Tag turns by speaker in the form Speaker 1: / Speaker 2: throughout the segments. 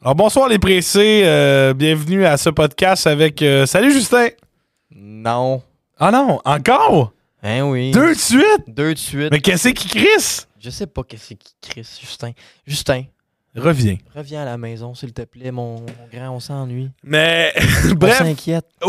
Speaker 1: Alors bonsoir les pressés, euh, bienvenue à ce podcast avec... euh, salut Justin!
Speaker 2: Non.
Speaker 1: Ah non, encore?
Speaker 2: Hein oui.
Speaker 1: Deux de suite?
Speaker 2: Deux de suite.
Speaker 1: Mais qu'est-ce qui crisse?
Speaker 2: Je sais pas qu'est-ce qui Chris, Justin. Justin,
Speaker 1: Reviens.
Speaker 2: reviens à la maison, s'il te plaît, mon, mon grand, on s'ennuie.
Speaker 1: Mais
Speaker 2: On
Speaker 1: bref,
Speaker 2: s'inquiète.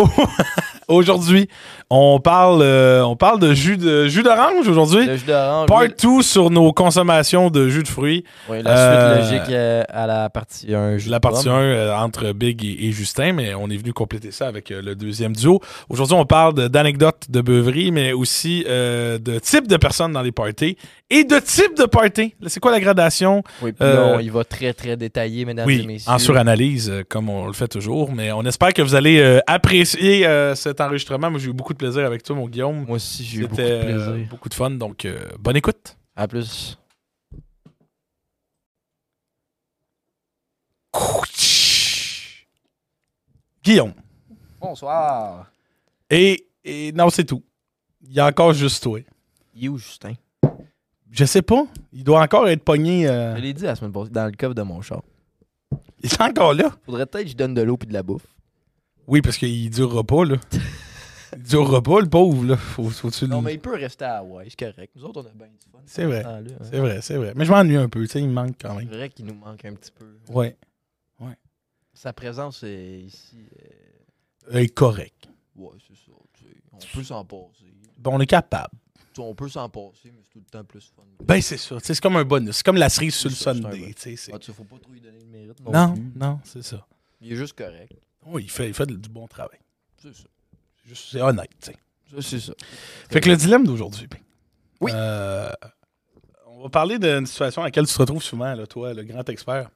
Speaker 1: aujourd'hui, on parle euh, on parle de jus de jus d'orange aujourd'hui.
Speaker 2: Le jus d'orange.
Speaker 1: Part
Speaker 2: oui.
Speaker 1: 2 sur nos consommations de jus de fruits.
Speaker 2: Oui, la
Speaker 1: Euh,
Speaker 2: suite logique euh, à la partie 1.
Speaker 1: La partie 1 euh, entre Big et, et Justin, mais on est venu compléter ça avec euh, le deuxième duo. Aujourd'hui, on parle de- d'anecdotes de beuverie, mais aussi euh, de types de personnes dans les parties et de types de parties. C'est quoi la gradation
Speaker 2: Oui, puis
Speaker 1: Euh,
Speaker 2: là, on y va très, très détaillé, mesdames et
Speaker 1: Oui,
Speaker 2: messieurs.
Speaker 1: en suranalyse, euh, comme on le fait toujours. Mais on espère que vous allez euh, apprécier euh, cet enregistrement. Moi, j'ai eu beaucoup de plaisir avec toi, mon Guillaume.
Speaker 2: Moi aussi, j'ai eu
Speaker 1: C'était
Speaker 2: beaucoup de
Speaker 1: euh,
Speaker 2: plaisir.
Speaker 1: beaucoup de fun. Donc, euh, bonne écoute.
Speaker 2: À plus.
Speaker 1: Guillaume.
Speaker 2: Bonsoir.
Speaker 1: Et, et non, c'est tout. Il y a encore juste toi.
Speaker 2: Il est où, Justin?
Speaker 1: Je sais pas. Il doit encore être pogné. euh,
Speaker 2: Je l'ai dit la semaine passée, dans le coffre de mon char.
Speaker 1: Il est encore là.
Speaker 2: Faudrait peut-être que je donne de l'eau puis de la bouffe.
Speaker 1: Oui, parce qu'il durera pas, là. Il durera pas, le pauvre, là. Faut, faut que tu le-
Speaker 2: Non, mais il peut rester à Hawaï, c'est correct. Nous autres, on a bien du fun.
Speaker 1: C'est vrai.
Speaker 2: Ah, là, hein.
Speaker 1: C'est vrai, c'est vrai. Mais je m'ennuie un peu, tu sais, il me manque quand
Speaker 2: C'est
Speaker 1: même.
Speaker 2: vrai qu'il nous manque un petit peu.
Speaker 1: Ouais.
Speaker 2: Sa présence est ici. euh,
Speaker 1: Euh, correct.
Speaker 2: Ouais, c'est ça. tu sais. On peut s'en passer.
Speaker 1: Bon, on est capable.
Speaker 2: Tu sais, On peut s'en passer, mais c'est tout le temps plus fun.
Speaker 1: Ben, c'est ça. tu sais, C'est comme un bonus. C'est comme la cerise sur le
Speaker 2: C'est ça, c'est un
Speaker 1: Sunday.
Speaker 2: bon.
Speaker 1: tu sais, c'est-
Speaker 2: Ah, tu sais, faut pas trop lui donner le mérite. Non,
Speaker 1: Non,
Speaker 2: plus.
Speaker 1: non, c'est ça.
Speaker 2: Il est juste correct.
Speaker 1: Oui, il fait, il fait du bon travail.
Speaker 2: C'est ça.
Speaker 1: C'est juste- C'est honnête, tu sais.
Speaker 2: Ça, C'est ça.
Speaker 1: Fait que le dilemme d'aujourd'hui, Ping.
Speaker 2: Oui.
Speaker 1: Euh, on va parler d'une situation à laquelle tu te retrouves souvent, là, toi, le grand expert.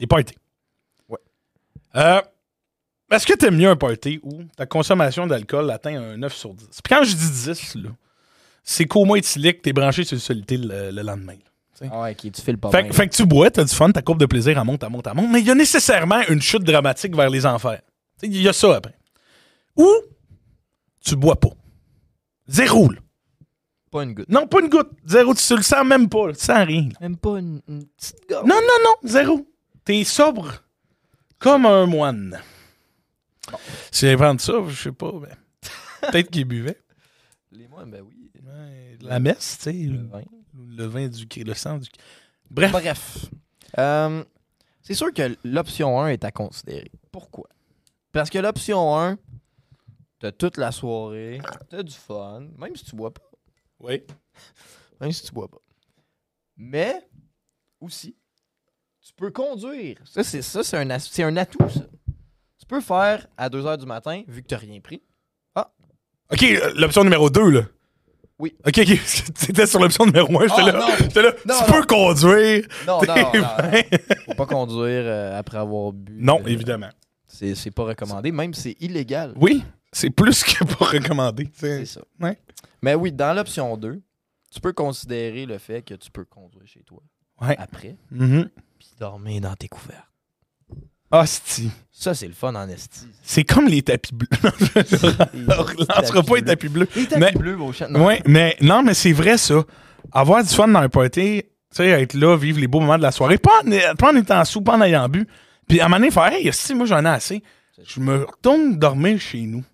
Speaker 1: Les parties.
Speaker 2: Ouais.
Speaker 1: Euh, Est-ce que t'aimes mieux un party où ta consommation d'alcool atteint un 9 sur 10? Puis quand je dis 10, là, c'est coma éthylique, t'es branché sur le solitaire le, le lendemain. là.
Speaker 2: Ah ouais, ok, tu files pas
Speaker 1: Fait,
Speaker 2: bien.
Speaker 1: que- fait que tu bois, t'as du fun, ta courbe de plaisir, elle monte, elle monte, elle monte. Mais il y a nécessairement une chute dramatique vers les enfers. T'sais, Il y a ça après. Ou tu bois pas. Zéro, là.
Speaker 2: Pas une goutte.
Speaker 1: Non, pas une goutte. Zéro, tu le sens même pas. là. Tu sens rien. là.
Speaker 2: Même pas une, une petite gorge.
Speaker 1: Non, non, non. Zéro. T'es sobre comme un moine. Si j'invente ça, je sais pas. mais Peut-être qu'il buvait.
Speaker 2: Les mois, ben oui.
Speaker 1: Ouais, La messe, tu sais.
Speaker 2: Le vin.
Speaker 1: Le vin du Christ, le sang du Christ. Bref.
Speaker 2: Bref. Euh, c'est sûr que l'option 1 est à considérer. Pourquoi? Parce que l'option 1, t'as toute la soirée, t'as du fun, même si tu bois pas.
Speaker 1: Oui.
Speaker 2: Même si tu bois pas. Mais, aussi, tu peux conduire. Ça, c'est, ça, c'est, un, as- c'est un atout, ça. Tu peux faire à 2 h du matin, vu que t'as rien pris.
Speaker 1: OK, euh, l'option numéro 2, là.
Speaker 2: Oui.
Speaker 1: OK, OK. T'étais sur l'option numéro 1. J'étais
Speaker 2: Ah,
Speaker 1: là.
Speaker 2: non.
Speaker 1: J'étais là.
Speaker 2: Non,
Speaker 1: tu
Speaker 2: non.
Speaker 1: peux conduire.
Speaker 2: Non,
Speaker 1: tes
Speaker 2: non, non, non.
Speaker 1: vins.
Speaker 2: Faut pas conduire euh, après avoir bu.
Speaker 1: Non,
Speaker 2: euh,
Speaker 1: évidemment.
Speaker 2: C'est, c'est pas recommandé, même c'est illégal.
Speaker 1: Oui, c'est plus que pas recommandé. tu sais.
Speaker 2: C'est ça.
Speaker 1: Ouais.
Speaker 2: Mais oui, dans l'option 2, tu peux considérer le fait que tu peux conduire chez toi
Speaker 1: Ouais.
Speaker 2: après,
Speaker 1: Mhm.
Speaker 2: puis dormir dans tes couverts.
Speaker 1: Hostie.
Speaker 2: Ça, c'est le fun en esti.
Speaker 1: C'est comme les tapis bleus. On relancera pas les tapis bleus.
Speaker 2: Les tapis
Speaker 1: Mais-
Speaker 2: bleus au chat. Non.
Speaker 1: Ouais, mais non, mais c'est vrai ça. Avoir du fun dans un party, tu sais, être là, vivre les beaux moments de la soirée, pas en, pas en étant sous, pas en ayant bu. Puis à un moment donné, faire, hey, si moi j'en ai assez, je me retourne dormir chez nous.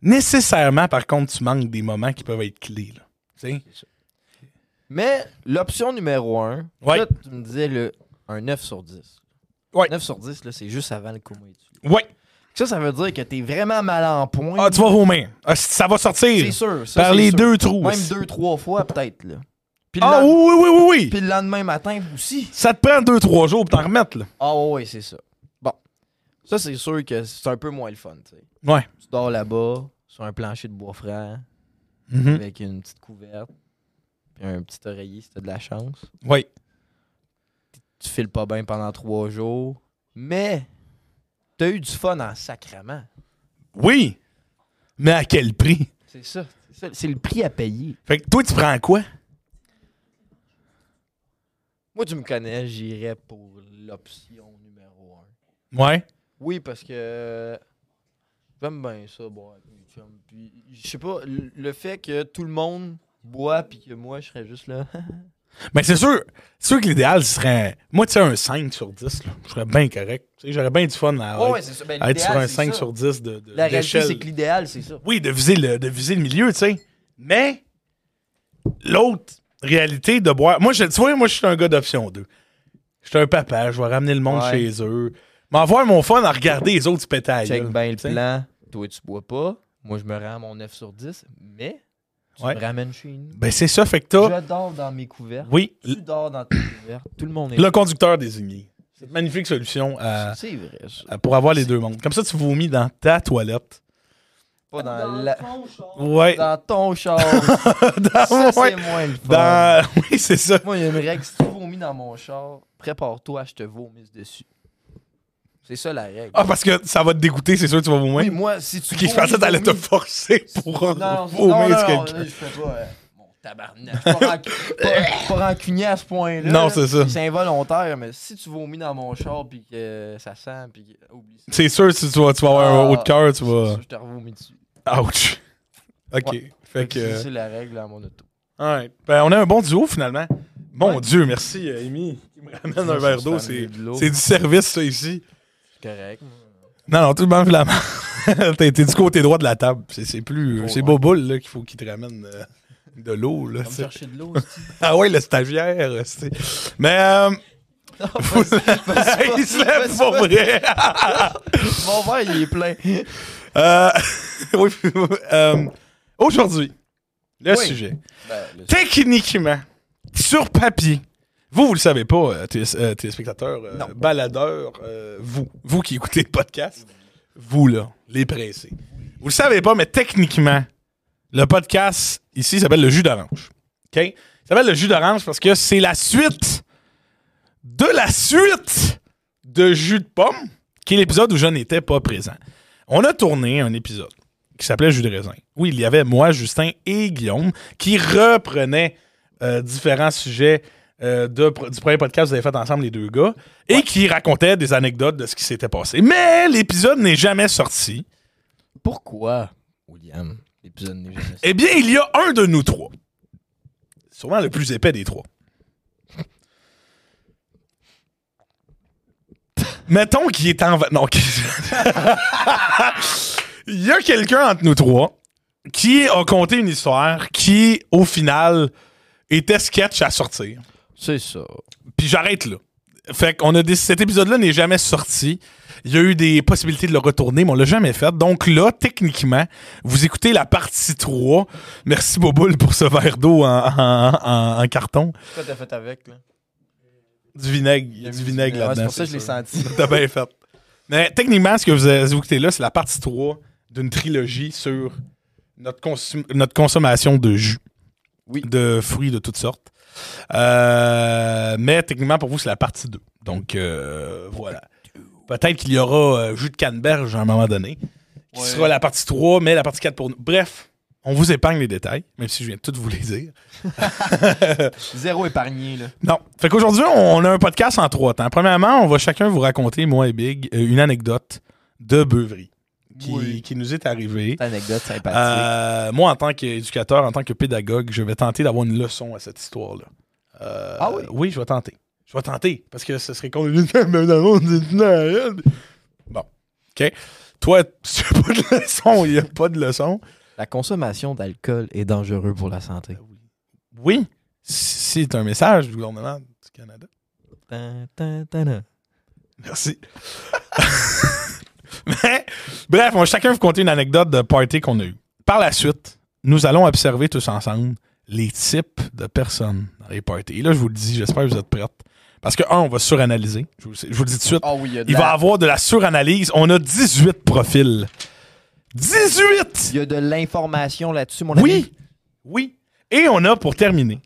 Speaker 1: Nécessairement, par contre, tu manques des moments qui peuvent être clés. Là. Tu sais?
Speaker 2: Mais l'option numéro 1,
Speaker 1: Ouais.
Speaker 2: là, tu me disais le, un 9 sur 10.
Speaker 1: Ouais.
Speaker 2: 9 sur 10, là, c'est juste avant le coma étudiant.
Speaker 1: Ouais,
Speaker 2: Ça, ça veut dire que t'es vraiment mal en point.
Speaker 1: ah, tu vas vomir. Ah, ça va
Speaker 2: c'est
Speaker 1: sortir
Speaker 2: sûr. ça,
Speaker 1: par
Speaker 2: c'est
Speaker 1: les
Speaker 2: sûr.
Speaker 1: deux trous.
Speaker 2: Même deux, trois fois, peut-être. là. Puis le,
Speaker 1: Ah
Speaker 2: lend-
Speaker 1: oui, oui, oui, oui, oui.
Speaker 2: puis le lendemain matin aussi.
Speaker 1: Ça te prend deux, trois jours pour t'en remettre. Là.
Speaker 2: Ah ouais, ouais, c'est ça. Bon. Ça, c'est sûr que c'est un peu moins le fun, tu sais.
Speaker 1: Ouais.
Speaker 2: Tu dors là-bas, sur un plancher de bois franc,
Speaker 1: Mhm.
Speaker 2: avec une petite couverte, puis un petit oreiller si t'as de la chance.
Speaker 1: Ouais.
Speaker 2: Tu files pas bien pendant trois jours, mais t'as eu du fun en sacrement.
Speaker 1: Oui. Mais à quel prix?
Speaker 2: C'est ça. C'est ça, c'est le prix à payer.
Speaker 1: Fait que toi, tu prends quoi?
Speaker 2: Moi, tu me connais, j'irais pour l'option numéro un.
Speaker 1: Ouais.
Speaker 2: Oui, parce que euh, j'aime bien ça, boire avec mes chums. Puis, je sais pas, le le fait que tout le monde boit, puis que moi, je serais juste là.
Speaker 1: Mais c'est sûr, c'est sûr que l'idéal ce serait. Moi, tu sais, un 5 sur 10, là, je serais bien correct. Tu sais, J'aurais bien du fun à,
Speaker 2: Ouais, ouais, c'est ça. Ben,
Speaker 1: à être sur
Speaker 2: l'idéal,
Speaker 1: un
Speaker 2: c'est
Speaker 1: 5
Speaker 2: ça.
Speaker 1: sur 10 de, de-
Speaker 2: La réalité,
Speaker 1: d'échelle.
Speaker 2: c'est que l'idéal, c'est ça.
Speaker 1: Oui, de viser le, de viser le milieu, tu sais. Mais l'autre réalité de boire. Moi, je, tu vois, moi, je suis un gars d'option 2. Je suis un papa, je vais ramener le monde
Speaker 2: Ouais.
Speaker 1: chez eux. M'avoir mon fun à regarder les autres se péter à la
Speaker 2: Check
Speaker 1: gueule,
Speaker 2: bien le
Speaker 1: tu sais.
Speaker 2: plan. Toi, tu bois pas. Moi, je me rends à mon 9 sur 10, mais tu
Speaker 1: Ouais.
Speaker 2: me ramènes chez nous.
Speaker 1: Ben, c'est ça, fait que t'as.
Speaker 2: Je dors dans mes couverts.
Speaker 1: Oui,
Speaker 2: Tu dors dans tes couverts. Tout le monde est
Speaker 1: le conducteur désigné. Cette magnifique solution à-
Speaker 2: C'est vrai, ça.
Speaker 1: à- pour avoir les deux mondes. Comme ça, tu vomis dans ta toilette.
Speaker 2: Pas dans, la...
Speaker 1: Ouais.
Speaker 2: dans ton char.
Speaker 1: Dans-
Speaker 2: ça, c'est
Speaker 1: ouais.
Speaker 2: moins le fun.
Speaker 1: Dans- Oui, c'est ça.
Speaker 2: Moi, il y a une règle. Si tu vomis dans mon char, prépare-toi à je te vomisse dessus. C'est ça la règle.
Speaker 1: Ah, parce que ça va te dégoûter, c'est sûr que tu vas
Speaker 2: Oui,
Speaker 1: vomir.
Speaker 2: moi, si tu.
Speaker 1: Ok, je pensais que t'allais te forcer pour
Speaker 2: Non,
Speaker 1: en
Speaker 2: non, non, non,
Speaker 1: vomir sur
Speaker 2: non,
Speaker 1: quelqu'un.
Speaker 2: là, je fais pas. euh, Mon tabarnak. Pas, rancu- pas- pas rancunier à ce point-là.
Speaker 1: Non,
Speaker 2: là.
Speaker 1: c'est ça.
Speaker 2: C'est involontaire, mais si tu vomis dans mon char puis que ça sent, puis que- oublie ça.
Speaker 1: C'est sûr, si tu vas, tu vas avoir un
Speaker 2: Ah,
Speaker 1: haut de cœur, tu
Speaker 2: c'est
Speaker 1: vas.
Speaker 2: sûr, Je te revomis dessus.
Speaker 1: Ouch. Ok.
Speaker 2: Ouais.
Speaker 1: Fait
Speaker 2: C'est
Speaker 1: que.
Speaker 2: c'est la règle à mon auto.
Speaker 1: Alright. Ben, on a un bon duo finalement. Mon
Speaker 2: Ouais.
Speaker 1: Dieu, merci, euh, Amy. Qui me ramène un verre d'eau. C'est
Speaker 2: de l'eau.
Speaker 1: c'est du service, ça, ici.
Speaker 2: C'est correct.
Speaker 1: Non, non, tout le monde la main. T'es t'es du côté droit de la table. C'est- C'est plus.
Speaker 2: Oh,
Speaker 1: c'est
Speaker 2: ouais.
Speaker 1: Boboul, là, qu'il faut qu'il te ramène euh, de l'eau, là.
Speaker 2: On me
Speaker 1: c'est-
Speaker 2: chercher de l'eau.
Speaker 1: Ah ouais, le stagiaire, euh, c'est. Mais. euh,
Speaker 2: c'est-
Speaker 1: il se lève
Speaker 2: vas-y,
Speaker 1: pour
Speaker 2: vas-y.
Speaker 1: vrai.
Speaker 2: Mon verre, il est plein.
Speaker 1: Euh, oui, euh, Aujourd'hui, le
Speaker 2: Oui.
Speaker 1: sujet.
Speaker 2: Ben, le-
Speaker 1: Techniquement, sur papier, vous, vous le savez pas, euh, télés- euh, téléspectateurs, euh,
Speaker 2: Non.
Speaker 1: baladeurs, euh, vous, vous qui écoutez le podcast, vous là, les pressés. Vous le savez pas, mais techniquement, le podcast ici s'appelle le jus d'orange. OK? Il s'appelle le jus d'orange parce que c'est la suite de la suite de jus de pomme, qui est l'épisode où je n'étais pas présent. On a tourné un épisode qui s'appelait Jus de raisin. Oui, il y avait moi, Justin et Guillaume qui reprenaient euh, différents sujets euh, de pr- du premier podcast que vous avez fait ensemble, les deux gars, et qui racontaient des anecdotes de ce qui s'était passé. Mais l'épisode n'est jamais sorti.
Speaker 2: Pourquoi, William, l'épisode n'est jamais sorti?
Speaker 1: Eh bien, il y a un de nous trois. Sûrement le plus épais des trois. Mettons qu'il est en... va- Non, ok. il y a quelqu'un entre nous trois qui a conté une histoire qui, au final, était sketch à sortir.
Speaker 2: C'est ça.
Speaker 1: Puis j'arrête là. Fait qu'on a des... cet épisode-là n'est jamais sorti. Il y a eu des possibilités de le retourner, mais on l'a jamais fait. Donc là, techniquement, vous écoutez la partie 3. Merci Boboul pour ce verre d'eau en, en- en- en carton.
Speaker 2: Pourquoi t'as fait avec, là?
Speaker 1: Du vinaigre. Il y a
Speaker 2: Ouais,
Speaker 1: du vinaigre là-dedans.
Speaker 2: C'est pour ça que je l'ai
Speaker 1: sûr.
Speaker 2: senti.
Speaker 1: T'as bien fait. Mais techniquement, ce que vous, vous écoutez là, c'est la partie 3 d'une trilogie sur notre, consom- notre consommation de jus.
Speaker 2: Oui.
Speaker 1: De fruits de toutes sortes. Euh, mais techniquement, pour vous, c'est la partie 2. Donc, euh, voilà. Peut-être qu'il y aura euh, jus de canneberge à un moment donné, qui
Speaker 2: Ouais.
Speaker 1: sera la partie 3, mais la partie 4 pour nous. Bref, on vous épargne les détails, même si je viens de tout vous les dire.
Speaker 2: Zéro épargné, là.
Speaker 1: Non. Fait qu'aujourd'hui, on a un podcast en trois temps. Premièrement, on va chacun vous raconter, moi et Big, euh, une anecdote de beuverie qui,
Speaker 2: Oui.
Speaker 1: qui nous est arrivée.
Speaker 2: Cette anecdote sympathique.
Speaker 1: Euh, moi, en tant qu'éducateur, en tant que pédagogue, je vais tenter d'avoir une leçon à cette histoire-là. Euh,
Speaker 2: Ah oui?
Speaker 1: Oui, je vais tenter. Je vais tenter, parce que ce serait con de dire, Mais non, c'est une arène. Bon. OK. Toi, tu n'as pas de leçon. Il n'y a pas de leçon.
Speaker 2: La consommation d'alcool est dangereuse pour la santé.
Speaker 1: Oui, c'est un message du gouvernement du Canada. Oh,
Speaker 2: Tan, tan, tan, tan.
Speaker 1: Merci. Mais, bref, on va chacun vous conter une anecdote de party qu'on a eue. Par la suite, nous allons observer tous ensemble les types de personnes dans les parties. Et là, je vous le dis, j'espère que vous êtes prêtes. Parce que, un, on va suranalyser. Je vous, je vous le dis tout de suite.
Speaker 2: Ah oui, il y a de
Speaker 1: Il va
Speaker 2: la-
Speaker 1: avoir de la suranalyse. On a 18 profils. 18!
Speaker 2: il y a de l'information là-dessus, mon ami.
Speaker 1: Oui! Oui. Et on a, pour terminer,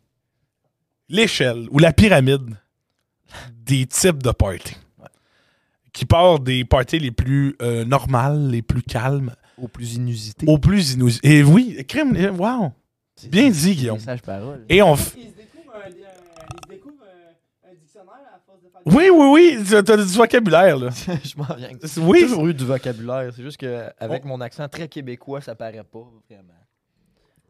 Speaker 1: l'échelle ou la pyramide des types de parties. Qui part des parties les plus euh, normales, les plus calmes,
Speaker 2: Au plus inusité.
Speaker 1: aux plus inusitées. Et oui, crime, eh, wow!
Speaker 2: C'est-
Speaker 1: Bien
Speaker 2: c'est-
Speaker 1: dit, Guillaume.
Speaker 2: Message parole.
Speaker 1: Et on. f-
Speaker 3: Il se découvre un, un- il se découvre euh, un, un dictionnaire à force de faire
Speaker 1: Oui, oui, oui, t'as t'as du vocabulaire, là.
Speaker 2: je m'en viens. J'ai
Speaker 1: Oui.
Speaker 2: toujours eu du vocabulaire. C'est juste que avec mon accent très québécois, ça paraît pas vraiment.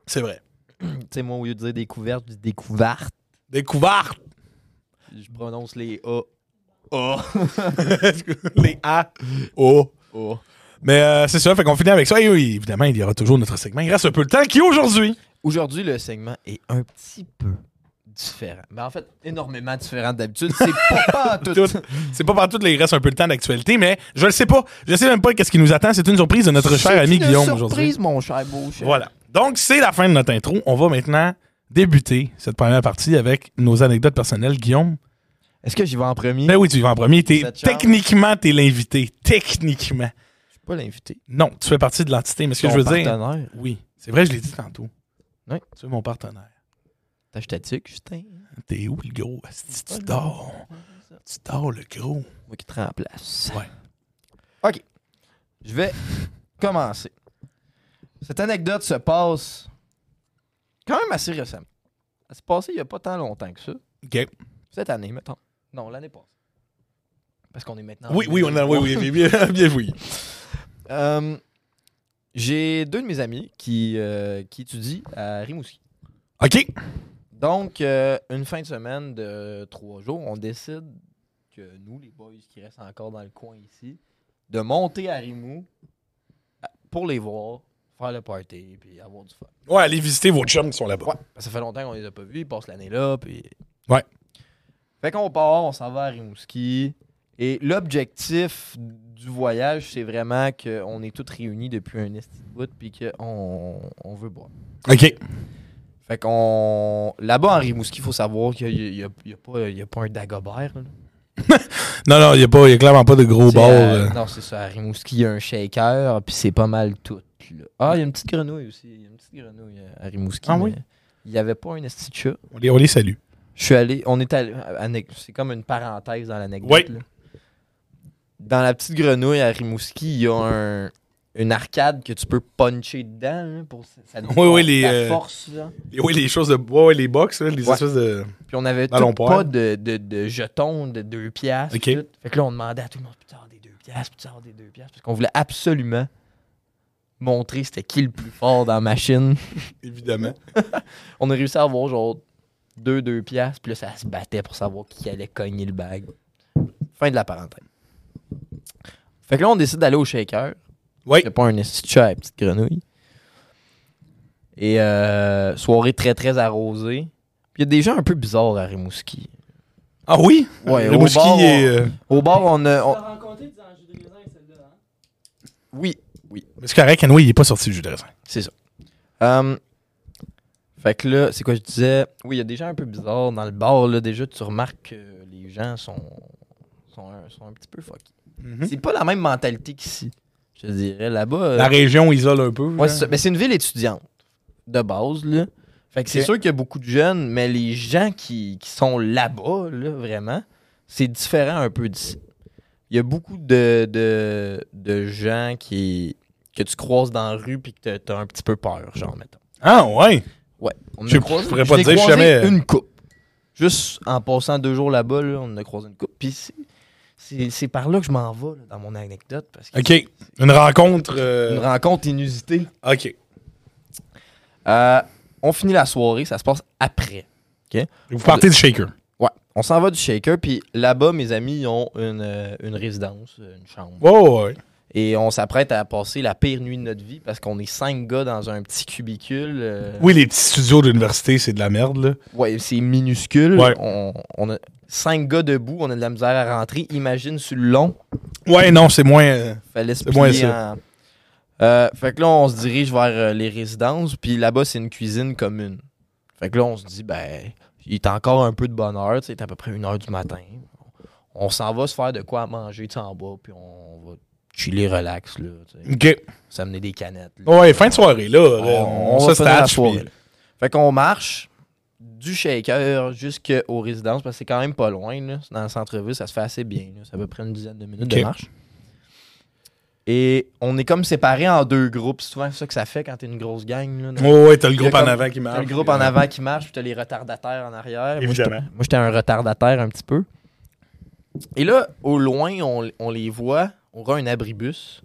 Speaker 1: C'est vrai.
Speaker 2: Tu sais, moi, au lieu de dire découverte, je dis découverte.
Speaker 1: Découverte.
Speaker 2: Je prononce les A.
Speaker 1: Les A. O.
Speaker 2: O.
Speaker 1: Mais euh, c'est ça, fait qu'on finit avec ça. Et oui, évidemment, il y aura toujours notre segment. Il reste un peu le temps qui est aujourd'hui.
Speaker 2: Aujourd'hui, le segment est un petit peu différent. Mais en fait, énormément différent d'habitude. C'est pas, pas tout.
Speaker 1: Tout- C'est pas partout qu'il reste un peu le temps d'actualité, mais je le sais pas. Je sais même pas qu'est-ce qui nous attend. C'est une surprise de notre cher
Speaker 2: C'est
Speaker 1: ami
Speaker 2: une
Speaker 1: Guillaume aujourd'hui.
Speaker 2: surprise, mon cher beau chef.
Speaker 1: Voilà. Donc, c'est la fin de notre intro. On va maintenant débuter cette première partie avec nos anecdotes personnelles. Guillaume,
Speaker 2: Est-ce que j'y vais en premier?
Speaker 1: ben oui, tu y vas en premier. T'es-
Speaker 2: Cette chance.
Speaker 1: techniquement, t'es l'invité. Techniquement.
Speaker 2: Je suis pas l'invité.
Speaker 1: Non, tu fais partie de l'entité, mais ce que
Speaker 2: Ton
Speaker 1: je veux dire...
Speaker 2: partenaire.
Speaker 1: Oui, c'est vrai, je l'ai dit tantôt.
Speaker 2: Oui.
Speaker 1: Tu es mon partenaire.
Speaker 2: T'as acheté tic, Justin?
Speaker 1: T'es où, le gros? Asti, Tu dors. Tu dors, le gros.
Speaker 2: Moi qui te remplace.
Speaker 1: Ouais.
Speaker 2: OK. Je vais commencer. Cette anecdote se passe quand même assez récemment. Elle s'est passée il n'y a pas tant longtemps que ça.
Speaker 1: OK.
Speaker 2: Cette année, mettons. Non, l'année passée. Parce qu'on est maintenant. en
Speaker 1: Oui, oui, on a, oui, oui,
Speaker 2: 2023.
Speaker 1: oui, bien, bien oui.
Speaker 2: Euh, J'ai deux de mes amis qui, euh, qui étudient à Rimouski.
Speaker 1: OK.
Speaker 2: Donc, euh, une fin de semaine de trois jours, on décide que nous, les boys qui restent encore dans le coin ici, de monter à Rimou à- pour les voir, faire le party, puis avoir du fun.
Speaker 1: Ouais, allez visiter vos chums qui sont là-bas.
Speaker 2: Ouais, parce que ça fait longtemps qu'on les a pas vus, ils passent l'année là, puis...
Speaker 1: Ouais.
Speaker 2: Fait qu'on part, on s'en va à Rimouski, et l'objectif du voyage, c'est vraiment qu'on est tous réunis depuis un esti de bout, puis qu'on on veut boire.
Speaker 1: OK.
Speaker 2: Fait qu'on. Là-bas, en Rimouski, il faut savoir qu'il n'y a, il y a pas- il y a pas un Dagobert. là.
Speaker 1: Non, non, il n'y a, pas- y a clairement pas de gros
Speaker 2: C'est
Speaker 1: bars.
Speaker 2: à-
Speaker 1: euh.
Speaker 2: Non, c'est ça. À Rimouski, il y a un shaker, puis c'est pas mal tout. là. Ah, il y a une petite grenouille aussi. Il y a une petite grenouille euh, à Rimouski.
Speaker 1: Ah
Speaker 2: mais
Speaker 1: oui?
Speaker 2: Il n'y avait pas un esti de chat.
Speaker 1: On, les, on les salue.
Speaker 2: Je suis allé. On est allé. ané- C'est comme une parenthèse dans l'anecdote.
Speaker 1: Oui.
Speaker 2: là. Dans la petite grenouille à Rimouski, il y a un- une arcade que tu peux puncher dedans là, pour ça, ça te
Speaker 1: Oui, oui, les,
Speaker 2: ta
Speaker 1: euh,
Speaker 2: force. là.
Speaker 1: Et oui, les choses de bois, les box, là, les
Speaker 2: Ouais.
Speaker 1: espèces de.
Speaker 2: Puis on avait
Speaker 1: Ballon
Speaker 2: tout
Speaker 1: poire.
Speaker 2: pas de, de, de jetons de 2 piastres.
Speaker 1: Ok.
Speaker 2: tout. Fait que là, on demandait à tout le monde, putain, des 2 piastres, putain, des 2 piastres. Parce qu'on voulait absolument montrer c'était qui le plus fort dans la machine.
Speaker 1: Évidemment.
Speaker 2: On a réussi à avoir genre 2 2 piastres. Puis là, ça se battait pour savoir qui allait cogner le bag. Fin de la parenthèse. Fait que là, on décide d'aller au shaker.
Speaker 1: Oui.
Speaker 2: C'est pas un esti de chat à la petite grenouille. Et euh, soirée très, très arrosée. Puis il y a des gens un peu bizarres à Rimouski.
Speaker 1: Ah oui?
Speaker 2: Ouais,
Speaker 1: le
Speaker 2: au
Speaker 1: Mouski
Speaker 2: bord,
Speaker 1: est.
Speaker 2: on-
Speaker 1: euh,
Speaker 2: Au bord, on a.
Speaker 3: On
Speaker 2: on-
Speaker 3: a rencontré des enjeux de maison avec celle-là. Hein?
Speaker 2: Oui,
Speaker 1: Mais c'est correct, Anouilh, il n'est pas sorti le jus de raisin.
Speaker 2: c'est ça. Hum, fait que là, c'est quoi je disais? Oui, il y a des gens un peu bizarres dans le bar. Là, déjà, tu remarques que les gens sont, sont, un, sont un petit peu fucky. C'est pas la même mentalité qu'ici. Je dirais, là-bas. euh,
Speaker 1: Hmm? La région isole un peu. là.
Speaker 2: ouais, c'est ça. Mais c'est une ville étudiante, de base. Là. Fait que c'est
Speaker 1: Ok.
Speaker 2: sûr qu'il y a beaucoup de jeunes, mais les gens qui, qui sont là-bas, là, vraiment, c'est différent un peu d'ici. Il y a beaucoup de, de, de gens qui, que tu croises dans la rue puis que t'as- t'as un petit peu peur, genre, mettons.
Speaker 1: Ah ouais.
Speaker 2: Ouais. On en a
Speaker 1: Je- je
Speaker 2: croisé-
Speaker 1: pourrais pas
Speaker 2: je
Speaker 1: te
Speaker 2: n'ai
Speaker 1: dire, je
Speaker 2: croisé
Speaker 1: jamais- euh.
Speaker 2: une coupe. Juste en passant deux jours là-bas, là, on en a croisé une coupe. Puis c'est- c'est c'est par là que je m'en vais, là, dans mon anecdote, parce que
Speaker 1: OK. Une rencontre.
Speaker 2: c'est
Speaker 1: euh,
Speaker 2: une rencontre inusitée.
Speaker 1: OK.
Speaker 2: Euh, on finit la soirée, ça se passe après.
Speaker 1: Vous partez du shaker.
Speaker 2: Ouais. On s'en va du shaker, puis là-bas, mes amis, ils ont une, euh, une résidence, euh, une chambre.
Speaker 1: Oh, ouais.
Speaker 2: Et on s'apprête à passer la pire nuit de notre vie parce qu'on est cinq gars dans un petit cubicule. euh,
Speaker 1: Oui, les petits studios d'université, c'est de la merde, là.
Speaker 2: Ouais, c'est minuscule.
Speaker 1: Ouais.
Speaker 2: On, on a cinq gars debout, on a de la misère à rentrer. Imagine sur le long.
Speaker 1: Ouais, non, c'est moins. euh,
Speaker 2: Fallait se
Speaker 1: C'est moins
Speaker 2: plier
Speaker 1: ça.
Speaker 2: en- Euh, fait que là, on se dirige vers euh, les résidences, puis là-bas, c'est une cuisine commune. Fait que là, on se dit, ben, il est encore un peu de bonne heure, tu sais, il est à peu près une heure du matin. On s'en va se faire de quoi à manger, tu sais, en bas, puis on va chiller relax, là, tu sais.
Speaker 1: OK.
Speaker 2: S'amener des canettes. là.
Speaker 1: Mm. Ouais, fin de soirée, là.
Speaker 2: On,
Speaker 1: euh,
Speaker 2: on
Speaker 1: on
Speaker 2: va
Speaker 1: se
Speaker 2: finir la
Speaker 1: statue.
Speaker 2: soirée,
Speaker 1: puis-
Speaker 2: là. Fait qu'on marche du shaker jusqu'aux résidences, parce que c'est quand même pas loin, là. C'est dans le centre-ville, ça se fait assez bien, là. C'est à peu près une dizaine de minutes
Speaker 1: Ok.
Speaker 2: de marche. Et on est comme séparés en deux groupes. C'est souvent ça que ça fait quand t'es une grosse gang. Là,
Speaker 1: Oh, ouais, t'as le
Speaker 2: Il y a
Speaker 1: groupe en
Speaker 2: comme-
Speaker 1: avant qui marche.
Speaker 2: T'as le groupe en avant qui marche, puis t'as les retardataires en arrière. Moi, j'étais-
Speaker 1: Évidemment.
Speaker 2: Moi, j'étais un retardataire un petit peu. Et là, au loin, on, on les voit, on voit un abribus,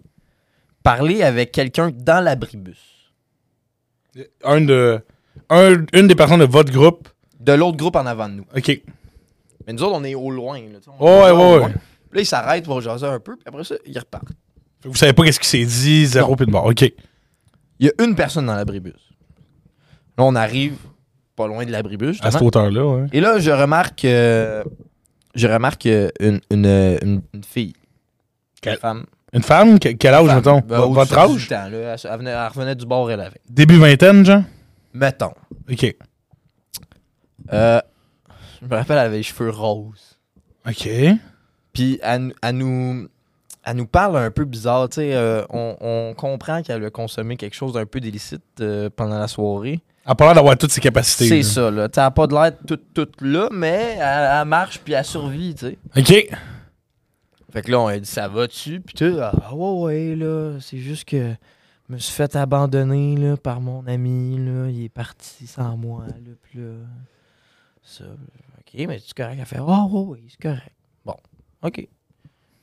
Speaker 2: parler avec quelqu'un dans l'abribus.
Speaker 1: Un de, un- une des personnes de votre groupe
Speaker 2: de l'autre groupe en avant de nous.
Speaker 1: OK.
Speaker 2: Mais nous autres, on est au loin. Là, tu sais, on est
Speaker 1: Ouais, ouais,
Speaker 2: vraiment au loin.
Speaker 1: ouais.
Speaker 2: Puis Là, ils s'arrêtent pour jaser un peu, puis après ça, ils repartent.
Speaker 1: Fait que Vous savez pas qu'est-ce qui s'est dit, zéro puis de bord. OK.
Speaker 2: Il y a une personne dans l'abribus. Là, on arrive pas loin de l'abribus,
Speaker 1: À
Speaker 2: justement.
Speaker 1: cette hauteur-là, ouais.
Speaker 2: Et là, je remarque, euh, je remarque euh, une, une, une- une fille.
Speaker 1: Quelle-
Speaker 2: Une femme.
Speaker 1: Une femme, que- quel âge,
Speaker 2: Femme.
Speaker 1: mettons?
Speaker 2: Ben,
Speaker 1: Vo-
Speaker 2: au-dessus
Speaker 1: Votre
Speaker 2: de
Speaker 1: âge?
Speaker 2: 18 ans, là. elle, se- elle venait- elle revenait du bord, elle avait.
Speaker 1: Début vingtaine, genre?
Speaker 2: Mettons.
Speaker 1: OK.
Speaker 2: Euh, je me rappelle, elle avait les cheveux roses.
Speaker 1: OK.
Speaker 2: Puis elle, nous- elle nous, elle nous parle un peu bizarre. Tu sais, euh, on, on comprend qu'elle a consommé quelque chose d'un peu délicite euh, pendant la soirée.
Speaker 1: À part d'avoir toutes ses capacités.
Speaker 2: C'est
Speaker 1: là.
Speaker 2: ça, là. Tu n'as pas de l'air toute toute là, mais elle, elle marche puis elle survit, tu sais.
Speaker 1: OK.
Speaker 2: Fait que là, on a dit, ça va-tu? Puis tu ah ouais, ouais, là, c'est juste que je me suis fait abandonner, là, par mon ami, là, il est parti sans moi, là, puis là, ça, ok, mais c'est correct, elle fait, ah ouais, ouais, c'est correct. Bon, ok.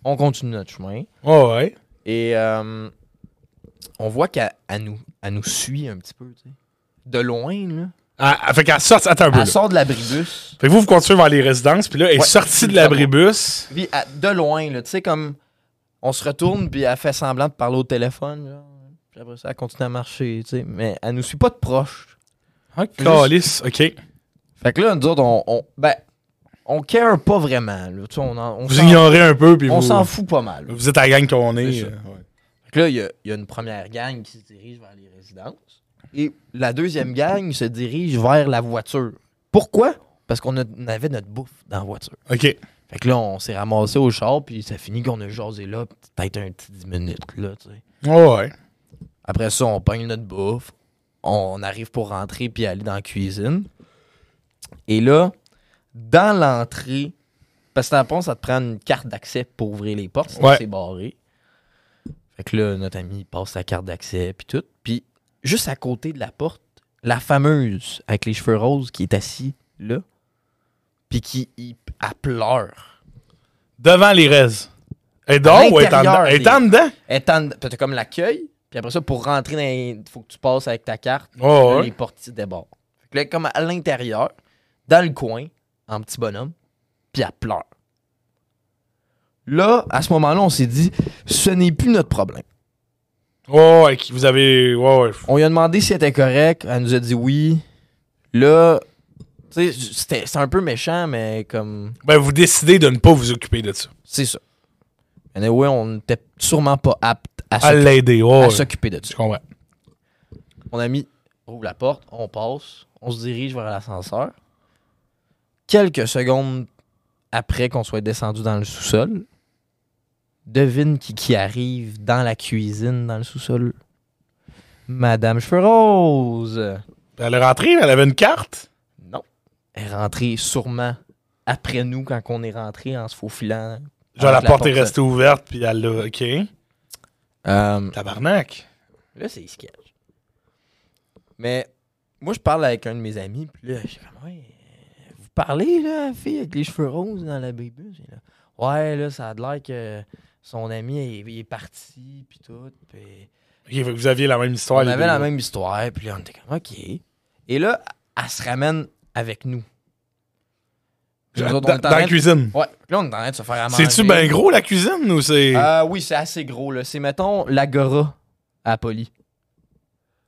Speaker 2: On continue notre chemin.
Speaker 1: Ouais, ouais.
Speaker 2: Et euh, on voit qu'elle elle nous, elle nous suit un petit peu, tu sais. De loin, là.
Speaker 1: Ah, ah, fait qu'elle sort, attends un peu.
Speaker 2: Elle
Speaker 1: là.
Speaker 2: sort de l'abribus.
Speaker 1: Fait que vous, vous continuez vers les résidences, puis là, elle est
Speaker 2: Ouais.
Speaker 1: sortie de l'abribus.
Speaker 2: Puis elle- de loin, là, tu sais, comme on se retourne, puis elle fait semblant de parler au téléphone. genre. Puis après ça, elle continue à marcher, tu sais. Mais elle nous suit pas de proche.
Speaker 1: Ah, calice. OK.
Speaker 2: Fait que là, nous autres, on, on, ben, on care pas vraiment. Là, tu sais, on en- on
Speaker 1: Vous
Speaker 2: s'en-
Speaker 1: ignorez un peu, puis
Speaker 2: on
Speaker 1: vous...
Speaker 2: s'en fout pas mal. là.
Speaker 1: Vous êtes à la gang qu'on est.
Speaker 2: C'est ça.
Speaker 1: euh, ouais.
Speaker 2: Fait que là, il y, a- il y a une première gang qui se dirige vers les résidences. Et la deuxième gang se dirige vers la voiture. Pourquoi? Parce qu'on a- on avait notre bouffe dans la voiture.
Speaker 1: euh, OK.
Speaker 2: Fait que là, on s'est ramassé au char, puis ça finit qu'on a jasé là, peut-être un petit 10 minutes, là, tu sais.
Speaker 1: Ouais, ouais.
Speaker 2: Après ça, on pogne notre bouffe. On arrive pour rentrer puis aller dans la cuisine. Et là, dans l'entrée, parce que dans le fond, ça te prend une carte d'accès pour ouvrir les portes, sinon
Speaker 1: Ouais.
Speaker 2: c'est barré. Fait que là, notre ami il passe sa carte d'accès puis tout. Puis juste à côté de la porte, la fameuse avec les cheveux roses qui est assise là, puis qui il- elle pleure.
Speaker 1: Devant les res. Elle est dehors ou elle est en dedans?
Speaker 2: l'intérieur
Speaker 1: Elle est en dedans?
Speaker 2: Elle est en- t'as comme l'accueil, puis après ça, pour rentrer, dans les- faut que tu passes avec ta carte.
Speaker 1: Ouais,
Speaker 2: Là,
Speaker 1: ouais.
Speaker 2: les portiers débordent. Fait que là, comme à l'intérieur, dans le coin, en petit bonhomme, puis elle pleure. Là, à ce moment-là, on s'est dit, ce n'est plus notre problème.
Speaker 1: Ouais, ouais, qui- vous avez... Ouais, ouais.
Speaker 2: On lui a demandé si elle était correcte, elle nous a dit oui. Là, tu sais, c'était c'était un peu méchant, mais comme,
Speaker 1: Ben, vous décidez de ne pas vous occuper de ça.
Speaker 2: c'est ça. Mais ouais, on n'était sûrement pas apte à
Speaker 1: À
Speaker 2: s'occu-
Speaker 1: l'aider, ouais.
Speaker 2: à
Speaker 1: ouais.
Speaker 2: s'occuper de
Speaker 1: Je
Speaker 2: ça.
Speaker 1: comprends.
Speaker 2: On a mis, on ouvre la porte, on passe, on se dirige vers l'ascenseur. Quelques secondes après qu'on soit descendu dans le sous-sol, devine qui, qui arrive dans la cuisine, dans le sous-sol. Madame Cheveux Rose.
Speaker 1: Elle est rentrée, elle avait une carte.
Speaker 2: Non. Elle est rentrée sûrement après nous quand on est rentré en se faufilant.
Speaker 1: Genre, la
Speaker 2: Avec Ah, la
Speaker 1: porte est
Speaker 2: porte.
Speaker 1: restée ouverte, puis elle l'a... OK.
Speaker 2: Euh,
Speaker 1: Tabarnak.
Speaker 2: Là, c'est sketch. Mais moi, je parle avec un de mes amis, puis là, je suis comme, ouais, euh, vous parlez, là, la fille avec les cheveux roses dans la baby? J'ai là, ouais, là, ça a de l'air que son ami, il, il est parti, puis tout. Puis
Speaker 1: OK, fait que vous aviez la même
Speaker 2: on
Speaker 1: histoire. les
Speaker 2: avait
Speaker 1: deux,
Speaker 2: la
Speaker 1: là.
Speaker 2: même histoire, puis là, on était comme, OK. Et là, elle se ramène avec nous. Puis nous
Speaker 1: Dans,
Speaker 2: autres, on est en
Speaker 1: dans
Speaker 2: train
Speaker 1: la
Speaker 2: de-
Speaker 1: cuisine.
Speaker 2: Ouais, puis là, on est en train de se faire à manger.
Speaker 1: C'est-tu bien gros, la cuisine, ou c'est...
Speaker 2: Euh, oui, c'est assez gros, là. C'est, mettons, l'Agora à Poly.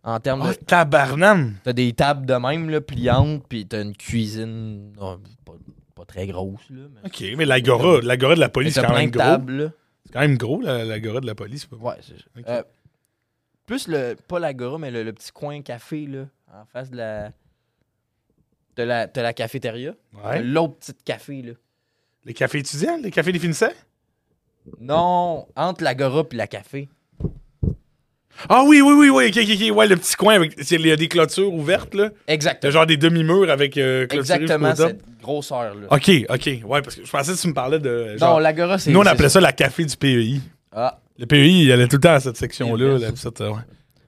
Speaker 2: En termes de
Speaker 1: Oh, tabarnane.
Speaker 2: T'as des tables de même, là, pliantes, puis t'as une cuisine non, pas, pas très grosse, là. Mais...
Speaker 1: OK, mais l'agora, l'agora de la
Speaker 2: Mais
Speaker 1: police, c'est
Speaker 2: t'as
Speaker 1: quand
Speaker 2: plein
Speaker 1: même
Speaker 2: de
Speaker 1: gros.
Speaker 2: tables, là.
Speaker 1: C'est quand même gros, la- l'agora de la police. c'est pas-
Speaker 2: Ouais, c'est ça.
Speaker 1: Ok.
Speaker 2: Euh, plus le, pas l'agora, mais le, le petit coin café, là, en face de la... de la, de la cafétéria. T'as
Speaker 1: Ouais.
Speaker 2: L'autre petite café, là.
Speaker 1: Les cafés étudiants, les cafés définissaient?
Speaker 2: Non, entre l'agora puis la café.
Speaker 1: Ah oui, oui, oui, oui, ok, ok, ok. Ouais, le petit coin avec. c'est- Il y a des clôtures ouvertes, là. T'as
Speaker 2: Exactement.
Speaker 1: genre des demi-murs avec euh, clôture.
Speaker 2: Exactement cette grosseur, là.
Speaker 1: Ok, ok. Ouais, parce que je pensais que tu me parlais de.
Speaker 2: Non,
Speaker 1: Genre,
Speaker 2: l'agora, c'est...
Speaker 1: nous, on
Speaker 2: c'est
Speaker 1: appelait ça la café du PEI.
Speaker 2: Ah,
Speaker 1: Le PEI, il allait tout le temps à cette section-là.
Speaker 2: Yes.
Speaker 1: là, cette, euh, ouais.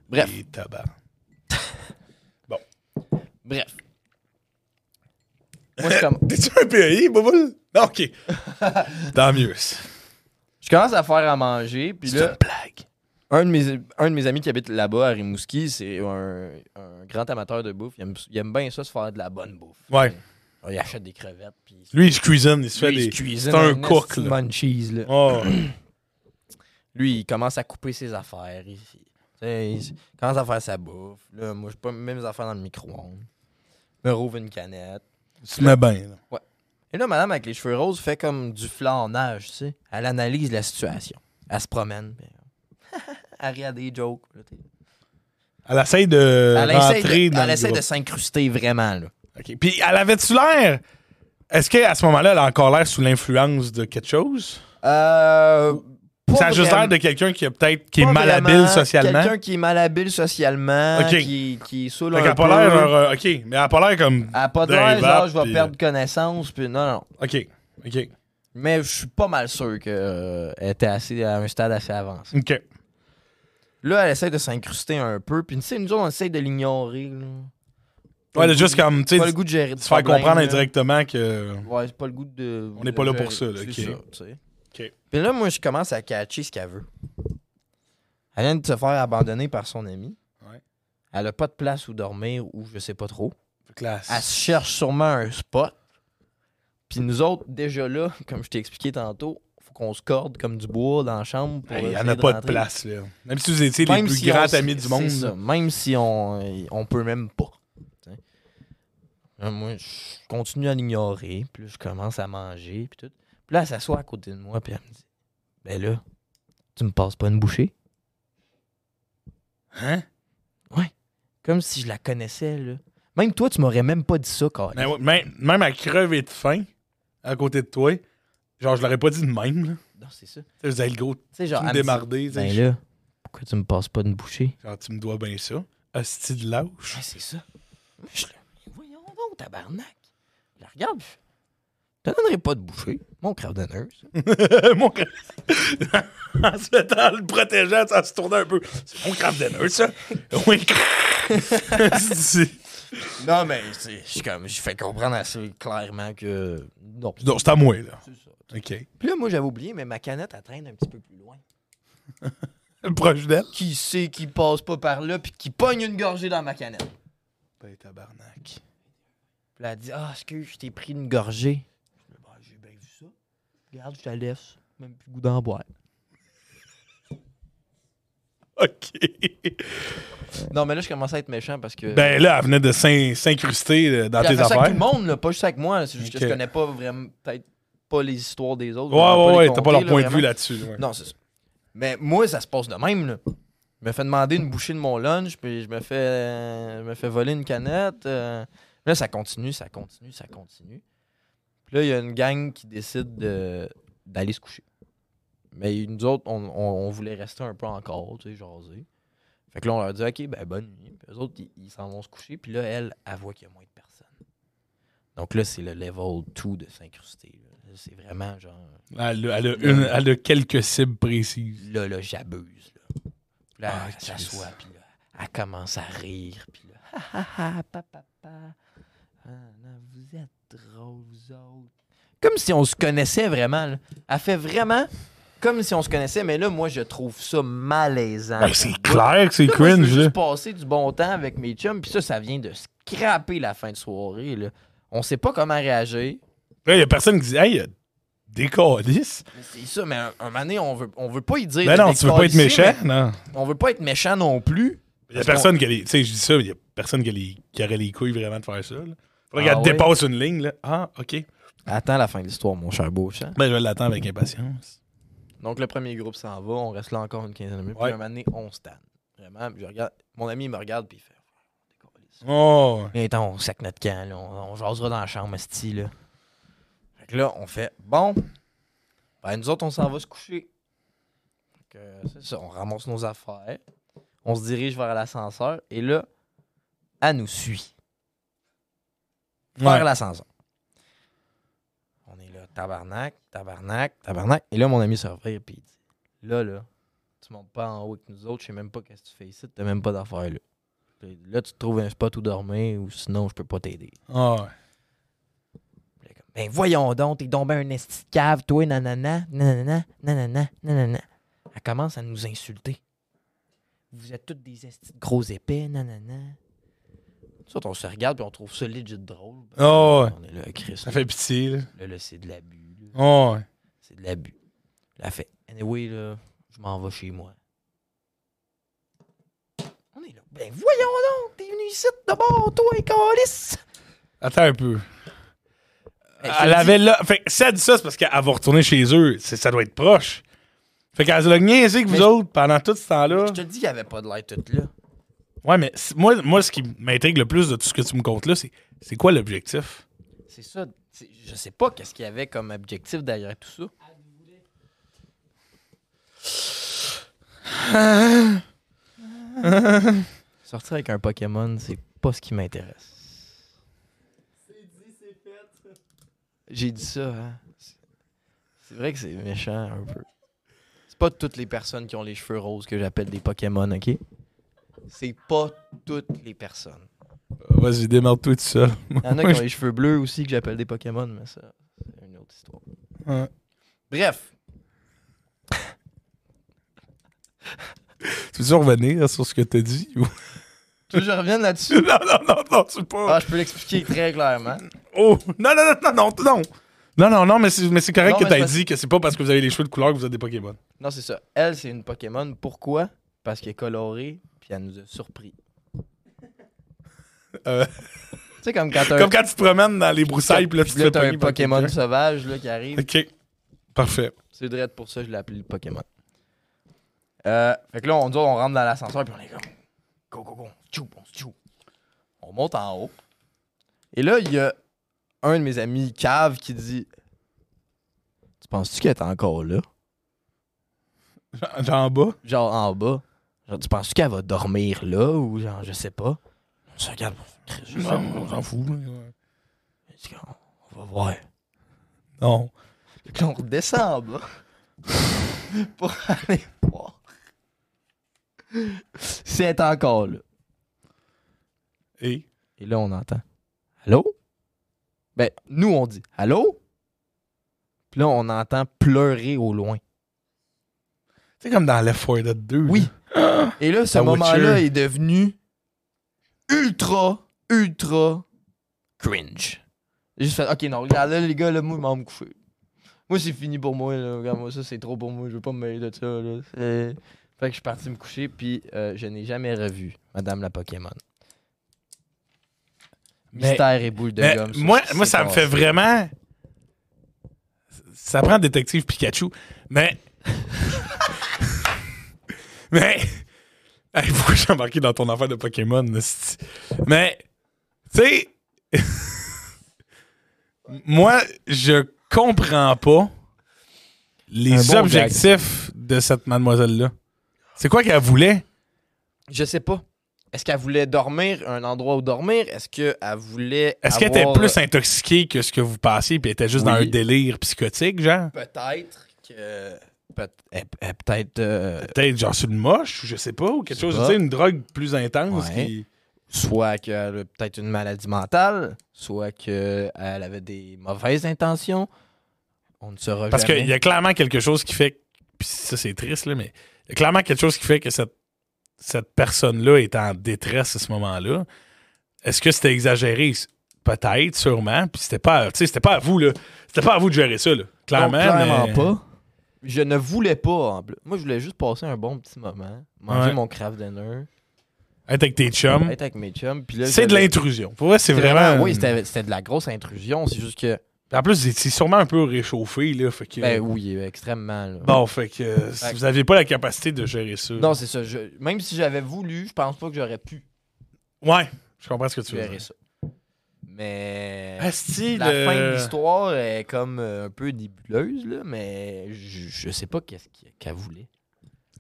Speaker 2: bref.
Speaker 1: Et tabac.
Speaker 2: Bref. Moi, je, comme...
Speaker 1: T'es-tu un PEI, Bouboule? Non, ok. Tant mieux.
Speaker 2: je commence à faire à manger, puis
Speaker 1: C'est
Speaker 2: là...
Speaker 1: une blague.
Speaker 2: un de mes, un de mes amis qui habite là-bas à Rimouski, c'est un, un grand amateur de bouffe. Il aime, il aime bien ça, se faire de la bonne bouffe.
Speaker 1: Ouais.
Speaker 2: Il achète des crevettes. Puis
Speaker 1: Lui, il se cuisine, il se fait
Speaker 2: Lui, il
Speaker 1: des.
Speaker 2: se cuisine
Speaker 1: c'est un
Speaker 2: esti
Speaker 1: cook,
Speaker 2: de
Speaker 1: là.
Speaker 2: munchies, là.
Speaker 1: Oh,
Speaker 2: Lui, il commence à couper ses affaires. Il, tu sais, il commence à faire sa bouffe. Là, moi, je pas mes affaires dans le micro-ondes. Me rouvre une canette.
Speaker 1: tu mets bien. là.
Speaker 2: Et là, madame avec les cheveux roses fait comme du flanage, tu sais. Elle analyse la situation. Elle se promène. puis- elle rit à des jokes. là, t'es-
Speaker 1: Elle essaye de
Speaker 2: elle
Speaker 1: Euh, rentrer
Speaker 2: essaie de,
Speaker 1: dans
Speaker 2: elle
Speaker 1: le
Speaker 2: essaie de
Speaker 1: groupe.
Speaker 2: s'incruster vraiment, là.
Speaker 1: OK. Puis elle avait-tu l'air... Est-ce qu'à ce moment-là, elle a encore l'air sous l'influence de quelque chose?
Speaker 2: Euh, pas
Speaker 1: ça a juste l'air
Speaker 2: vraiment-
Speaker 1: de quelqu'un qui a peut-être qui est
Speaker 2: pas
Speaker 1: malhabile
Speaker 2: vraiment.
Speaker 1: socialement.
Speaker 2: Quelqu'un qui est malhabile socialement,
Speaker 1: Ok.
Speaker 2: qui, qui est saoul
Speaker 1: Fait
Speaker 2: un
Speaker 1: qu'elle a pas
Speaker 2: peu.
Speaker 1: l'air... genre, euh, OK, mais elle a pas l'air comme...
Speaker 2: Elle a pas de
Speaker 1: d'un
Speaker 2: l'air, genre,
Speaker 1: vape,
Speaker 2: je vais
Speaker 1: puis- euh,
Speaker 2: perdre connaissance, puis non, non.
Speaker 1: OK, OK,
Speaker 2: Mais je suis pas mal sûr qu'elle était assez, à un stade assez avancé.
Speaker 1: OK.
Speaker 2: Là, elle essaie de s'incruster un peu, puis tu sais, nous autres, on essaie de l'ignorer, là. Pas
Speaker 1: Ouais,
Speaker 2: le
Speaker 1: là, juste
Speaker 2: goût-
Speaker 1: comme, tu
Speaker 2: Pas le
Speaker 1: sais,
Speaker 2: goût de gérer
Speaker 1: de
Speaker 2: du
Speaker 1: se faire
Speaker 2: problème,
Speaker 1: comprendre
Speaker 2: là.
Speaker 1: indirectement que...
Speaker 2: Ouais, c'est pas le goût de.
Speaker 1: On
Speaker 2: de
Speaker 1: n'est pas là
Speaker 2: gérer-
Speaker 1: pour ça, là,
Speaker 2: C'est
Speaker 1: ok.
Speaker 2: ça, tu sais.
Speaker 1: Ok.
Speaker 2: Puis là, moi, je commence à catcher ce qu'elle veut. Elle vient de se faire abandonner par son ami.
Speaker 1: Ouais.
Speaker 2: Elle a pas de place où dormir ou je sais pas trop. Elle
Speaker 1: Classe.
Speaker 2: se cherche sûrement un spot. Puis nous autres, déjà là, comme je t'ai expliqué tantôt, faut qu'on se corde comme du bois dans la chambre. Pour
Speaker 1: Hey, Il n'y en
Speaker 2: essayer
Speaker 1: a pas de
Speaker 2: rentrer.
Speaker 1: place, là. Même si vous étiez les
Speaker 2: Même
Speaker 1: plus
Speaker 2: si on
Speaker 1: grands
Speaker 2: s-
Speaker 1: amis du
Speaker 2: c'est
Speaker 1: monde.
Speaker 2: ça,
Speaker 1: là.
Speaker 2: même si on, euh, on peut même pas. tu sais. Là, moi, je continue à l'ignorer, puis là, je commence à manger, puis tout. Puis là, elle s'assoit à côté de moi, puis elle me dit Ben là, tu me passes pas une bouchée
Speaker 1: Hein?
Speaker 2: Comme si je la connaissais, là. Même toi, tu m'aurais même pas dit ça, quand
Speaker 1: Mais ouais, même, même à crever de faim, à côté de toi, genre, je l'aurais pas dit de même, là.
Speaker 2: Non, c'est ça. Tu
Speaker 1: Tu sais, vous avez le gros, tu
Speaker 2: sais, genre,
Speaker 1: me hein.
Speaker 2: elle me dit,
Speaker 1: démardais, tu sais,
Speaker 2: Ben
Speaker 1: je-
Speaker 2: là, pourquoi tu me passes pas une bouchée
Speaker 1: genre, tu me dois bien ça. Hostie de lâche.
Speaker 2: Ouais, c'est ça. Moi, Je suis là, Mais voyons donc, tabarnak. Je la regarde, puis je te donnerai pas de bouchée, mon crave d'honneuse.
Speaker 1: mon cra- en se mettant, en le protégeant, ça se tournait un peu. C'est mon crabe de nœud, ça. oui. C'est-
Speaker 2: Non, mais c'est- je suis comme, je fais comprendre assez clairement que. Non.
Speaker 1: Non, c'est à moi, là.
Speaker 2: C'est ça.
Speaker 1: OK.
Speaker 2: Puis là, moi, j'avais oublié, mais ma canette, elle traîne un petit peu plus loin.
Speaker 1: Proche d'elle.
Speaker 2: Qui sait qui passe pas par là, puis qui pogne une gorgée dans ma canette?
Speaker 1: Ben, tabarnak.
Speaker 2: Puis là, elle dit, ah, excuse, je t'ai pris une gorgée. Je dis, Ben, j'ai bien vu ça. Regarde, je te laisse. Même plus le goût d'en boire.
Speaker 1: OK.
Speaker 2: Non, mais là, je commençais à être méchant parce que.
Speaker 1: Ben là, elle venait de s'in- s'incruster euh, dans
Speaker 2: Puis elle
Speaker 1: tes
Speaker 2: fait ça avec tout
Speaker 1: affaires.
Speaker 2: le monde, là, pas juste avec moi. là. C'est juste que
Speaker 1: Ok.
Speaker 2: je connais pas vraiment, peut-être pas les histoires des autres.
Speaker 1: Ouais, ouais, ouais. T'as pas leur point de
Speaker 2: là.
Speaker 1: vue là-dessus. ouais.
Speaker 2: Non, c'est ça. Mais moi, ça se passe de même, là. Je me fais demander une bouchée de mon lunch, puis je me fais, euh, je me fais voler une canette. euh. Là, ça continue, ça continue, ça continue. Puis là, il y a une gang qui décide de- d'aller se coucher. Mais nous autres, on, on- on voulait rester un peu encore, tu sais, jaser. Fait que là, on leur dit, OK, ben bonne nuit. Puis eux autres, ils- ils s'en vont se coucher. Puis là, elle, elle voit qu'il y a moins de personnes. Donc là, c'est le level 2 de s'incruster. là. Là, C'est vraiment genre
Speaker 1: Elle, a- elle a une, elle a quelques cibles précises.
Speaker 2: là, là, j'abuse. Là, Puis là
Speaker 1: Ah,
Speaker 2: elle
Speaker 1: Christ.
Speaker 2: s'assoit, puis là, elle commence à rire, puis là, ha ha ha, papa, papa, Ah, non, vous êtes drôles, vous autres. Comme si on se connaissait vraiment. là. Elle fait vraiment comme si on se connaissait, mais là, moi, je trouve ça malaisant.
Speaker 1: Ben, c'est clair que c'est
Speaker 2: Là, moi, je veux
Speaker 1: cringe, là.
Speaker 2: juste passer du bon temps avec mes chums, puis ça, ça vient de scraper la fin de soirée. Là. On sait pas comment réagir.
Speaker 1: Là, il y a personne qui dit, hey, euh, des calices.
Speaker 2: Mais C'est ça, mais un, un moment donné, on veut, on veut pas y dire.
Speaker 1: Ben
Speaker 2: de
Speaker 1: non, tu veux pas être
Speaker 2: décalisser,
Speaker 1: méchant,
Speaker 2: mais
Speaker 1: non.
Speaker 2: On veut pas être méchant non plus.
Speaker 1: Il y a
Speaker 2: Parce
Speaker 1: personne qui a les. Tu sais, je dis ça, il y a personne qui, a les- qui aurait les couilles vraiment de faire ça. Là. Faudrait
Speaker 2: Ah
Speaker 1: qu'elle
Speaker 2: ouais?
Speaker 1: dépasse une ligne, là. Ah, OK.
Speaker 2: Attends la fin de l'histoire, mon cher Beauchamp.
Speaker 1: Ben, je vais l'attendre avec impatience.
Speaker 2: Donc, le premier groupe s'en va. On reste là encore une quinzaine de minutes.
Speaker 1: Ouais.
Speaker 2: Puis, un moment donné, on se tanne. Vraiment, je regarde. Mon ami, il me regarde, puis il fait. On décolle ça.
Speaker 1: Oh,
Speaker 2: Viens, attends, on sac notre camp, là. On, on jasera dans la chambre, esti, là. Fait que là, on fait. Bon. Ben, nous autres, on s'en va se coucher. Fait que, euh, c'est ça. On ramasse nos affaires. On se dirige vers l'ascenseur. Et là, elle nous suit.
Speaker 1: ouais.
Speaker 2: vers l'ascenseur. On est là, tabarnak, tabarnak, tabarnak. Et là, mon ami se revient puis il dit Là, là, tu montes pas en haut avec nous autres, je sais même pas qu'est-ce que tu fais ici, t'as même pas d'affaires là. Puis Là, tu te trouves un spot où dormir ou sinon, je peux pas t'aider.
Speaker 1: Ah, ouais.
Speaker 2: Puis là, comme, Ben voyons donc, t'es tombé un esti de cave, toi, nanana, nanana, nanana, nanana. Elle commence à nous insulter. Vous êtes toutes des estis de gros épais, nanana. Ça, on se regarde puis on trouve ça legit drôle.
Speaker 1: Ah ouais.
Speaker 2: On est là, Chris.
Speaker 1: Ça fait pitié, là.
Speaker 2: Là, là, c'est de l'abus. là.
Speaker 1: Oh, ouais.
Speaker 2: C'est de l'abus. Là, elle fait Anyway, là, je m'en vais chez moi. On est là. Ben voyons donc, t'es venu ici d'abord, toi, Calis.
Speaker 1: Attends un peu. Elle avait là. Fait que si elle dit ça, c'est parce qu'elle va retourner chez eux. C'est- Ça doit être proche. Fait qu'elle a niaisé que vous
Speaker 2: Mais je-
Speaker 1: autres pendant tout ce temps-là.
Speaker 2: Je te le dis, il n'y avait pas de l'air tout là.
Speaker 1: Ouais, mais c- moi, moi, ce qui m'intrigue le plus de tout ce que tu me comptes là, c'est c'est quoi l'objectif?
Speaker 2: C'est ça. c'est- Je sais pas qu'est-ce qu'il y avait comme objectif derrière tout ça. Sortir avec un Pokémon, c'est pas ce qui m'intéresse.
Speaker 3: C'est dit, c'est fait.
Speaker 2: J'ai dit ça, hein. C'est- C'est vrai que c'est méchant un peu. C'est pas toutes les personnes qui ont les cheveux roses que j'appelle des Pokémon, ok? C'est pas toutes les personnes.
Speaker 1: Vas-y, démarre-toi tout seul.
Speaker 2: Il y en a qui ont les cheveux bleus aussi que j'appelle des Pokémon, mais ça, c'est une autre histoire.
Speaker 1: Ouais.
Speaker 2: Bref,
Speaker 1: Tu veux revenir sur ce que t'as dit? ou-
Speaker 2: tu veux que je revienne là-dessus?
Speaker 1: non, non, non, non, c'est pas.
Speaker 2: Ah, je peux l'expliquer très clairement.
Speaker 1: Oh! Non, non, non, non, non, non! Non, non, non, mais c'est mais c'est correct
Speaker 2: Non,
Speaker 1: que
Speaker 2: mais
Speaker 1: t'aies
Speaker 2: c'est-
Speaker 1: dit que c'est pas parce que vous avez les cheveux de couleur que vous êtes des Pokémon.
Speaker 2: Non, c'est ça. Elle, c'est une Pokémon. Pourquoi? Parce qu'elle est colorée, puis elle nous a surpris.
Speaker 1: Euh.
Speaker 2: Tu sais, comme quand t'as
Speaker 1: Comme quand tu te promènes dans les broussailles, puis là, tu te
Speaker 2: puis là,
Speaker 1: fais
Speaker 2: Euh, t'as un
Speaker 1: pogner par
Speaker 2: Pokémon
Speaker 1: quelqu'un.
Speaker 2: sauvage là, qui arrive.
Speaker 1: Ok. Parfait.
Speaker 2: C'est vrai pour ça que je l'ai appelé le Pokémon. Euh, fait que là, on, nous autres, on rentre dans l'ascenseur, puis on est comme... Go, go, go. Tchou, on se tchou. On monte en haut. Et là, il y a un de mes amis, Cave, qui dit... Tu penses-tu qu'elle est encore là?
Speaker 1: Genre en bas.
Speaker 2: genre en bas. Genre, tu penses qu'elle va dormir là ou genre, je sais pas. On se regarde, on se crie, je sais pas.
Speaker 1: on s'en fout.
Speaker 2: On dit qu'on- on va voir.
Speaker 1: Non.
Speaker 2: Fait que là, on redescend en bas pour aller voir. Si elle est encore là.
Speaker 1: Et?
Speaker 2: Et là, on entend. Allô? Ben, nous, on dit Allô? Puis là, on entend pleurer au loin.
Speaker 1: C'est comme dans Left 4 Dead 2.
Speaker 2: Oui. Et là, ce
Speaker 1: The
Speaker 2: moment-là
Speaker 1: Witcher.
Speaker 2: est devenu ultra, ultra cringe. J'ai juste fait, ok, non, regarde, là, les gars, là, moi, je m'en vais me coucher. Moi, c'est fini pour moi, là. Regarde, moi, ça, c'est trop pour moi. Je veux pas me mêler de ça, là. C'est- Fait que je suis parti me coucher, puis euh, je n'ai jamais revu Madame la Pokémon.
Speaker 1: Mais-
Speaker 2: Mystère et boule de
Speaker 1: Mais
Speaker 2: gomme. sur
Speaker 1: moi,
Speaker 2: ce qui
Speaker 1: moi
Speaker 2: s'est
Speaker 1: ça me
Speaker 2: passé.
Speaker 1: fait vraiment. Ça prend détective Pikachu, mais. mais. Hey, pourquoi j'ai embarqué dans ton affaire de Pokémon? là, c'est- Mais. Tu sais. moi, je comprends pas
Speaker 2: Un
Speaker 1: les
Speaker 2: bon
Speaker 1: objectifs de cette mademoiselle-là. C'est quoi qu'elle voulait?
Speaker 2: Je sais pas. Est-ce qu'elle voulait dormir, un endroit où dormir? Est-ce qu'elle voulait.
Speaker 1: Est-ce qu'elle était
Speaker 2: avoir- euh,
Speaker 1: plus intoxiquée que ce que vous pensez, puis elle était juste dans un
Speaker 2: Oui.
Speaker 1: délire psychotique, genre?
Speaker 2: Peut-être que. peut- elle- elle- Peut-être. euh,
Speaker 1: Peut-être genre sur une moche, ou je sais pas, ou quelque
Speaker 2: Je
Speaker 1: chose,
Speaker 2: sais pas.
Speaker 1: tu sais, une drogue plus intense.
Speaker 2: Ouais.
Speaker 1: qui-
Speaker 2: soit qu'elle a peut-être une maladie mentale, soit qu'elle avait des mauvaises intentions. On ne saura
Speaker 1: Parce
Speaker 2: jamais.
Speaker 1: qu'il y a clairement quelque chose qui fait. Puis ça, c'est triste, là, mais il y a clairement quelque chose qui fait que cette, cette personne-là est en détresse à ce moment-là. Est-ce que c'était exagéré? S- Peut-être, sûrement. Puis c'était pas, à- tu sais, c'était pas à vous, là. C'était pas à vous de gérer ça, là.
Speaker 2: Donc,
Speaker 1: Clairement. mais-
Speaker 2: pas. Je ne voulais pas, en plus. Moi, je voulais juste passer un bon petit moment, manger
Speaker 1: Ouais.
Speaker 2: mon craft dinner,
Speaker 1: Être avec tes chums,
Speaker 2: être avec mes chums. puis là,
Speaker 1: c'est de
Speaker 2: j'avais-
Speaker 1: l'intrusion. Pour vrai, c'est
Speaker 2: c'était
Speaker 1: vraiment.
Speaker 2: Oui, c'était c'était de la grosse intrusion. C'est juste que.
Speaker 1: En plus, c'est c'est sûrement un peu réchauffé, là. Fait que...
Speaker 2: Ben oui, extrêmement. là.
Speaker 1: Bon, fait que euh, si
Speaker 2: Fait que-
Speaker 1: vous aviez pas la capacité de gérer ça.
Speaker 2: Non, c'est ça. je- Même si j'avais voulu, je pense pas que j'aurais pu
Speaker 1: Ouais, je comprends ce que tu veux
Speaker 2: gérer
Speaker 1: dire.
Speaker 2: ça. Mais.
Speaker 1: Asti,
Speaker 2: La
Speaker 1: Ah, le-
Speaker 2: fin de l'histoire est comme euh, un peu nébuleuse, là, mais je, je sais pas qu'est-ce qu'il- qu'elle voulait.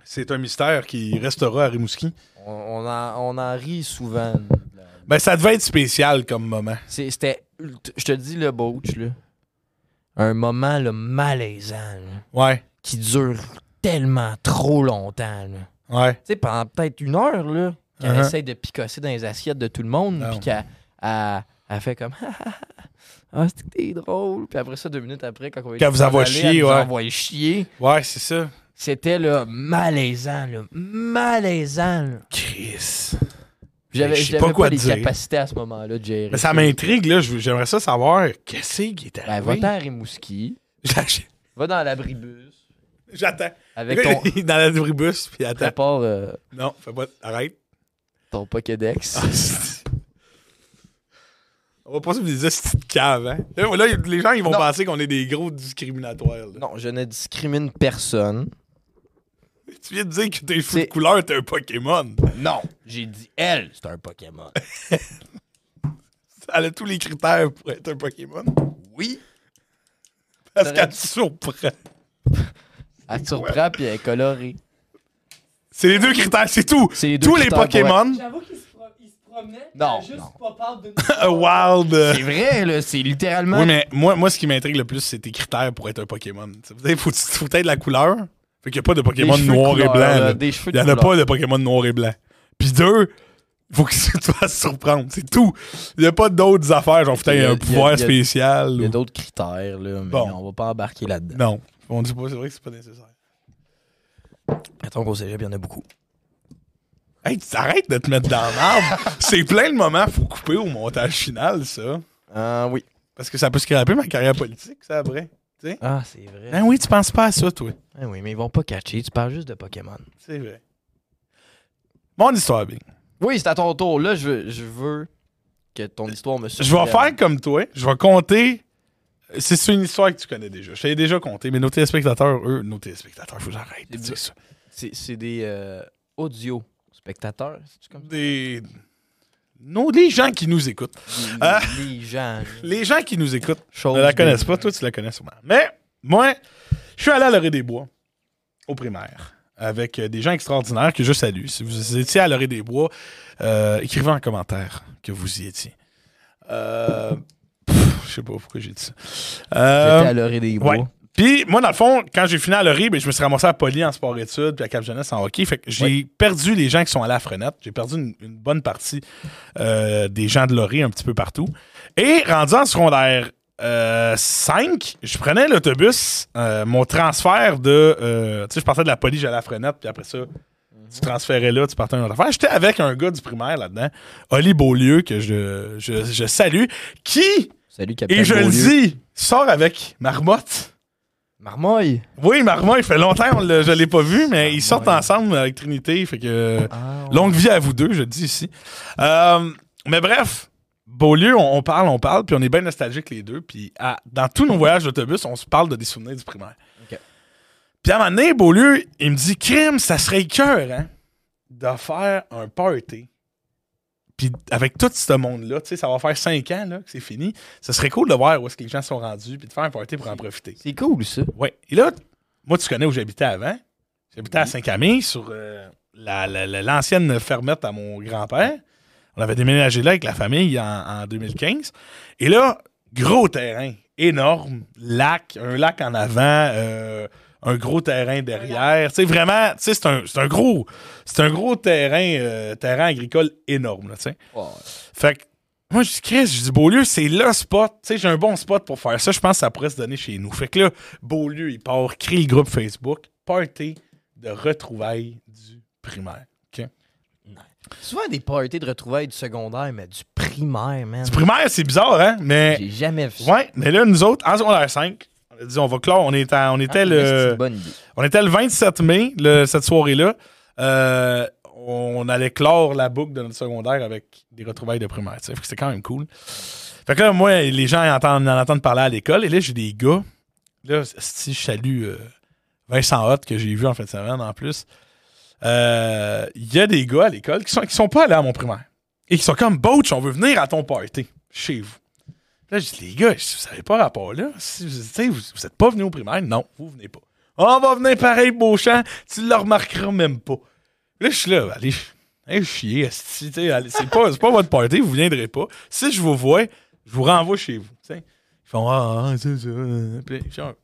Speaker 1: C'est un mystère qui restera à Rimouski.
Speaker 2: On, on en, on en rit souvent. là.
Speaker 1: Ben, ça devait être spécial comme moment.
Speaker 2: C'est- C'était, ult- je te dis, le Boach, là, un moment là, malaisant là,
Speaker 1: Ouais,
Speaker 2: qui dure tellement trop longtemps. là.
Speaker 1: ouais.
Speaker 2: Tu sais, pendant peut-être une heure, là, qu'elle
Speaker 1: Uh-huh. Ah
Speaker 2: essaye de picosser dans les assiettes de tout le monde,
Speaker 1: Non.
Speaker 2: puis qu'elle elle- elle fait comme Ah, c'est que t'es drôle. Puis après ça, deux minutes après, quand on va
Speaker 1: Qu'elle vous envoie
Speaker 2: aller, elle
Speaker 1: chier,
Speaker 2: nous
Speaker 1: ouais.
Speaker 2: envoie chier.
Speaker 1: Ouais, c'est ça.
Speaker 2: C'était là, malaisant, là. Malaisant, là.
Speaker 1: Chris.
Speaker 2: J'avais
Speaker 1: Je sais
Speaker 2: j'avais
Speaker 1: pas
Speaker 2: pas,
Speaker 1: quoi
Speaker 2: les
Speaker 1: dire.
Speaker 2: capacités à ce moment-là de gérer.
Speaker 1: Mais Ben, ça m'intrigue, là. je- J'aimerais ça savoir qu'est-ce qui est
Speaker 2: Ben, va
Speaker 1: arrivé.
Speaker 2: t'en à Rimouski, va dans l'abribus,
Speaker 1: J'attends.
Speaker 2: avec ton.
Speaker 1: Il est dans l'abribus, puis attends.
Speaker 2: prépare euh,
Speaker 1: Non, fais pas. Arrête.
Speaker 2: ton Pokédex.
Speaker 1: Ah. On va passer pour des hosties de cave, hein. Là, là, les gens, ils vont
Speaker 2: Non.
Speaker 1: penser qu'on est des gros discriminatoires, là.
Speaker 2: Non, je ne discrimine personne.
Speaker 1: Tu viens de dire que t'es fou de
Speaker 2: C'est-
Speaker 1: couleur, t'es un Pokémon.
Speaker 2: Non, j'ai dit elle, c'est un Pokémon.
Speaker 1: Elle a tous les critères pour être un Pokémon.
Speaker 2: Oui.
Speaker 1: Parce
Speaker 2: T'aurais
Speaker 1: qu'elle
Speaker 2: dû-
Speaker 1: te surprend.
Speaker 2: Elle te surprend puis elle est colorée.
Speaker 1: C'est les deux critères, c'est tout.
Speaker 2: C'est les deux
Speaker 1: Tous les
Speaker 2: critères, ouais.
Speaker 1: Pokémon.
Speaker 3: J'avoue qu'il se, pro- il se promenait.
Speaker 2: Non,
Speaker 3: t'as juste
Speaker 2: non.
Speaker 3: pas peur de.
Speaker 1: A wild. euh,
Speaker 2: C'est vrai, là, c'est littéralement.
Speaker 1: Oui, mais moi, moi ce qui m'intrigue le plus, c'est tes critères pour être un Pokémon. Ça veut dire, faut, faut être la couleur. Fait qu'il n'y a pas de
Speaker 2: Des
Speaker 1: Pokémon
Speaker 2: cheveux de
Speaker 1: noir et
Speaker 2: couleur,
Speaker 1: blanc.
Speaker 2: là,
Speaker 1: là.
Speaker 2: Des cheveux
Speaker 1: Il n'y en a pas de Pokémon noir et blanc. Puis deux, faut que tu te fasses surprendre. C'est tout. Il n'y a pas d'autres affaires, genre, putain, il y a un
Speaker 2: Il y a-
Speaker 1: pouvoir
Speaker 2: il y a-
Speaker 1: spécial.
Speaker 2: Il y a
Speaker 1: ou-
Speaker 2: d'autres critères, là, mais
Speaker 1: Bon.
Speaker 2: on va pas embarquer là-dedans.
Speaker 1: Non. On dit pas, c'est vrai que c'est pas nécessaire.
Speaker 2: Attends qu'au cégep, il y en a beaucoup.
Speaker 1: Hey, tu arrêtes de te mettre dans l'arbre. c'est plein de moments, faut couper au montage final, ça.
Speaker 2: Ah oui.
Speaker 1: Parce que ça peut scraper ma carrière politique, ça, après.
Speaker 2: Ah, c'est vrai.
Speaker 1: Ben oui, tu penses pas à ça, toi.
Speaker 2: Ah oui, mais ils vont pas catcher. Tu parles juste de Pokémon.
Speaker 1: C'est vrai. Mon histoire, Bing.
Speaker 2: Oui, c'est à ton tour. Là, je veux, je veux que ton histoire me
Speaker 1: Je vais
Speaker 2: surprenne.
Speaker 1: faire comme toi. Je vais compter. C'est c'est une histoire que tu connais déjà. Je t'avais déjà compté, mais nos téléspectateurs, eux, nos téléspectateurs, faut que j'arrête de
Speaker 2: C'est
Speaker 1: dire ça.
Speaker 2: C'est, c'est des euh, audio spectateurs. C'est comme ça?
Speaker 1: Des. Non, les gens qui nous écoutent.
Speaker 2: Des-
Speaker 1: Ah.
Speaker 2: des gens.
Speaker 1: Les gens qui nous écoutent
Speaker 2: Chose
Speaker 1: ne la connaissent pas. Toi, tu la connais sûrement. Mais moi, je suis allé à l'Orée des Bois, au primaire, avec euh, des gens extraordinaires que je salue. Si vous étiez à l'Orée des Bois, euh, écrivez en commentaire que vous y étiez. Euh, pff, je sais pas pourquoi j'ai dit ça. Euh,
Speaker 2: J'étais à l'orée des bois.
Speaker 1: ouais. Puis, moi, dans le fond, quand j'ai fini à Laurie, ben, je me suis ramassé à Poly en sport-études, puis à Cap-Jeunesse en hockey. Fait que j'ai perdu les gens qui sont allés à la Frenette. J'ai perdu une, une bonne partie euh, des gens de Laurie un petit peu partout. Et rendu en secondaire euh, 5, je prenais l'autobus, euh, mon transfert de. euh, tu sais, je partais de la Poly, j'allais à la Frenette, puis après ça, tu transférais là, tu partais à une autre affaire. J'étais avec un gars du primaire là-dedans, Oli Beaulieu, que je, je, je salue, qui,
Speaker 2: Salut, Capitaine.
Speaker 1: et je le
Speaker 2: Beaulieu.
Speaker 1: dis, sort avec Marmotte.
Speaker 2: Marmoille.
Speaker 1: Oui, Marmont, il fait longtemps, on l'a- je l'ai pas vu, mais ils sortent
Speaker 2: Marmont.
Speaker 1: ensemble avec Trinité. Fait que
Speaker 2: Ah, ouais.
Speaker 1: longue vie à vous deux, je le dis ici. Euh, mais bref, Beaulieu, on, on parle, on parle, puis on est bien nostalgiques les deux. Puis à- dans tous nos voyages d'autobus, on se parle de des souvenirs du primaire.
Speaker 2: Ok.
Speaker 1: Puis à un moment donné, Beaulieu, il me dit Crime, ça serait cœur, hein, de faire un party. Puis avec tout ce monde-là, tu sais, ça va faire cinq ans là, que c'est fini. Ce serait cool de voir où est-ce que les gens sont rendus, puis de faire un party pour en profiter.
Speaker 2: C'est cool, ça.
Speaker 1: Ouais. Et là, moi, tu connais où j'habitais avant. J'habitais à Saint-Camille, sur euh, la- la- la- l'ancienne fermette à mon grand-père. On avait déménagé là avec la famille en, en 2015. Et là, gros terrain, énorme, lac, un lac en avant, euh, un gros terrain derrière. Tu sais, vraiment, tu sais, c'est un, c'est un gros, c'est un gros terrain, euh, terrain agricole énorme, là, tu sais.
Speaker 2: Oh,
Speaker 1: Fait que moi, je dis, Chris, je dis, Beaulieu, c'est le spot. Tu sais, j'ai un bon spot pour faire ça. Je pense que ça pourrait se donner chez nous. Fait que là, Beaulieu, il part, crée le groupe Facebook, party de retrouvailles du primaire.
Speaker 2: Souvent des parties de retrouvailles du secondaire, mais du primaire, man.
Speaker 1: Du primaire, c'est bizarre, hein? Mais,
Speaker 2: J'ai jamais vu ça.
Speaker 1: ouais, mais là, nous autres, en secondaire 5, on a dit, on va clore. On était, on était
Speaker 2: Ah, mais C'est
Speaker 1: le.
Speaker 2: une bonne idée.
Speaker 1: On était le 27 mai, le- cette soirée-là. Euh, on allait clore la boucle de notre secondaire avec des retrouvailles de primaire. tu sais. Fait que C'était quand même cool. Fait que là, moi, les gens entendent, en entendent parler à l'école. Et là, j'ai des gars. Là, si je salue euh, Vincent Hott, que j'ai vu en fin de semaine en plus. Euh, Il y a des gars à l'école qui sont, qui sont pas allés à mon primaire. Et qui sont comme, Boach, on veut venir à ton party, chez vous. Là, je dis, les gars, si vous n'avez pas rapport là, si vous, tu sais, vous, vous êtes pas venus au primaire, non, vous venez pas. On Ah, va venir pareil, Beauchamp, tu le remarqueras même pas. Là, je suis là, allez, allez chier, esti, tu sais, allez, c'est pas, c'est pas votre party, vous viendrez pas. Si je vous vois, je vous renvoie chez vous. tu sais. Ils font, ah, ah, c'est ça. Puis, je suis un-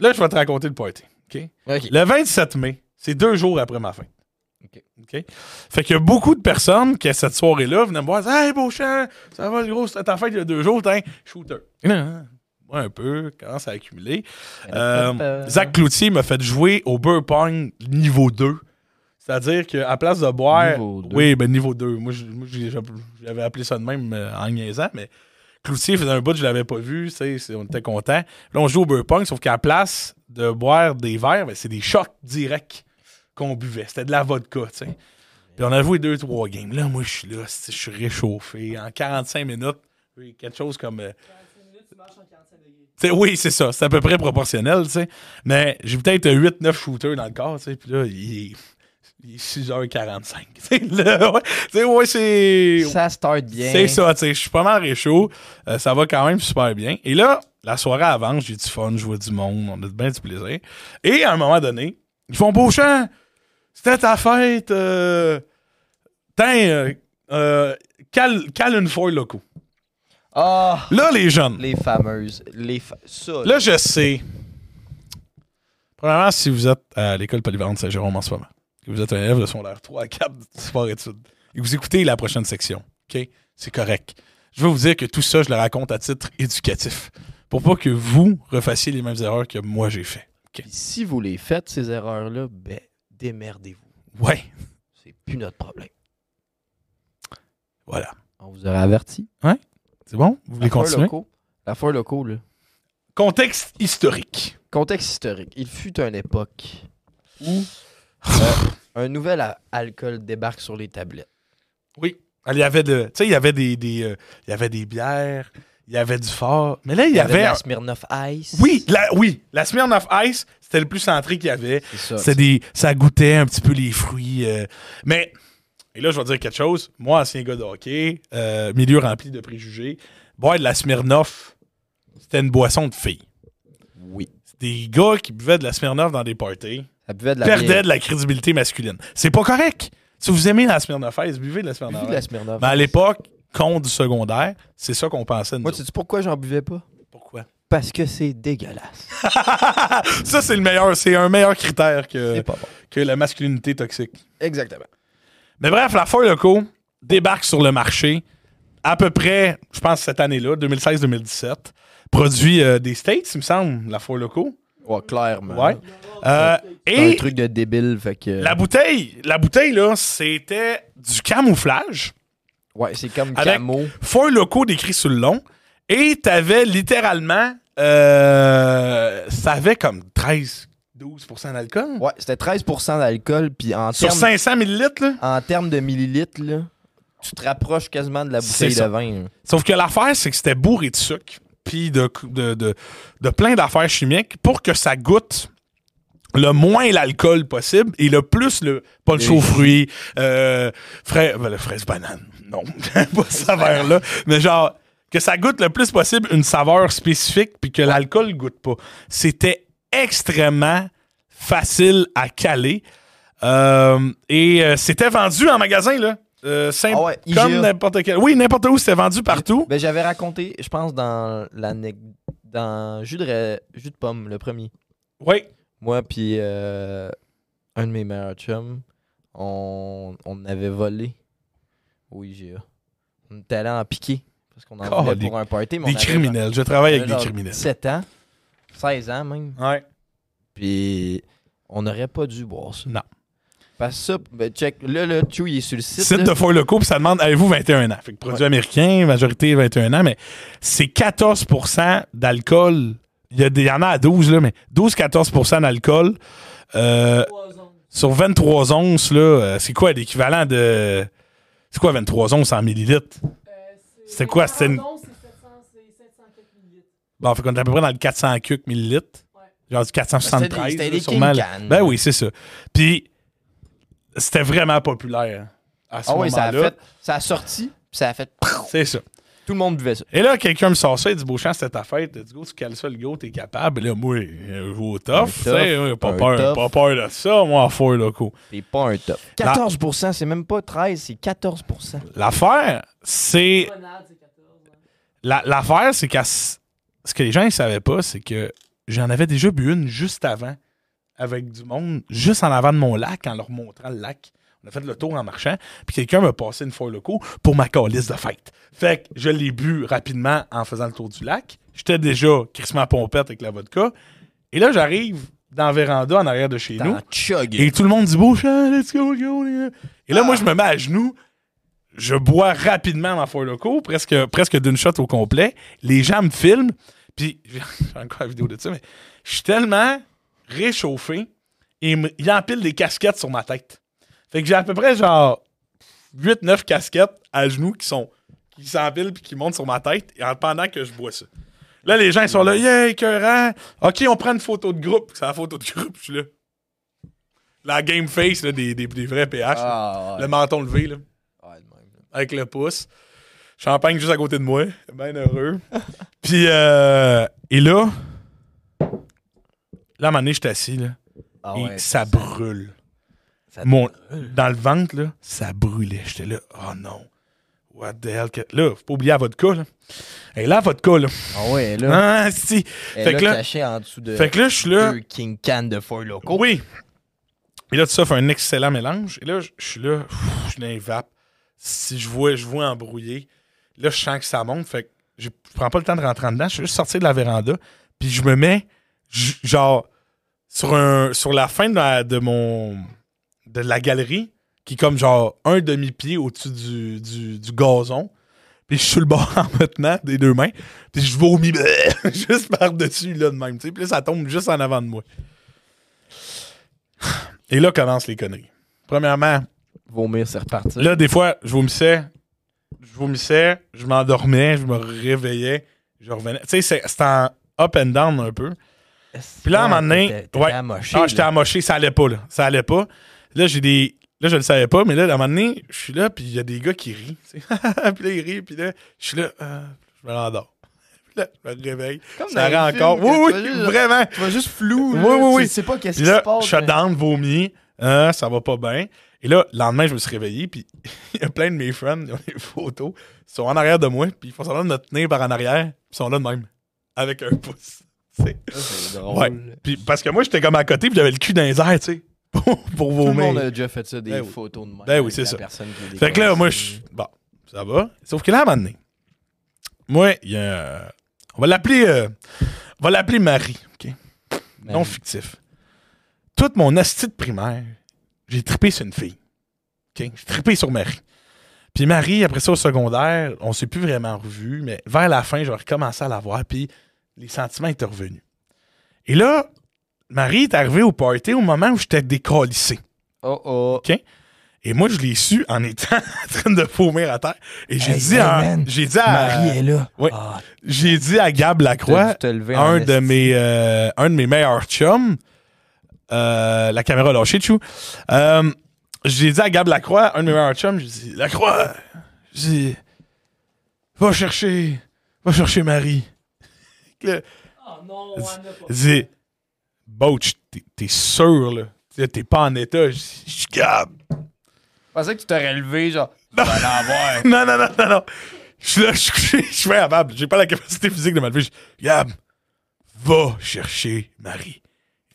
Speaker 1: Là, je vais te raconter le party. OK?
Speaker 2: Ok.
Speaker 1: Le 27 mai, c'est deux jours après ma fête.
Speaker 2: OK.
Speaker 1: OK? Fait qu'il y a beaucoup de personnes qui, à cette soirée-là, venaient me voir Hey, Beauchamp, ça va, le gros, c'était ta fête il y a deux jours, t'es un shooter. Moi, un peu, commence à accumuler. Euh,
Speaker 2: Euh,
Speaker 1: Zach Cloutier m'a fait jouer au Burr Pong niveau 2. C'est-à-dire qu'à place de boire.
Speaker 2: Niveau deux.
Speaker 1: Oui, ben niveau 2. Moi, je- moi, j'ai- j'avais appelé ça de même euh, en niaisant, mais Cloutier faisait un bout, je l'avais pas vu, tu sais, c'est- on était content. Là, on joue au beer pong, sauf qu'à place de boire des verres, ben, c'est des shots directs qu'on buvait. C'était de la vodka, tu sais. Puis on a joué deux, trois games. Là, moi, je suis là, c'est- je suis réchauffé. En 45 minutes, j'ai quelque chose comme. euh,
Speaker 3: 45 minutes, tu marches en 45 degrés.
Speaker 1: tu sais, oui, c'est ça. C'est à peu près proportionnel, tu sais. Mais j'ai peut-être 8-9 shooters dans le corps, tu sais. Puis là, il est, il est 6h45. Tu sais, là, ouais, Tu sais, ouais, c'est...
Speaker 2: Ça start bien.
Speaker 1: C'est ça, tu sais. Je suis pas mal réchaud. Euh, ça va quand même super bien. Et là, la soirée avance. J'ai du fun, je vois du monde. On a bien du plaisir. Et à un moment donné, ils font beau chant. C'était ta fête. Euh... Tiens, euh, euh, cale, cale une foille locaux.
Speaker 2: Ah,
Speaker 1: Là, les jeunes.
Speaker 2: les fameuses. Les fa- Ça.
Speaker 1: Là, je sais. Premièrement, si vous êtes à l'école polyvalente Saint-Jérôme en ce moment, que vous êtes un élève de secondaire 3 à 4 de sport-études, et que vous écoutez la prochaine section, OK? C'est correct. Je veux vous dire que tout ça, je le raconte à titre éducatif. Pour pas que vous refassiez les mêmes erreurs que moi j'ai fait.
Speaker 2: Puis si vous les faites, ces erreurs-là, ben, démerdez-vous.
Speaker 1: Ouais,
Speaker 2: C'est plus notre problème.
Speaker 1: voilà.
Speaker 2: On vous aurait averti.
Speaker 1: C'est bon? Vous voulez continuer?
Speaker 2: locaux. La foire locaux, là.
Speaker 1: Contexte historique.
Speaker 2: Contexte historique. Il fut une époque où euh, un nouvel a- alcool débarque sur les tablettes.
Speaker 1: Oui. Ah, Il y avait de. Tu sais, il y avait des. des, euh, il y avait des bières, il y avait du fort. Mais là, il y
Speaker 2: de
Speaker 1: avait.
Speaker 2: la
Speaker 1: un-
Speaker 2: Smirnoff Ice.
Speaker 1: Oui, la, oui, la Smirnoff Ice, c'était le plus centré qu'il y avait.
Speaker 2: C'est ça.
Speaker 1: C'est des, ça goûtait un petit peu les fruits. euh, mais, et là, je vais dire quelque chose. Moi, ancien gars de hockey, euh, milieu rempli de préjugés, boire de la Smirnoff, c'était une boisson de filles.
Speaker 2: Oui.
Speaker 1: Des gars qui buvaient de la Smirnoff dans des parties
Speaker 2: Ça buvait de la
Speaker 1: perdaient
Speaker 2: bière.
Speaker 1: de la crédibilité masculine. C'est pas correct. Si vous aimez la Smirnoff Ice, buvez de la Ben,
Speaker 2: Buvez
Speaker 1: Smirnoff
Speaker 2: de la
Speaker 1: Ice.
Speaker 2: Smirnoff.
Speaker 1: Mais à l'époque, con du secondaire, c'est ça qu'on pensait. Nous
Speaker 2: Moi,
Speaker 1: autres.
Speaker 2: sais-tu pourquoi j'en buvais pas?
Speaker 1: Pourquoi?
Speaker 2: Parce que c'est dégueulasse.
Speaker 1: ça, c'est le meilleur. C'est un meilleur critère que,
Speaker 2: c'est pas bon.
Speaker 1: que la masculinité toxique.
Speaker 2: Exactement.
Speaker 1: Mais bref, la Foy Loco débarque sur le marché à peu près, je pense, cette année-là, 2016-2017. Produit euh, des States, il me semble, la Foy Loco.
Speaker 2: Ouais, clairement.
Speaker 1: Ouais. Euh,
Speaker 2: C'est Ben, un
Speaker 1: et
Speaker 2: truc de débile, fait que...
Speaker 1: la bouteille, la bouteille, là, c'était du camouflage.
Speaker 2: Ouais, c'est comme
Speaker 1: Avec-
Speaker 2: camo.
Speaker 1: Foy Loco décrit sur le long. Et t'avais littéralement, euh, ça avait comme 13-12% d'alcool.
Speaker 2: Ouais, c'était 13% d'alcool, puis en
Speaker 1: Sur
Speaker 2: termes
Speaker 1: 500 millilitres, là.
Speaker 2: en termes de millilitres, là, tu te rapproches quasiment de la
Speaker 1: C'est
Speaker 2: bouteille de
Speaker 1: ça.
Speaker 2: vin. là.
Speaker 1: Sauf que l'affaire, c'est que c'était bourré de sucre, puis de, de, de- de plein d'affaires chimiques pour que ça goûte le moins l'alcool possible et le plus le punch
Speaker 2: Les-
Speaker 1: aux fruits, euh, frais, ben, le fraise banane. Non, pas cette saveur-là. Mais genre, que ça goûte le plus possible une saveur spécifique puis que l'alcool goûte pas. C'était extrêmement facile à caler. Euh, et euh, c'était vendu en magasin, là. Euh, simple,
Speaker 2: Ah ouais, IGA.
Speaker 1: comme n'importe quel. Oui, n'importe où, c'était vendu partout.
Speaker 2: Ben, j'avais raconté, je pense, dans l'anec... dans jus de, ra- jus de pomme, le premier.
Speaker 1: Oui.
Speaker 2: Moi, puis euh, un de mes meilleurs chums, on, on avait volé au IGA. On était allé en piquer, parce qu'on en
Speaker 1: Oh,
Speaker 2: voulait
Speaker 1: des-
Speaker 2: pour un party. Mais
Speaker 1: Des
Speaker 2: on avait-
Speaker 1: criminels. Je
Speaker 2: on
Speaker 1: travaille
Speaker 2: avait
Speaker 1: avec des
Speaker 2: genre
Speaker 1: criminels.
Speaker 2: 17 ans, 16 ans même.
Speaker 1: Ouais.
Speaker 2: Puis on n'aurait pas dû boire ça.
Speaker 1: Non.
Speaker 2: Parce que ça, ben, check, là, là, Chew, il est sur le site.
Speaker 1: Site
Speaker 2: là.
Speaker 1: de Foy Loco, puis ça demande avez-vous 21 ans Fait que produit américain, majorité 21 ans, mais c'est 14 d'alcool. Il y, a des- il y en a à 12, là, mais 12-14 d'alcool. Euh,
Speaker 3: Trois ondes.
Speaker 1: sur 23 onces, là, euh, c'est quoi l'équivalent de. C'est quoi 23 onces en millilitres
Speaker 3: Euh,
Speaker 1: C'était quoi, c'était une-
Speaker 3: 40 ondes, c'est 700, c'est 704 millilitres.
Speaker 1: Bon, fait qu'on est à peu près dans le 400 cuc millilitres.
Speaker 3: Ouais.
Speaker 1: Genre du 473.
Speaker 2: C'était
Speaker 1: là,
Speaker 2: des- c'était des
Speaker 1: sûrement,
Speaker 2: King
Speaker 1: là.
Speaker 2: Can.
Speaker 1: Ben oui, c'est ça. Puis, c'était vraiment populaire hein, à ce
Speaker 2: Ah oui, ça
Speaker 1: moment-là.
Speaker 2: a fait. Ça a sorti, puis ça a fait.
Speaker 1: C'est ça.
Speaker 2: Tout le monde buvait ça.
Speaker 1: Et là, quelqu'un me sort ça, il dit Beauchamp, c'était ta fête. Let's go, tu cales ça, le go, t'es capable. Et là, moi, euh, je vais au
Speaker 2: Un
Speaker 1: tough. Tu sais,
Speaker 2: tough,
Speaker 1: euh, pas
Speaker 2: un
Speaker 1: peur,
Speaker 2: tough.
Speaker 1: pas peur de ça, moi, à four locaux.
Speaker 2: C'est pas un top. 14 c'est même pas 13, c'est 14
Speaker 1: L'affaire, c'est.
Speaker 3: Bonade, c'est 14. hein.
Speaker 1: la- L'affaire, c'est qu'à. ce ce que les gens, ils savaient pas, c'est que j'en avais déjà bu une juste avant, avec du monde, juste en avant de mon lac, en leur montrant le lac. On a fait le tour en marchant, puis quelqu'un m'a passé une fois loco pour ma calice de fête. Fait que je l'ai bu rapidement en faisant le tour du lac. J'étais déjà crissement pompette avec la vodka. Et là, j'arrive dans la véranda en arrière de chez nous.
Speaker 4: T'en chug.
Speaker 1: Et tout le monde dit beau chant, let's go, go. les gars. Et là, moi, je me mets à genoux. Je bois rapidement ma four loco, presque, presque d'une shot au complet. Les gens me filment. Puis, j'ai encore la vidéo de ça, mais je suis tellement réchauffé. Et me- il empile des casquettes sur ma tête. Fait que j'ai à peu près genre 8-9 casquettes à genoux qui sont qui s'empilent puis qui montent sur ma tête et en- pendant que je bois ça. Là, les gens ils sont là, yeah, écœurant. OK, on prend une photo de groupe. C'est la photo de groupe, je suis là. La game face là, des, des, des vrais PH. là.
Speaker 2: Ah, ouais.
Speaker 1: Le menton levé, là,
Speaker 2: Ouais, de même, là.
Speaker 1: avec le pouce. Champagne juste à côté de moi. Bien heureux. puis, euh, et là, là, à un moment donné, je suis assis, là.
Speaker 2: Ah
Speaker 1: Et
Speaker 2: ouais,
Speaker 1: ça brûle.
Speaker 2: ça-
Speaker 1: Mon, dans le ventre, là, ça brûlait. J'étais là, oh non. What the hell? que- Là, faut pas oublier la vodka, là. Et là, la vodka, là.
Speaker 2: Ah ouais, là.
Speaker 1: Ah, si.
Speaker 2: Elle
Speaker 1: fait
Speaker 2: l'a
Speaker 1: que là-
Speaker 2: caché en dessous de
Speaker 1: Fait que là, je suis là.
Speaker 2: deux King Can de Four Loco.
Speaker 1: Oui. Et là, tout ça fait un excellent mélange. Et là, je je suis là, pff, je suis dans les vapes. Si je vois, je vois embrouillé. Là, je sens que ça monte. Fait que j'ai- je prends pas le temps de rentrer en dedans. Je suis juste sorti de la véranda. Puis je me mets, j- genre, sur, un, sur la fin de, la- de mon. de la galerie, qui est comme, genre, un demi-pied au-dessus du, du, du gazon. Puis je suis sur le bord en me tenant des deux mains. Puis je vomis juste par-dessus, là, de même. tu sais. Puis là, ça tombe juste en avant de moi. Et là commencent les conneries. Premièrement,
Speaker 2: Vomir, c'est reparti.
Speaker 1: là, des fois, je vomissais, je vomissais, je m'endormais, je me réveillais, je revenais. Tu sais, c'est c'est en up and down un peu. Puis là, à un moment donné, ouais. Ah, j'étais amoché, ça allait pas, là. Ça allait pas. Là, j'ai des. Là, je le savais pas, mais là, à un moment donné, je suis là, puis il y a des gars qui rient. tu sais. puis là, ils rient, puis là, je suis là, euh, je me l'endors. Puis là, je me réveille.
Speaker 2: Comme
Speaker 1: Ça
Speaker 2: dans
Speaker 1: rend
Speaker 2: les films
Speaker 1: encore.
Speaker 2: que
Speaker 1: Oui,
Speaker 2: tu vois
Speaker 1: oui,
Speaker 2: juste-
Speaker 1: vraiment.
Speaker 2: Tu vois juste flou.
Speaker 1: Oui,
Speaker 2: là.
Speaker 1: oui,
Speaker 2: Tu
Speaker 1: oui.
Speaker 2: sais pas qu'est-ce
Speaker 1: Puis
Speaker 2: qui se
Speaker 1: là,
Speaker 2: passe. mais-
Speaker 1: shutdown, vomi, hein, ça va pas bien. Et là, le lendemain, je me suis réveillé, puis il y a plein de mes friends, ils ont des photos, ils sont en arrière de moi, puis ils font semblant de me tenir par en arrière, puis ils sont là de même, avec un pouce. tu sais.
Speaker 2: Ça, C'est
Speaker 1: Ouais. Ben
Speaker 2: drôle.
Speaker 1: Puis parce que moi, j'étais comme à côté, puis j'avais le cul dans les airs, tu sais, pour, pour
Speaker 2: Tout le monde
Speaker 1: vomir.
Speaker 2: a déjà fait ça, des
Speaker 1: Ben oui.
Speaker 2: photos de moi.
Speaker 1: Ben oui, c'est ça. Fait que là, moi, je. Bon, ça va. Sauf que là, à un moment donné, moi, il y a. On va l'appeler. euh, on va l'appeler Marie, OK?
Speaker 2: Ben
Speaker 1: non fictif. Toute mon asti de primaire, j'ai trippé sur une fille. OK? J'ai trippé sur Marie. Puis Marie, après ça, au secondaire, on s'est plus vraiment revus, mais vers la fin, j'ai recommencé à la voir, puis les sentiments étaient revenus. Et là, Marie est arrivée au party au moment où j'étais décalissé.
Speaker 2: Oh oh.
Speaker 1: Et moi, je l'ai su en étant en train de vomir à terre. Et j'ai
Speaker 2: Hey,
Speaker 1: dit,
Speaker 2: hey,
Speaker 1: à-
Speaker 2: man,
Speaker 1: j'ai dit à,
Speaker 2: Marie est là.
Speaker 1: ouais.
Speaker 2: Ah,
Speaker 1: j'ai dit à Gab
Speaker 2: t'as
Speaker 1: Lacroix,
Speaker 2: dû te lever en
Speaker 1: un
Speaker 2: esti.
Speaker 1: de mes euh, un de mes meilleurs chums. Euh, la caméra a lâché, Chou. Euh, j'ai dit à Gab Lacroix, un de mes meilleurs chums, j'ai dit Lacroix, j'ai dit, va chercher, va chercher Marie. Là,
Speaker 3: Oh non, on en a pas.
Speaker 1: il dit Boach, t'es- t'es sûr, là. T'sais, T'es pas en état. Je dis, Je suis Gab.
Speaker 2: Je pensais que tu t'aurais levé, genre.
Speaker 1: Non. non, non, non, non, non. Je suis là, je suis couché, je suis incapable. J'ai pas la capacité physique de me lever. Je dis, Gab, va chercher Marie.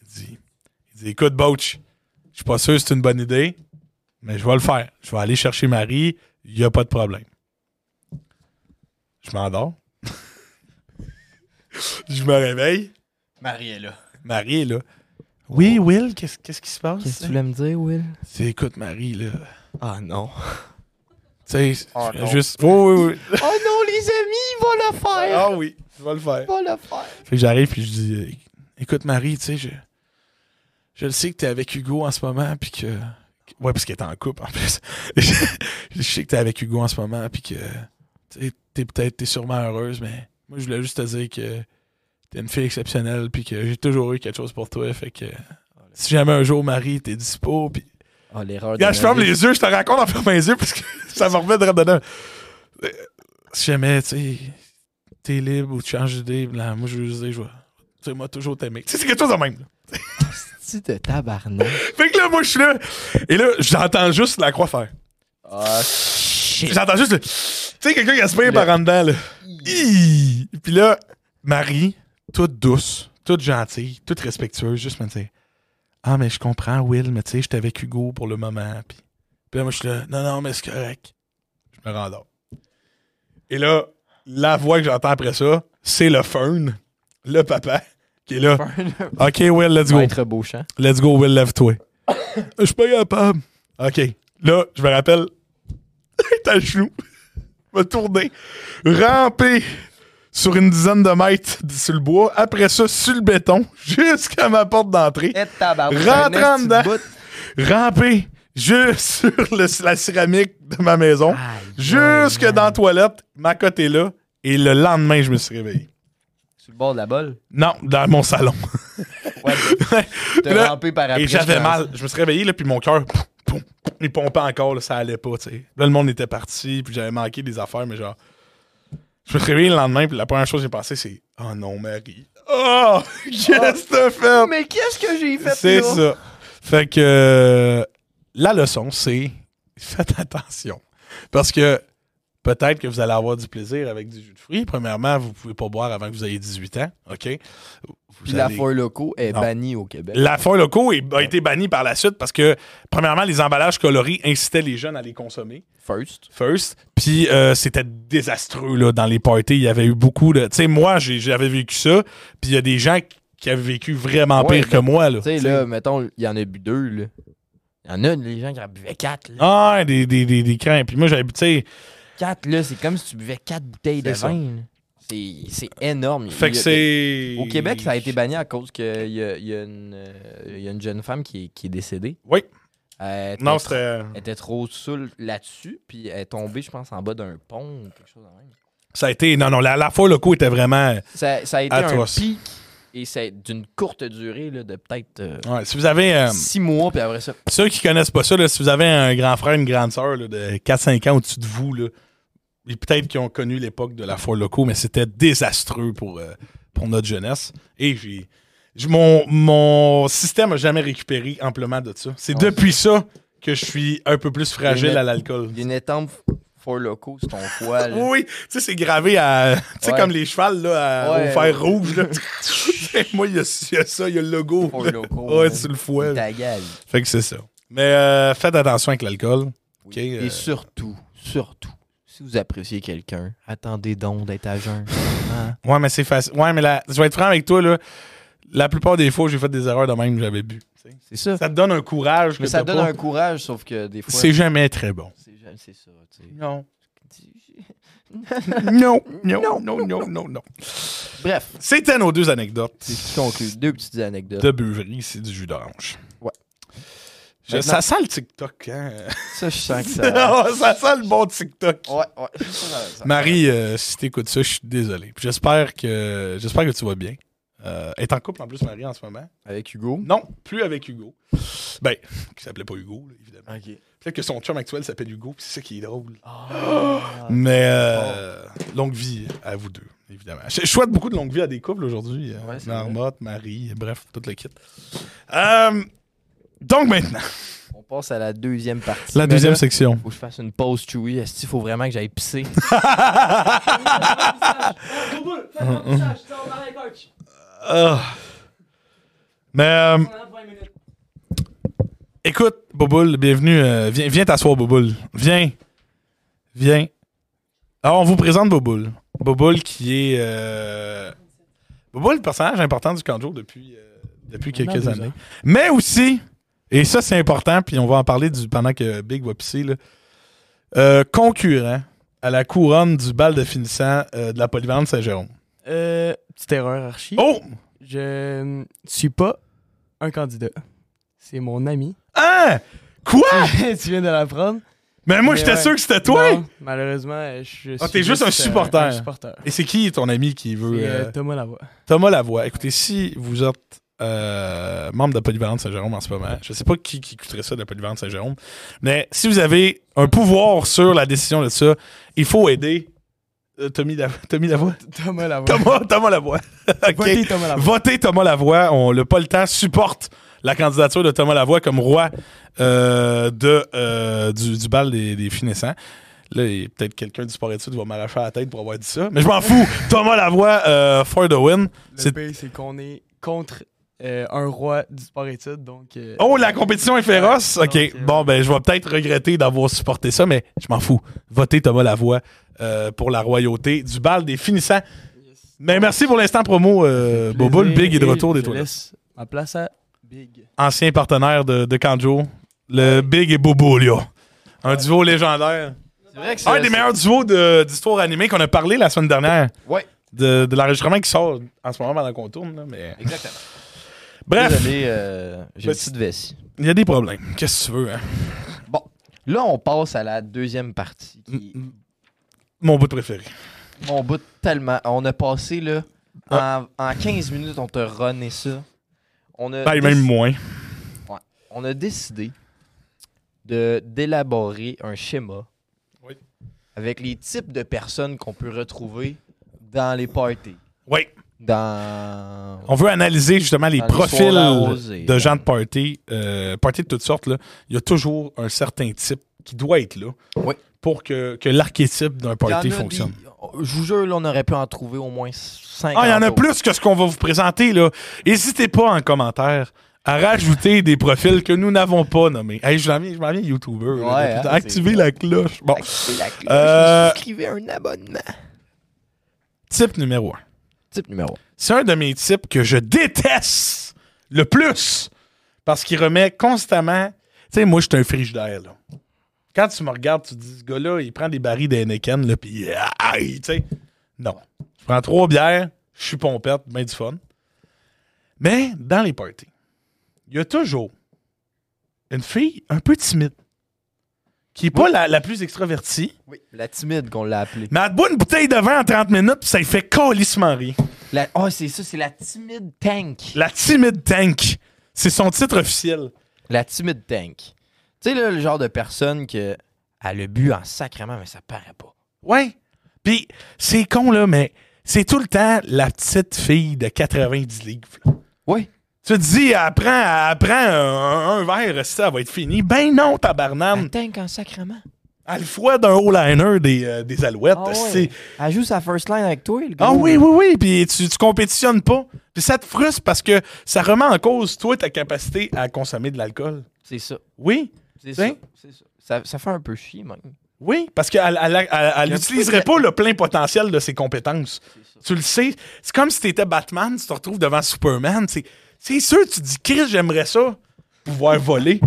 Speaker 1: Il dit, il dit écoute, Boach, je suis pas sûr que c'est une bonne idée, mais je vais le faire. Je vais aller chercher Marie, il y a pas de problème. Je m'endors. je me réveille.
Speaker 2: Marie est là.
Speaker 1: Marie est là. Oui, Will, qu'est-ce qu'est-ce qui se passe?
Speaker 2: Qu'est-ce que tu voulais me dire, Will?
Speaker 1: C'est, écoute, Marie, là.
Speaker 2: Ah non.
Speaker 1: Tu sais,
Speaker 2: Oh, non.
Speaker 1: juste. Oh, oui, oui.
Speaker 2: oh non, les amis, il va le faire.
Speaker 1: Ah oui, je vais le faire.
Speaker 2: Il va le faire.
Speaker 1: Fait que j'arrive puis je dis euh, Écoute Marie, tu sais, je, je le sais que t'es avec Hugo en ce moment, puis que. Ouais, parce qu'elle est en couple en plus. je sais que t'es avec Hugo en ce moment, puis que. tu sais, T'es peut-être, t'es sûrement heureuse, mais moi je voulais juste te dire que t'es une fille exceptionnelle, puis que j'ai toujours eu quelque chose pour toi, fait que. Si jamais un jour Marie, t'es dispo, puis.
Speaker 2: Oh, l'erreur de.
Speaker 1: Regarde, je ferme les yeux, je te raconte en fermant les yeux parce que ça me remet de dedans. Euh, Si jamais, tu sais, t'es libre ou tu changes d'idée, là, moi, je veux juste dire, je vais- Tu sais, moi, toujours t'aimer. Tu sais, c'est quelque chose de même. là.
Speaker 2: Petit de tabarnak.
Speaker 1: Fait que là, moi, je suis là. Et là, j'entends juste la croix faire.
Speaker 2: Ah, shit.
Speaker 1: J'entends juste le. Tu sais, quelqu'un qui aspire par en dedans, là. Hi! Puis là, Marie, toute douce, toute gentille, toute respectueuse, juste me dire Ah, mais je comprends, Will, mais tu sais, j'étais avec Hugo pour le moment. Puis, puis là, moi, je suis là Non, non, mais c'est correct. Je me rendors. Et là, la voix que j'entends après ça, c'est le fun, le papa, qui est là.
Speaker 2: Faire
Speaker 1: OK, Will, let's go.
Speaker 2: Maître Beauchamp.
Speaker 1: Let's go, Will, lève-toi. Je suis pas capable. OK. Là, je me rappelle. T'as genou. Va tourner. Ramper sur une dizaine de mètres sur le bois. Après ça, sur le béton, jusqu'à ma porte d'entrée.
Speaker 2: Et Eh, tabarnak.
Speaker 1: Rentre en
Speaker 2: un
Speaker 1: dedans.
Speaker 2: petit bout.
Speaker 1: Ramper juste sur le- la céramique de ma maison.
Speaker 2: Aïe,
Speaker 1: Jusque
Speaker 2: aïe,
Speaker 1: dans la
Speaker 2: aïe.
Speaker 1: toilette. Ma cote est là. Et le lendemain, je me suis réveillé.
Speaker 2: Sur le bord de la bolle.
Speaker 1: Non, dans mon salon.
Speaker 2: Ouais. T'as
Speaker 1: Là,
Speaker 2: rampé par après.
Speaker 1: Et
Speaker 2: je
Speaker 1: j'avais
Speaker 2: pense.
Speaker 1: mal. Je me suis réveillé, là, puis mon cœur, poum, poum, poum, il pompait encore, là, ça allait pas, tu sais. Là, le monde était parti, puis j'avais manqué des affaires, mais genre. Je me suis réveillé le lendemain, puis la première chose que j'ai pensée, c'est Oh non, Marie. Oh, qu'est-ce que t'as fait?
Speaker 2: Oh, Mais qu'est-ce que j'ai fait,
Speaker 1: C'est
Speaker 2: là?
Speaker 1: ça. Fait que euh, la leçon, c'est faites attention. Parce que peut-être que vous allez avoir du plaisir avec du jus de fruits. Premièrement, vous pouvez pas boire avant que vous ayez 18 ans, OK?
Speaker 2: Puis
Speaker 1: Vous
Speaker 2: la
Speaker 1: allez-
Speaker 2: foire loco est
Speaker 1: Non.
Speaker 2: bannie au Québec.
Speaker 1: la foire loco est- a été bannie par la suite parce que, premièrement, les emballages colorés incitaient les jeunes à les consommer.
Speaker 2: First.
Speaker 1: First. Puis euh, c'était désastreux là, dans les parties. Il y avait eu beaucoup de. Tu sais, moi, j'ai- j'avais vécu ça. Puis il y a des gens qui- qui avaient vécu vraiment
Speaker 2: Ouais,
Speaker 1: pire que moi. Là,
Speaker 2: Tu sais,
Speaker 1: T'sais.
Speaker 2: là, mettons, il y en a bu deux, là. Il y en a, les gens qui en buvaient quatre, là.
Speaker 1: Ah, ouais, des, des, des, des crins. Puis moi, j'avais. Tu sais,
Speaker 2: Quatre, là, c'est comme si tu buvais quatre bouteilles de
Speaker 1: C'est ça.
Speaker 2: vin, là. C'est c'est énorme.
Speaker 1: fait
Speaker 2: Il
Speaker 1: que
Speaker 2: y a-
Speaker 1: c'est.
Speaker 2: Au Québec, ça a été banni à cause qu'il y a, il y a une, euh, il y a une jeune femme qui est, qui est décédée.
Speaker 1: Oui.
Speaker 2: Elle était,
Speaker 1: Non, c'était-
Speaker 2: elle était trop saoule là-dessus, puis elle est tombée, je pense, en bas d'un pont ou quelque chose de même.
Speaker 1: ça a été. Non, non, la, la foire loco était vraiment.
Speaker 2: Ça, ça a été
Speaker 1: Atroce.
Speaker 2: un pic, et c'est d'une courte durée, là, de peut-être euh,
Speaker 1: Ouais, si vous avez. euh,
Speaker 2: six mois, puis après ça,
Speaker 1: Ceux qui connaissent pas ça, là, si vous avez un grand frère, une grande sœur là, de 4-5 ans au-dessus de vous, là, et peut-être qu'ils ont connu l'époque de la foire locaux, mais c'était désastreux pour, euh, pour notre jeunesse. Et j'ai. j- Mon, mon système n'a jamais récupéré amplement de ça. C'est
Speaker 2: Ah ouais.
Speaker 1: depuis ça que je suis un peu plus
Speaker 2: Il y
Speaker 1: fragile
Speaker 2: en a-
Speaker 1: à l'alcool.
Speaker 2: il y a une étampe for loco sur ton foie, là.
Speaker 1: Oui, tu sais, c'est gravé à. Tu sais,
Speaker 2: Ouais.
Speaker 1: comme les chevals, là, à-
Speaker 2: Ouais.
Speaker 1: au fer rouge, là. Moi, il y, a- il y a ça, il y a le logo.
Speaker 2: For
Speaker 1: là.
Speaker 2: loco.
Speaker 1: Ouais,
Speaker 2: là.
Speaker 1: sur le fouet.
Speaker 2: Ta gueule.
Speaker 1: Fait que c'est ça. Mais euh, faites attention avec l'alcool.
Speaker 2: Oui.
Speaker 1: Ok,
Speaker 2: Et
Speaker 1: euh,
Speaker 2: surtout, surtout, si vous appréciez quelqu'un, attendez donc d'être à jeun. Hein?
Speaker 1: Ouais, mais c'est facile. Ouais, mais la- je vais être franc avec toi, là. La plupart des fois, j'ai fait des erreurs de même que j'avais bu. tu sais.
Speaker 2: C'est ça.
Speaker 1: Ça te donne un courage.
Speaker 2: Mais
Speaker 1: que
Speaker 2: ça
Speaker 1: t'as
Speaker 2: donne
Speaker 1: pas.
Speaker 2: un courage, sauf que des fois.
Speaker 1: C'est jamais très bon.
Speaker 2: C'est jamais- c'est ça, tu sais.
Speaker 1: Non. non, non, non, non, non, non.
Speaker 2: Bref,
Speaker 1: C'était nos deux anecdotes
Speaker 2: c'est ce qui conclut. Deux petites anecdotes.
Speaker 1: de buverie, c'est du jus d'orange.
Speaker 2: Ouais.
Speaker 1: Je-
Speaker 2: Maintenant-
Speaker 1: ça sent le TikTok, hein?
Speaker 2: Ça, je sens que ça.
Speaker 1: ça... sent le bon TikTok.
Speaker 2: ouais, ouais. ça, ça- ça-
Speaker 1: Marie, euh, si t'écoutes ça, je suis désolé. Puis J'espère que j'espère que tu vas bien. Euh, elle est en couple en plus, Marie, en ce moment.
Speaker 2: Avec Hugo.
Speaker 1: Non, plus avec Hugo. Ben, qui s'appelait pas Hugo, là, évidemment.
Speaker 2: Ok.
Speaker 1: Peut-être que son chum actuel s'appelle Hugo, puis c'est ça qui est drôle.
Speaker 2: Ah.
Speaker 1: Mais euh, longue vie à vous deux, évidemment. Je, je souhaite beaucoup de longue vie à des couples aujourd'hui. euh,
Speaker 2: Ouais, c'est
Speaker 1: Marmotte, Marie, bref, tout le kit. Euh, donc maintenant,
Speaker 2: On passe à la deuxième partie.
Speaker 1: la
Speaker 2: Mais
Speaker 1: deuxième
Speaker 2: là,
Speaker 1: section.
Speaker 2: Faut que je fasse une pause, Chewy. Est-ce qu'il faut vraiment que j'aille pisser?
Speaker 1: Ah. Mais euh, écoute, Boboul, bienvenue. euh, viens viens t'asseoir, Boboul. Viens. Viens. Alors, on vous présente Boboul. Boboul qui est. euh, Boboul, personnage important du Kanjo depuis, euh, depuis quelques
Speaker 2: deux
Speaker 1: années. Mais aussi, et ça c'est important, puis on va en parler du, pendant que Big va pisser, là, euh, concurrent à la couronne du bal de finissant euh, de la polyvalente Saint-Jérôme.
Speaker 4: Euh, petite erreur archi.
Speaker 1: Oh!
Speaker 4: Je ne suis pas un candidat. C'est mon ami.
Speaker 1: Hein? Quoi?
Speaker 4: Ah, tu viens de l'apprendre.
Speaker 1: Mais moi
Speaker 4: Mais
Speaker 1: j'étais
Speaker 4: ouais.
Speaker 1: sûr que c'était toi!
Speaker 4: Non, malheureusement, euh, je suis.
Speaker 1: Ah, t'es juste un supporter.
Speaker 4: Un supporter.
Speaker 1: Et c'est qui ton ami qui
Speaker 4: C'est,
Speaker 1: veut. euh,
Speaker 4: euh, Thomas Lavoie.
Speaker 1: Thomas Lavoie, écoutez, si vous êtes euh, membre de Polyvalente Saint-Jérôme en ce moment, je sais pas qui, qui écouterait ça de Polyvalente Saint-Jérôme, mais si vous avez un pouvoir sur la décision de ça, il faut aider euh, Tommy, Lavoie. Tommy Lavoie.
Speaker 4: Thomas Lavoie.
Speaker 1: Thomas, Thomas Lavoie. OK.
Speaker 4: Votez Thomas Lavoie.
Speaker 1: Votez Thomas Lavoie. On n'a pas le temps. Supporte la candidature de Thomas Lavoie comme roi euh, de, euh, du, du bal des, des finissants. Là, il- peut-être quelqu'un du sport études va m'arracher la tête pour avoir dit ça. Mais je m'en fous. Thomas Lavoie, euh, for the win.
Speaker 4: Le
Speaker 1: C'est-
Speaker 4: pire, c'est qu'on est contre euh, un roi du sport-études. Donc, euh,
Speaker 1: Oh, la compétition est féroce?
Speaker 4: Ouais,
Speaker 1: OK.
Speaker 4: donc, euh,
Speaker 1: Bon, ben, je vais peut-être regretter d'avoir supporté ça, mais je m'en fous. Votez Thomas Lavoie euh, pour la royauté du bal des finissants.
Speaker 4: yes.
Speaker 1: Mais merci pour l'instant promo, euh, Bobo. Le Big est de
Speaker 4: Et
Speaker 1: retour des
Speaker 4: je
Speaker 1: toilettes.
Speaker 4: laisse Ma place à Big.
Speaker 1: Ancien partenaire de, de Kanjo. Le Big et Bobo, là. Un duo légendaire.
Speaker 2: C'est vrai que c'est.
Speaker 1: Un des meilleurs duos de- d'histoire animée qu'on a parlé la semaine dernière.
Speaker 2: Ouais.
Speaker 1: De, de l'enregistrement qui sort en ce moment pendant qu'on tourne. là, mais...
Speaker 2: Exactement.
Speaker 1: Bref,
Speaker 2: Désolé, euh, j'ai une
Speaker 1: Petit-
Speaker 2: petite vessie.
Speaker 1: il y a des problèmes. Qu'est-ce que tu veux, hein?
Speaker 2: Là, on passe à la deuxième partie.
Speaker 1: Mm,
Speaker 2: qui est
Speaker 1: Mon bout de préféré.
Speaker 2: Euh, Mon bout tellement. On a passé là. En, en 15 minutes, on te runné ça. On a,
Speaker 1: Ben,
Speaker 2: déc-
Speaker 1: même moins.
Speaker 2: on a décidé de d'élaborer un schéma
Speaker 1: Oui.
Speaker 2: avec les types de personnes qu'on peut retrouver dans les parties.
Speaker 1: Oui.
Speaker 2: Dans.
Speaker 1: On veut analyser justement les
Speaker 2: Dans les
Speaker 1: profils
Speaker 2: soirées ben. arrosées,
Speaker 1: de
Speaker 2: ouais.
Speaker 1: gens de party, euh, party de toutes sortes. là. Il y a toujours un certain type qui doit être là
Speaker 2: Oui.
Speaker 1: pour que, que l'archétype d'un
Speaker 2: Il y en
Speaker 1: party
Speaker 2: a des-
Speaker 1: fonctionne.
Speaker 2: Je vous jure, là, on aurait pu en trouver au moins 5.
Speaker 1: Ah, il y en a plus que ce qu'on va vous présenter. là. N'hésitez pas en commentaire à rajouter des profils que nous n'avons pas nommés. Hey, je m'en viens, je m'en viens YouTuber. là,
Speaker 2: Ouais,
Speaker 1: depuis-
Speaker 2: hein,
Speaker 1: activez la cloche. Bon, Euh,
Speaker 2: Euh... Souscrivez un abonnement.
Speaker 1: type numéro un.
Speaker 2: Type numéro
Speaker 1: C'est un de mes types que je déteste le plus parce qu'il remet constamment. Tu sais, moi, je suis un frigidaire, là. Quand tu me regardes, tu te dis, ce gars-là, il prend des barils d'Heineken, là, puis ah, aïe, tu sais. Non. Je prends trois bières, je suis pompette, ben du fun. Mais dans les parties, il y a toujours une fille un peu timide qui n'est pas la, la plus extravertie,
Speaker 2: Oui, la timide qu'on l'a appelée.
Speaker 1: mais elle te boit une bouteille de vin en 30 minutes, puis ça lui fait calissement rire.
Speaker 2: La... Oh, c'est ça, c'est la timide tank. La,
Speaker 1: La timide tank. C'est son titre officiel.
Speaker 2: timide tank. Tu sais, là, le genre de personne que. Elle a bu en sacrement, mais ça paraît pas.
Speaker 1: Ouais. Puis c'est con, là, mais c'est tout le temps la petite fille de 90 livres. là.
Speaker 2: Oui.
Speaker 1: Tu te dis, elle prend, elle prend un, un verre, ça va être fini. Ben non,
Speaker 2: La
Speaker 1: tabarnane.
Speaker 2: tank en sacrement.
Speaker 1: Elle le fouette d'un haut-liner des, euh, des alouettes.
Speaker 2: Ah ouais.
Speaker 1: c'est-
Speaker 2: Elle joue sa first line avec toi, le gars.
Speaker 1: Ah oui, oui, oui. Puis tu, tu compétitionnes pas. Puis ça te frustre parce que ça remet en cause, toi, ta capacité à consommer de l'alcool.
Speaker 2: C'est ça.
Speaker 1: Oui.
Speaker 2: C'est ça.
Speaker 1: Hein?
Speaker 2: C'est ça. ça. Ça fait un peu chier, même.
Speaker 1: Oui, parce qu'elle elle, elle- elle
Speaker 2: Il y a
Speaker 1: n'utiliserait
Speaker 2: peu
Speaker 1: pas le plein potentiel de ses compétences. Tu le sais. C'est comme si tu étais Batman, tu te retrouves devant Superman. C'est c'est sûr, tu te dis, Chris, j'aimerais ça, pouvoir voler.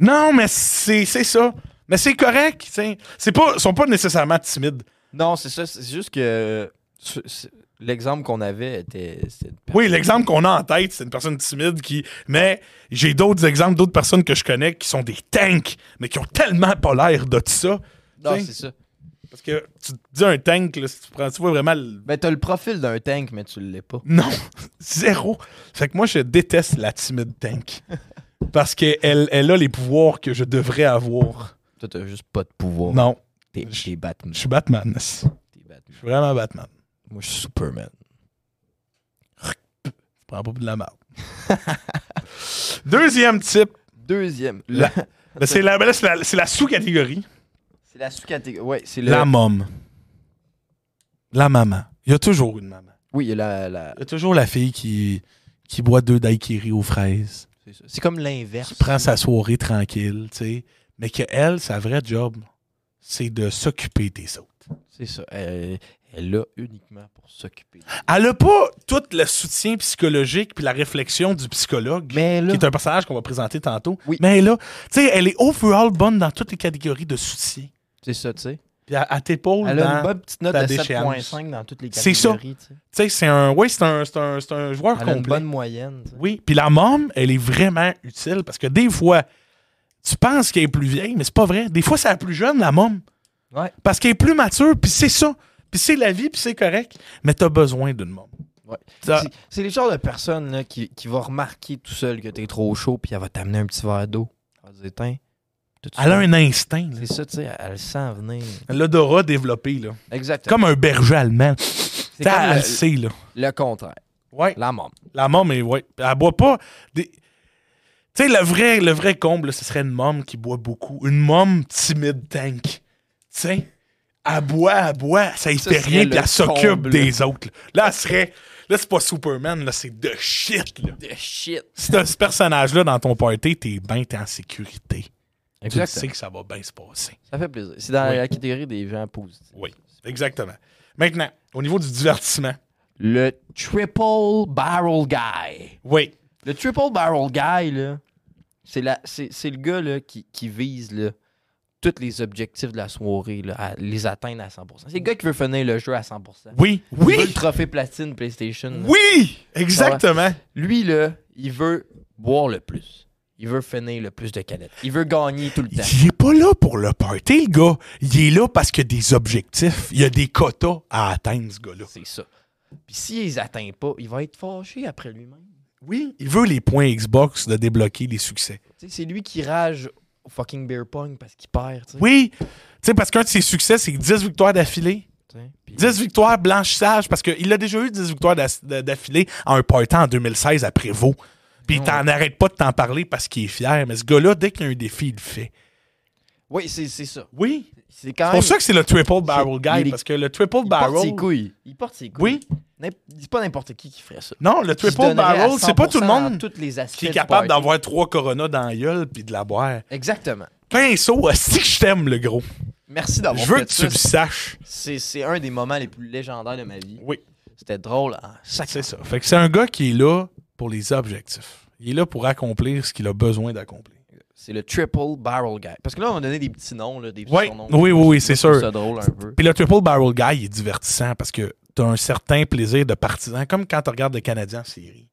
Speaker 1: Non, mais c'est c'est ça. Mais c'est correct. tu sais. C'est pas, ils sont pas nécessairement timides.
Speaker 2: Non, c'est ça. C'est juste que c'est- c'est- l'exemple qu'on avait était. c'était une personne-
Speaker 1: Oui, l'exemple qu'on a en tête, c'est une personne timide qui. Mais j'ai d'autres exemples, d'autres personnes que je connais qui sont des tanks, mais qui ont tellement pas l'air de ça.
Speaker 2: Non,
Speaker 1: T'sais.
Speaker 2: c'est ça.
Speaker 1: Parce que tu te dis un tank, là, si tu, prends, tu vois vraiment le-
Speaker 2: Ben, t'as le profil d'un tank, mais tu l'es pas.
Speaker 1: Non, zéro. Fait que moi, je déteste la timide tank. Parce qu'elle elle a les pouvoirs que je devrais avoir.
Speaker 2: Toi, t'as juste pas de pouvoir.
Speaker 1: Non,
Speaker 2: T'es t'es Batman.
Speaker 1: je suis Batman. esti.
Speaker 2: T'es
Speaker 1: Je
Speaker 2: Batman.
Speaker 1: suis vraiment Batman.
Speaker 2: Moi, je suis Superman.
Speaker 1: Je prends pas de la merde. Deuxième type,
Speaker 2: Deuxième.
Speaker 1: La-
Speaker 2: le-
Speaker 1: ben, c'est la, ben là, c'est la, c'est la sous-catégorie.
Speaker 2: C'est la sous-catégorie. Ouais, c'est le.
Speaker 1: La mom. La maman. Il y a toujours une maman.
Speaker 2: Oui, il y a la. la-
Speaker 1: Il y a toujours la fille qui, qui boit deux daiquiris aux fraises.
Speaker 2: C'est ça. C'est comme
Speaker 1: qui
Speaker 2: l'inverse.
Speaker 1: prend sa soirée tranquille, tu sais. Mais qu'elle, sa vraie job, c'est de s'occuper des autres.
Speaker 2: C'est ça. Elle elle est là uniquement pour s'occuper.
Speaker 1: Elle n'a pas tout le soutien psychologique puis la réflexion du psychologue,
Speaker 2: Mais
Speaker 1: qui
Speaker 2: là.
Speaker 1: est un personnage qu'on va présenter tantôt.
Speaker 2: Oui.
Speaker 1: Mais là, tu sais, elle est overall bonne dans toutes les catégories de soutien.
Speaker 2: C'est ça, tu sais.
Speaker 1: Puis à, t'épaule
Speaker 2: Elle a une
Speaker 1: dans... Tu
Speaker 2: bonne petite note
Speaker 1: ta
Speaker 2: de
Speaker 1: déchéance.
Speaker 2: 7,5 dans toutes les
Speaker 1: C'est ça.
Speaker 2: catégories. tu sais.
Speaker 1: sais, c'est un... Oui, c'est un, c'est un, c'est un joueur
Speaker 2: Elle a une
Speaker 1: complet.
Speaker 2: bonne moyenne. tu sais.
Speaker 1: Oui. Puis la mom, elle est vraiment utile parce que des fois, tu penses qu'elle est plus vieille, mais c'est pas vrai. Des fois, c'est la plus jeune, la mom.
Speaker 2: Ouais.
Speaker 1: Parce qu'elle est plus mature, puis c'est ça. Puis c'est la vie, puis c'est correct. Mais t'as besoin d'une mom.
Speaker 2: Ouais.
Speaker 1: T'as-
Speaker 2: C'est- C'est les genres de personnes là, qui, qui va remarquer tout seul que t'es trop chaud, puis elle va t'amener un petit verre d'eau. Elle va te dire, Tiens, t'as-tu
Speaker 1: Elle a
Speaker 2: faim?
Speaker 1: un instinct. là.
Speaker 2: C'est ça, tu sais, elle- elle le sent venir.
Speaker 1: L'odorat développé, là.
Speaker 2: Exactement.
Speaker 1: Comme un berger allemand.
Speaker 2: C'est
Speaker 1: T'as-
Speaker 2: comme
Speaker 1: elle
Speaker 2: le,
Speaker 1: le sait, là.
Speaker 2: le contraire.
Speaker 1: Ouais.
Speaker 2: La mom.
Speaker 1: La mom, est, ouais. Elle boit pas. Des... Tu sais, le vrai, le vrai comble, là, ce serait une mom qui boit beaucoup. Une mom timide tank. Tu sais, elle boit, elle boit, ça y
Speaker 2: Ça
Speaker 1: fait
Speaker 2: serait
Speaker 1: rien,
Speaker 2: le
Speaker 1: puis elle s'occupe
Speaker 2: comble.
Speaker 1: des autres. Là, Là, elle serait. Là, c'est pas Superman, là, c'est de shit, là.
Speaker 2: De Ah, shit.
Speaker 1: Si t'as ce personnage-là dans ton party, t'es bien, t'es en sécurité. Tu le sais
Speaker 2: Exactement.
Speaker 1: que ça va bien se passer.
Speaker 2: Ça fait plaisir. C'est dans
Speaker 1: Oui.
Speaker 2: la catégorie des gens positifs.
Speaker 1: Oui. Exactement. Maintenant, au niveau du divertissement,
Speaker 2: le Triple Barrel Guy.
Speaker 1: Oui.
Speaker 2: Le Triple Barrel Guy, là, c'est, la, c'est, c'est le gars là, qui, qui vise là, tous les objectifs de la soirée, là, à les atteindre à 100%. C'est le gars qui veut finir le jeu à 100%.
Speaker 1: Oui.
Speaker 2: Il veut le
Speaker 1: Oui.
Speaker 2: trophée platine PlayStation. là.
Speaker 1: Oui.
Speaker 2: Ah
Speaker 1: Exactement.
Speaker 2: Lui, là, il veut boire le plus. Il veut finir le plus de canettes. Il veut gagner tout le temps.
Speaker 1: Il est pas là pour le party, le gars. Il est là parce qu'il y a des objectifs. Il y a des quotas à atteindre, ce gars-là.
Speaker 2: C'est ça. Puis s'il les atteint pas, il va être fâché après lui-même.
Speaker 1: Oui. Il veut les points Xbox de débloquer les succès.
Speaker 2: Tu sais, c'est lui qui rage au fucking beer pong parce qu'il perd. tu sais.
Speaker 1: Oui. Tu sais, parce qu'un de ses succès, c'est 10 victoires d'affilée.
Speaker 2: Tu sais, puis-
Speaker 1: 10 victoires blanchissage, parce qu'il a déjà eu 10 victoires d'ass- d'a- d'affilée à un party en 2016 à Prévost. Puis il
Speaker 2: Non,
Speaker 1: t'en arrête pas de t'en parler parce qu'il est fier. Mais ce gars-là, dès qu'il y a un défi, il le fait.
Speaker 2: Oui, c'est, c'est ça.
Speaker 1: Oui.
Speaker 2: C'est quand
Speaker 1: C'est
Speaker 2: même.
Speaker 1: pour ça que c'est le triple barrel
Speaker 2: C'est- il
Speaker 1: guy,
Speaker 2: est-
Speaker 1: parce que le triple
Speaker 2: il
Speaker 1: barrel.
Speaker 2: porte ses couilles. Il porte ses couilles.
Speaker 1: Oui.
Speaker 2: N'im- C'est pas n'importe qui qui ferait ça.
Speaker 1: Non, le
Speaker 2: Qui se
Speaker 1: triple
Speaker 2: donnerait à
Speaker 1: barrel, c'est pas tout le
Speaker 2: 100% dans
Speaker 1: monde
Speaker 2: tous les aspects
Speaker 1: qui est
Speaker 2: du
Speaker 1: capable
Speaker 2: party.
Speaker 1: d'avoir trois coronas dans la gueule puis de la boire.
Speaker 2: Exactement.
Speaker 1: Pinceau, si que je t'aime, le gros.
Speaker 2: Merci d'avoir
Speaker 1: je veux
Speaker 2: fait
Speaker 1: que tu le
Speaker 2: Ah, ça.
Speaker 1: saches.
Speaker 2: C'est, c'est un des moments les plus légendaires de ma vie.
Speaker 1: Oui.
Speaker 2: C'était drôle. hein. Sacré-
Speaker 1: C'est ça. Fait que c'est un gars qui est là pour les objectifs. Il est là pour accomplir ce qu'il a besoin d'accomplir.
Speaker 2: C'est le Triple Barrel Guy. Parce que là, on a donné des petits noms, là, des petits
Speaker 1: Ouais.
Speaker 2: surnoms.
Speaker 1: Oui, oui, oui, c'est
Speaker 2: Je trouve
Speaker 1: sûr.
Speaker 2: ça drôle un peu.
Speaker 1: Puis le triple barrel guy il est divertissant parce que t'as un certain plaisir de partisan, comme quand tu regardes le Canadien en série.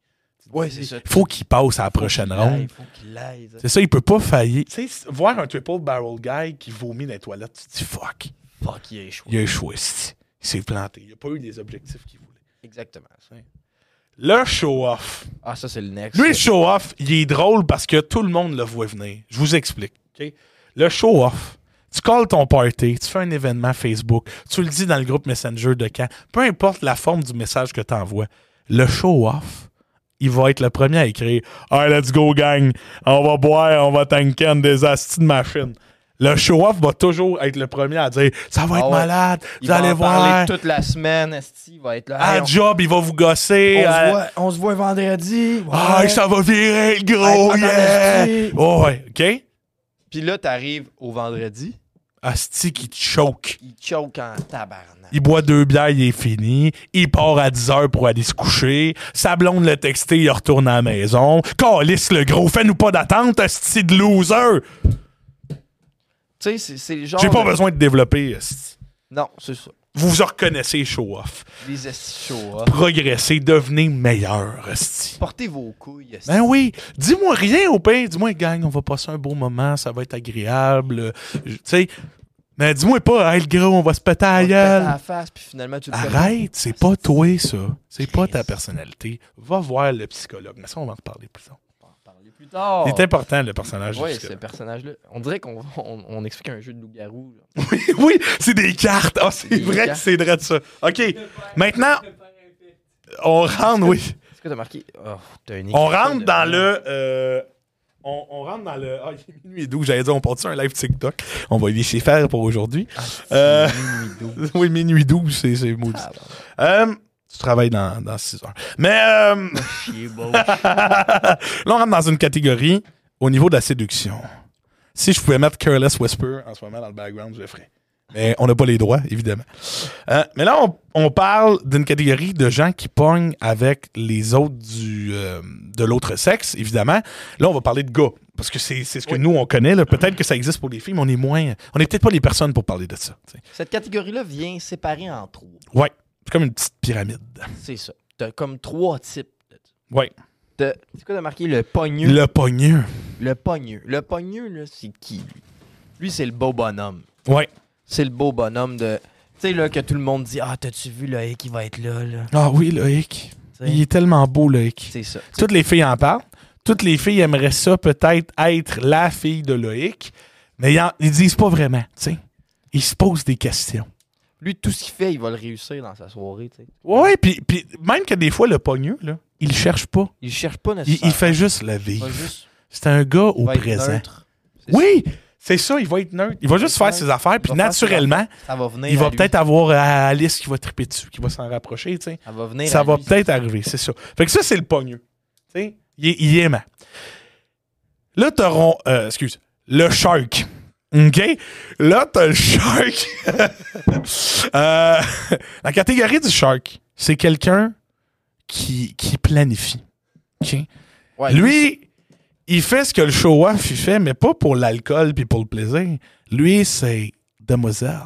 Speaker 2: Oui, c'est ça. Faut
Speaker 1: Faut qu'il passe à la prochaine
Speaker 2: qu'il
Speaker 1: ronde.
Speaker 2: l'aille, Faut qu'il l'aille. ça.
Speaker 1: C'est ça, il peut pas faillir. Tu sais, c- voir un triple barrel guy qui vomit dans les toilettes, tu te dis fuck,
Speaker 2: Fuck, il a échoué.
Speaker 1: il a échoué, c'ti. il s'est planté, il a pas eu les objectifs qu'il voulait.
Speaker 2: Exactement.
Speaker 1: Le show-off.
Speaker 2: Ah, ça, c'est le next.
Speaker 1: Lui, le show-off, il est drôle parce que tout le monde le voit venir. Je vous explique. ok? Le show-off, tu calls ton party, tu fais un événement Facebook, tu le dis dans le groupe Messenger de camp, peu importe la forme du message que tu envoies, le show-off, il va être le premier à écrire Hey, let's go, gang, on va boire, on va tanker des astis de machine. Le show-off va toujours être le premier à dire Ça va être
Speaker 2: Ah ouais.
Speaker 1: malade,
Speaker 2: Il
Speaker 1: vous
Speaker 2: va
Speaker 1: allez
Speaker 2: en
Speaker 1: voir.
Speaker 2: parler toute la semaine. Esti il va être là.
Speaker 1: À
Speaker 2: Hey, on-
Speaker 1: job, il va vous gosser. Euh,
Speaker 2: on,
Speaker 1: à-
Speaker 2: se voit, on se voit vendredi.
Speaker 1: ah,
Speaker 2: Ouais.
Speaker 1: ça va virer, le gros,
Speaker 2: Hey,
Speaker 1: yeah!
Speaker 2: attends, esti.
Speaker 1: Oh, ouais, OK?
Speaker 2: Puis là, t'arrives au vendredi.
Speaker 1: Asti qui te choke.
Speaker 2: Il choke en tabarnak.
Speaker 1: Il boit deux bières, il est fini. Il part à 10 heures pour aller se coucher. Sa blonde l'a texté, il retourne à la maison. Calisse le gros, fais-nous pas d'attente, Asti de loser!
Speaker 2: Tu sais, c'est, c'est le genre.
Speaker 1: J'ai pas
Speaker 2: de-
Speaker 1: besoin de développer, esti.
Speaker 2: Non, c'est ça.
Speaker 1: Vous vous reconnaissez, show-off.
Speaker 2: Les esti chauds. hein.
Speaker 1: Progressez, devenez meilleur, esti.
Speaker 2: Portez vos couilles. esti.
Speaker 1: Ben oui, dis-moi rien au pire. Dis-moi, gang, on va passer un beau moment, ça va être agréable. Euh, je- Tu sais, mais dis-moi pas, hey, le gros, on va se péter
Speaker 2: On
Speaker 1: à
Speaker 2: te
Speaker 1: la
Speaker 2: pète à
Speaker 1: gueule.
Speaker 2: la face, puis finalement, tu le fais pas.
Speaker 1: Arrête, c'est pas toi, ça. C'est pas ta
Speaker 2: Christ.
Speaker 1: personnalité. Va voir le psychologue. Mais ça, on va en reparler plus tard.
Speaker 2: On va en parler plus tard.
Speaker 1: C'est important, le personnage du
Speaker 2: Ouais, ce
Speaker 1: psychologue.
Speaker 2: personnage-là. On dirait qu'on on, on explique un jeu de loup-garou. là.
Speaker 1: oui, c'est des cartes. Ah, c'est
Speaker 2: Des
Speaker 1: vrai que
Speaker 2: cartes.
Speaker 1: c'est vrai de ça. OK, maintenant,
Speaker 3: Je vais faire un fait.
Speaker 1: on rentre, oui.
Speaker 2: Est-ce que t'as marqué Oh, t'as un
Speaker 1: On
Speaker 2: écriture
Speaker 1: rentre
Speaker 2: de-
Speaker 1: dans le... euh, on, on rentre dans le... Ah, il est minuit et douze. J'allais dire, on part un live TikTok. On va laisser faire pour aujourd'hui.
Speaker 2: Ah, c'est
Speaker 1: Euh,
Speaker 2: minuit douze.
Speaker 1: oui, minuit 12, c'est, c'est maudit.
Speaker 2: Ah, bah,
Speaker 1: Euh, tu travailles dans, dans 6 heures. Mais euh,
Speaker 2: chier, bon.
Speaker 1: là, on rentre dans une catégorie au niveau de la séduction. Si je pouvais mettre Careless Whisper en ce moment dans le background, je le ferais. Mais on n'a pas les droits, évidemment. Euh, mais là, on, on parle d'une catégorie de gens qui pognent avec les autres du, euh, de l'autre sexe, évidemment. Là, on va parler de gars, parce que c'est, c'est ce que nous, on connaît. là. Peut-être que ça existe pour les filles, mais on est moins... On n'est peut-être pas les personnes pour parler de ça. tu sais.
Speaker 2: Cette catégorie-là vient séparée en trois.
Speaker 1: Ouais, c'est comme une petite pyramide.
Speaker 2: C'est ça. T'as comme trois types.
Speaker 1: Ouais.
Speaker 2: T'as- C'est quoi t'as marqué le pogneux
Speaker 1: Le pogneux.
Speaker 2: Le pogneux. Le pogneux, là, c'est qui lui? Lui, c'est le beau bonhomme.
Speaker 1: Ouais.
Speaker 2: C'est le beau bonhomme de. Tu sais, là, que tout le monde dit Ah, t'as-tu vu Loïc, il va être là, là.
Speaker 1: Ah oui, Loïc.
Speaker 2: Tu sais,
Speaker 1: Il est tellement beau, Loïc.
Speaker 2: C'est ça.
Speaker 1: Toutes les filles en parlent. Toutes les filles aimeraient ça peut-être être la fille de Loïc, mais ils, en- ils disent pas vraiment, tu sais. Ils se posent des questions.
Speaker 2: Lui, tout ce qu'il fait, il va le réussir dans sa soirée, tu sais.
Speaker 1: Ouais, puis puis même que des fois, le pogneux, là, il le cherche pas.
Speaker 2: Il cherche pas
Speaker 1: Il,
Speaker 2: nécessairement.
Speaker 1: il fait juste la
Speaker 2: Il
Speaker 1: vie.
Speaker 2: va juste
Speaker 1: C'est un gars au
Speaker 2: va être
Speaker 1: présent.
Speaker 2: neutre. C'est
Speaker 1: Oui, c'est ça, il va être neutre. Il va
Speaker 2: Il va
Speaker 1: juste
Speaker 2: être
Speaker 1: faire
Speaker 2: neutre.
Speaker 1: ses affaires,
Speaker 2: Il
Speaker 1: puis
Speaker 2: va faire ses
Speaker 1: naturellement,
Speaker 2: ça. Ça va venir.
Speaker 1: il
Speaker 2: à
Speaker 1: va
Speaker 2: lui.
Speaker 1: peut-être avoir euh, Alice qui va triper dessus, qui va s'en rapprocher, tu sais.
Speaker 2: Ça va venir.
Speaker 1: Ça
Speaker 2: à
Speaker 1: va
Speaker 2: lui.
Speaker 1: peut-être arriver, c'est ça. Fait que ça, c'est le pogneux. Tu sais, il est- il est aimant. Là, t'as ron- euh, excuse, le shark. OK? Là, t'as le shark. Euh, la catégorie du shark, c'est quelqu'un qui, qui planifie. OK?
Speaker 2: Ouais.
Speaker 1: Lui, il fait ce que le show-off il fait, mais pas pour l'alcool puis pour le plaisir. Lui, c'est Demoiselle.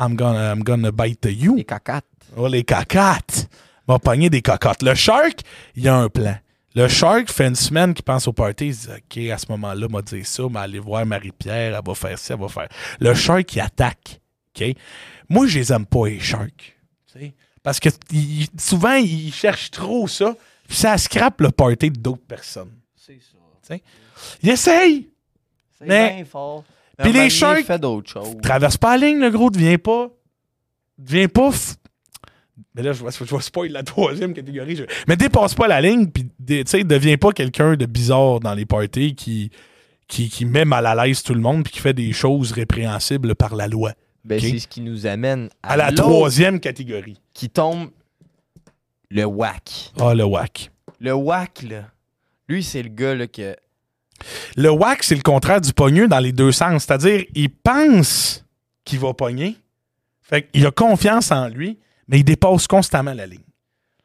Speaker 1: I'm gonna, I'm gonna bite you.
Speaker 2: les cacates.
Speaker 1: Oh, les cacates. M'a pogné des cocottes. Le shark, il a un plan. Le shark fait une semaine qu'il pense au party. Il se dit, OK, à ce moment-là, m'a dit ça, mais allez voir Marie-Pierre, elle va faire ça, elle va faire. Le shark, il attaque. OK? Moi, je les aime pas, les sharks. Tu sais? Parce que ils- souvent, ils cherchent trop ça, puis ça scrape le party d'autres personnes.
Speaker 2: C'est ça.
Speaker 1: Il essaye!
Speaker 2: C'est
Speaker 1: Mais-
Speaker 2: bien fort.
Speaker 1: Puis les
Speaker 2: chats
Speaker 1: sharks-
Speaker 2: fait d'autres choses.
Speaker 1: Traverse pas la ligne, le gros, deviens pas. Deviens pas. f- Mais là, je vois, je vois spoil la troisième catégorie. je- Mais dépasse pas la ligne, puis dé- tu sais, deviens pas quelqu'un de bizarre dans les parties qui, qui, qui met mal à l'aise tout le monde, puis qui fait des choses répréhensibles par la loi.
Speaker 2: Ben,
Speaker 1: Ok.
Speaker 2: c'est ce qui nous amène à,
Speaker 1: À la
Speaker 2: l'autre
Speaker 1: troisième catégorie.
Speaker 2: qui tombe le whack.
Speaker 1: Ah, le whack.
Speaker 2: Le whack, là. Lui, c'est le gars, là, que.
Speaker 1: Le whack, c'est le contraire du pogneux dans les deux sens. C'est-à-dire, il pense qu'il va pogner. Fait qu'il a confiance en lui, mais il dépasse constamment la ligne.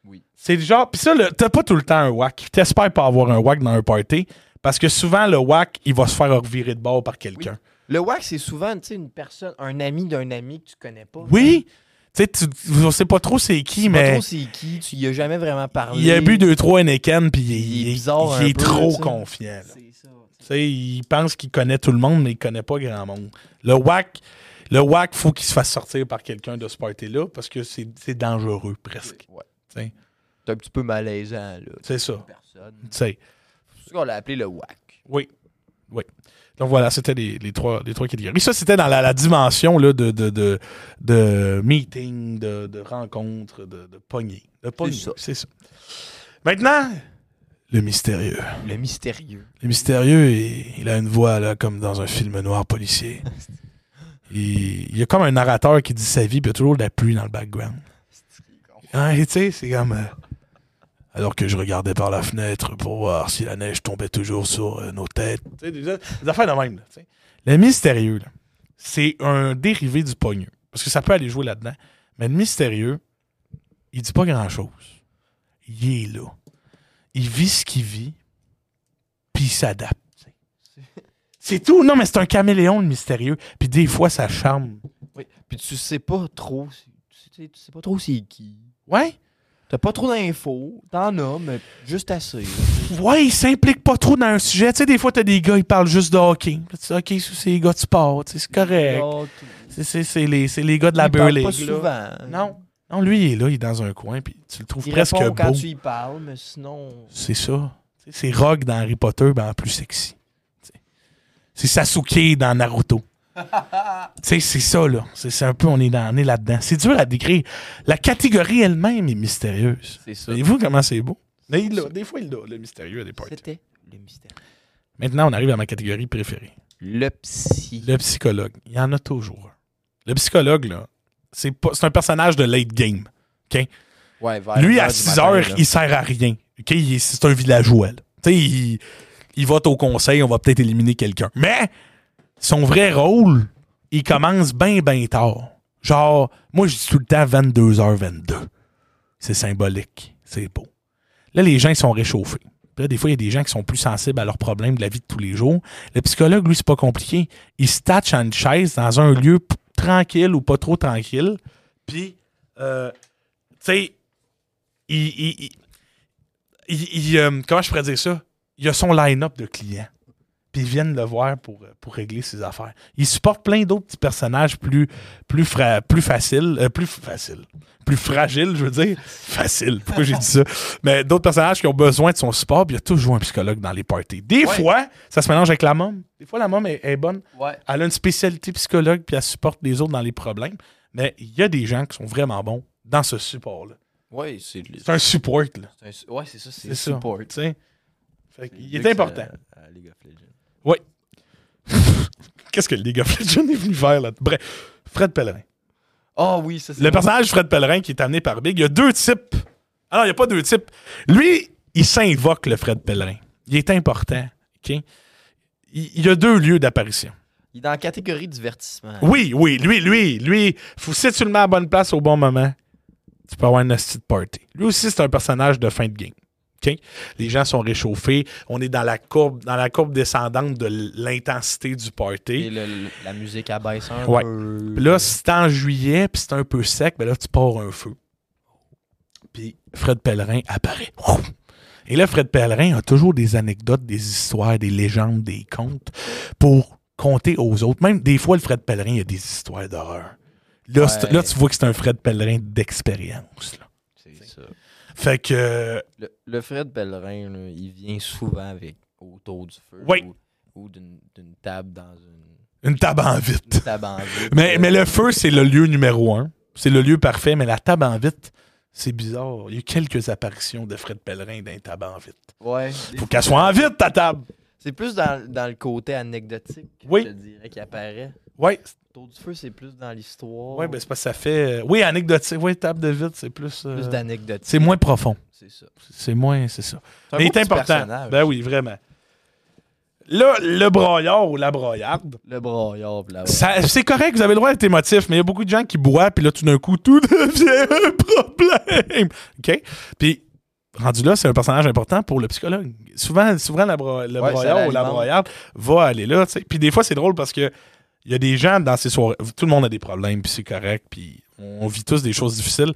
Speaker 2: Oui.
Speaker 1: C'est le genre. Puis ça, le- t'as pas tout le temps un whack. T'espères pas avoir un whack dans un party. Parce que souvent, le whack, il va se faire revirer de bord par quelqu'un.
Speaker 2: Le whack, c'est souvent, tu sais, une personne, un ami d'un ami que tu connais pas.
Speaker 1: Oui. Tu sais, tu- on sait pas trop c'est qui,
Speaker 2: Tu sais pas
Speaker 1: mais
Speaker 2: trop c'est qui, tu y as jamais vraiment parlé.
Speaker 1: il a bu deux, trois Henneken, puis il,
Speaker 2: Il est
Speaker 1: il-
Speaker 2: bizarre
Speaker 1: il
Speaker 2: un
Speaker 1: est
Speaker 2: peu,
Speaker 1: trop
Speaker 2: tu sais.
Speaker 1: confiant. là.
Speaker 3: C'est ça.
Speaker 1: Tu sais, il pense qu'il connaît tout le monde, mais il connaît pas grand monde. Le whack, le whack, faut qu'il se fasse sortir par quelqu'un de ce party-là, parce que c'est c'est dangereux, presque.
Speaker 2: Ouais.
Speaker 1: Tu sais,
Speaker 2: C'est un petit peu malaisant, là.
Speaker 1: C'est ça.
Speaker 2: Personne.
Speaker 1: Tu sais.
Speaker 2: C'est ce qu'on l'a appelé le whack.
Speaker 1: Oui. Oui. Donc voilà, c'était les, les trois, les trois catégories. Ça, c'était dans la, la dimension là, de, de, de, de meeting, de, de rencontre, de, de pognée. De pognée,
Speaker 2: ça.
Speaker 1: c'est ça. Maintenant, le mystérieux.
Speaker 2: Le mystérieux.
Speaker 1: Le mystérieux, il, il a une voix là, comme dans un film noir policier. Il, il y a comme un narrateur qui dit sa vie, puis il y a toujours de la pluie dans le background. Hein, et tu sais, c'est comme. euh, alors que je regardais par la fenêtre pour voir si la neige tombait toujours sur euh, nos têtes. Tu sais, des, des affaires de même. là, tu sais. le mystérieux, là, c'est un dérivé du pogneux. Parce que ça peut aller jouer là-dedans. Mais le mystérieux, il dit pas grand-chose. Il est là. Il vit ce qu'il vit, puis il s'adapte. tu sais. C'est tout. Non, mais c'est un caméléon, le mystérieux. Puis des fois, ça charme.
Speaker 2: Oui. Puis tu sais pas trop. c'est- Tu sais, tu sais pas trop c'est qui.
Speaker 1: Ouais?
Speaker 2: T'as pas trop d'infos. T'en as, mais juste assez. là.
Speaker 1: Ouais, il s'implique pas trop dans un sujet. Tu sais, des fois, t'as des gars, ils parlent juste de hockey. Là, tu dis, OK, ça, c'est les gars de sport. Tu sais, C'est correct.
Speaker 2: Donc,
Speaker 1: C'est- C'est c'est les, c'est les gars de la
Speaker 2: il parle
Speaker 1: Burley.
Speaker 2: Pas souvent.
Speaker 1: Non. Non, lui, il est là, il est dans un coin, puis tu le trouves
Speaker 2: Il
Speaker 1: presque
Speaker 2: répond
Speaker 1: beau.
Speaker 2: quand tu y parles, mais sinon.
Speaker 1: C'est ça. Tu sais, C'est Rogue dans Harry Potter, ben en plus sexy. Tu sais. C'est Sasuke dans Naruto. Tu sais, c'est ça, là. C'est c'est un peu, on est, dans- on est là-dedans. C'est dur à décrire. La catégorie elle-même est mystérieuse.
Speaker 2: C'est ça.
Speaker 1: Voyez-vous comment c'est beau? Mais il l'a. Des fois, il l'a, le mystérieux à des parties.
Speaker 2: C'était le mystère.
Speaker 1: Maintenant, on arrive à ma catégorie préférée.
Speaker 2: Le psy.
Speaker 1: Le psychologue. Il y en a toujours un. Le psychologue, là, c'est pas- c'est un personnage de late game.
Speaker 2: Ouais, vers
Speaker 1: Lui,
Speaker 2: une heure
Speaker 1: à
Speaker 2: du
Speaker 1: 6
Speaker 2: matin,
Speaker 1: heures,
Speaker 2: là.
Speaker 1: il sert à rien. OK? Il est- C'est un villageois. là. Tu sais, il, il vote au conseil, on va peut-être éliminer quelqu'un. Mais son vrai rôle, il commence bien, bien tard. Genre, moi, je dis tout le temps 22h22. C'est symbolique. C'est beau. Là, les gens, ils sont réchauffés. Puis là, des fois, il y a des gens qui sont plus sensibles à leurs problèmes de la vie de tous les jours. Le psychologue, lui, c'est pas compliqué. Il se tatche en une chaise dans un lieu p- tranquille ou pas trop tranquille. Puis, euh, tu sais, il, il- il- il- il, euh, comment je pourrais dire ça? Il a son line-up de clients. Puis ils viennent le voir pour, euh, pour régler ses affaires. Il supporte plein d'autres petits personnages plus, plus, fra- plus faciles. euh, plus faciles. Plus fragiles, je veux dire. Facile. Pourquoi j'ai dit ça? Mais d'autres personnages qui ont besoin de son support. Puis il y a toujours un psychologue dans les parties. Des
Speaker 2: Ouais.
Speaker 1: fois, ça se mélange avec la môme. Des fois, la môme est- est bonne
Speaker 2: Ouais.
Speaker 1: elle a une spécialité psychologue puis elle supporte les autres dans les problèmes. Mais il y a des gens qui sont vraiment bons dans ce support-là.
Speaker 2: Ouais, c'est
Speaker 1: C'est un support, là.
Speaker 2: c'est un- Ouais, c'est ça, c'est
Speaker 1: C'est
Speaker 2: le
Speaker 1: ça.
Speaker 2: support.
Speaker 1: Tu sais. Fait qu'il
Speaker 2: Luc,
Speaker 1: est important.
Speaker 2: Euh, à- à League of Legends.
Speaker 1: Qu'est-ce que le League of Legends est venu faire, là? Bref, Fred Pellerin.
Speaker 2: Ah oui, ça c'est.
Speaker 1: Le personnage Fred Pellerin qui est amené par Big, il y a deux types. Alors, il n'y a pas deux types. Lui, il s'invoque, le Fred Pellerin. Il est important. OK? Il il y a deux lieux d'apparition.
Speaker 2: Il est dans la catégorie divertissement.
Speaker 1: Oui, oui, lui, lui, lui, faut situer le mets à la bonne place au bon moment. tu peux avoir une hostie de party. Lui aussi, c'est un personnage de fin de game. OK? Les gens sont réchauffés. On est dans la courbe, dans la courbe descendante de l'intensité du
Speaker 2: Et
Speaker 1: party.
Speaker 2: le- le- la musique abaisse un
Speaker 1: Ouais.
Speaker 2: peu.
Speaker 1: Puis là, si c'est en juillet, puis c'est un peu sec, ben là, tu pars un feu. Puis Fred Pellerin apparaît. Ouh! Et là, Fred Pellerin a toujours des anecdotes, des histoires, des légendes, des contes pour conter aux autres. Même des fois, le Fred Pellerin, il y a des histoires d'horreur. Là, c'est-
Speaker 2: Ouais.
Speaker 1: là, tu vois que c'est un Fred Pellerin d'expérience. là.
Speaker 2: C'est ça.
Speaker 1: Fait que... euh,
Speaker 2: Le, le Fred Pellerin, là, il vient souvent avec autour du feu.
Speaker 1: Oui.
Speaker 2: Ou, ou d'une d'une table dans une,
Speaker 1: Une table en vite.
Speaker 2: une table en vide.
Speaker 1: Mais,
Speaker 2: Euh,
Speaker 1: mais le feu, c'est le lieu numéro un. C'est le lieu parfait, mais la table en vite, c'est bizarre. Il y a eu quelques apparitions de Fred Pellerin dans les tables en vite.
Speaker 2: Ouais.
Speaker 1: Faut qu'elle soit en vite, ta table.
Speaker 2: C'est plus dans, dans le côté anecdotique,
Speaker 1: Oui.
Speaker 2: je te dirais, qui apparaît.
Speaker 1: Oui,
Speaker 2: Autour du feu, c'est plus dans l'histoire.
Speaker 1: ouais, ben c'est parce que ça fait. Oui, anecdotique. Oui, table de vite, c'est plus. euh,
Speaker 2: plus d'anecdotique.
Speaker 1: c'est moins profond.
Speaker 2: C'est ça.
Speaker 1: C'est moins. C'est ça.
Speaker 2: C'est
Speaker 1: Mais
Speaker 2: un beau
Speaker 1: il est
Speaker 2: petit
Speaker 1: important.
Speaker 2: personnage.
Speaker 1: Ben oui, vraiment. Là, le broyard ou la broyarde,
Speaker 2: Le broyard, pis la
Speaker 1: ça- c'est correct, vous avez le droit d'être émotif, mais il y a beaucoup de gens qui boivent, puis là, tout d'un coup, tout devient un problème. OK? Puis, rendu là, c'est un personnage important pour le psychologue. Souvent, souvent la bro- le
Speaker 2: Ouais, ça
Speaker 1: broyard ou la
Speaker 2: l'alimente.
Speaker 1: broyarde va aller là, tu sais. Puis des fois, c'est drôle parce que il y a des gens dans ces soirées, tout le monde a des problèmes, puis c'est correct, puis on vit tous des choses difficiles.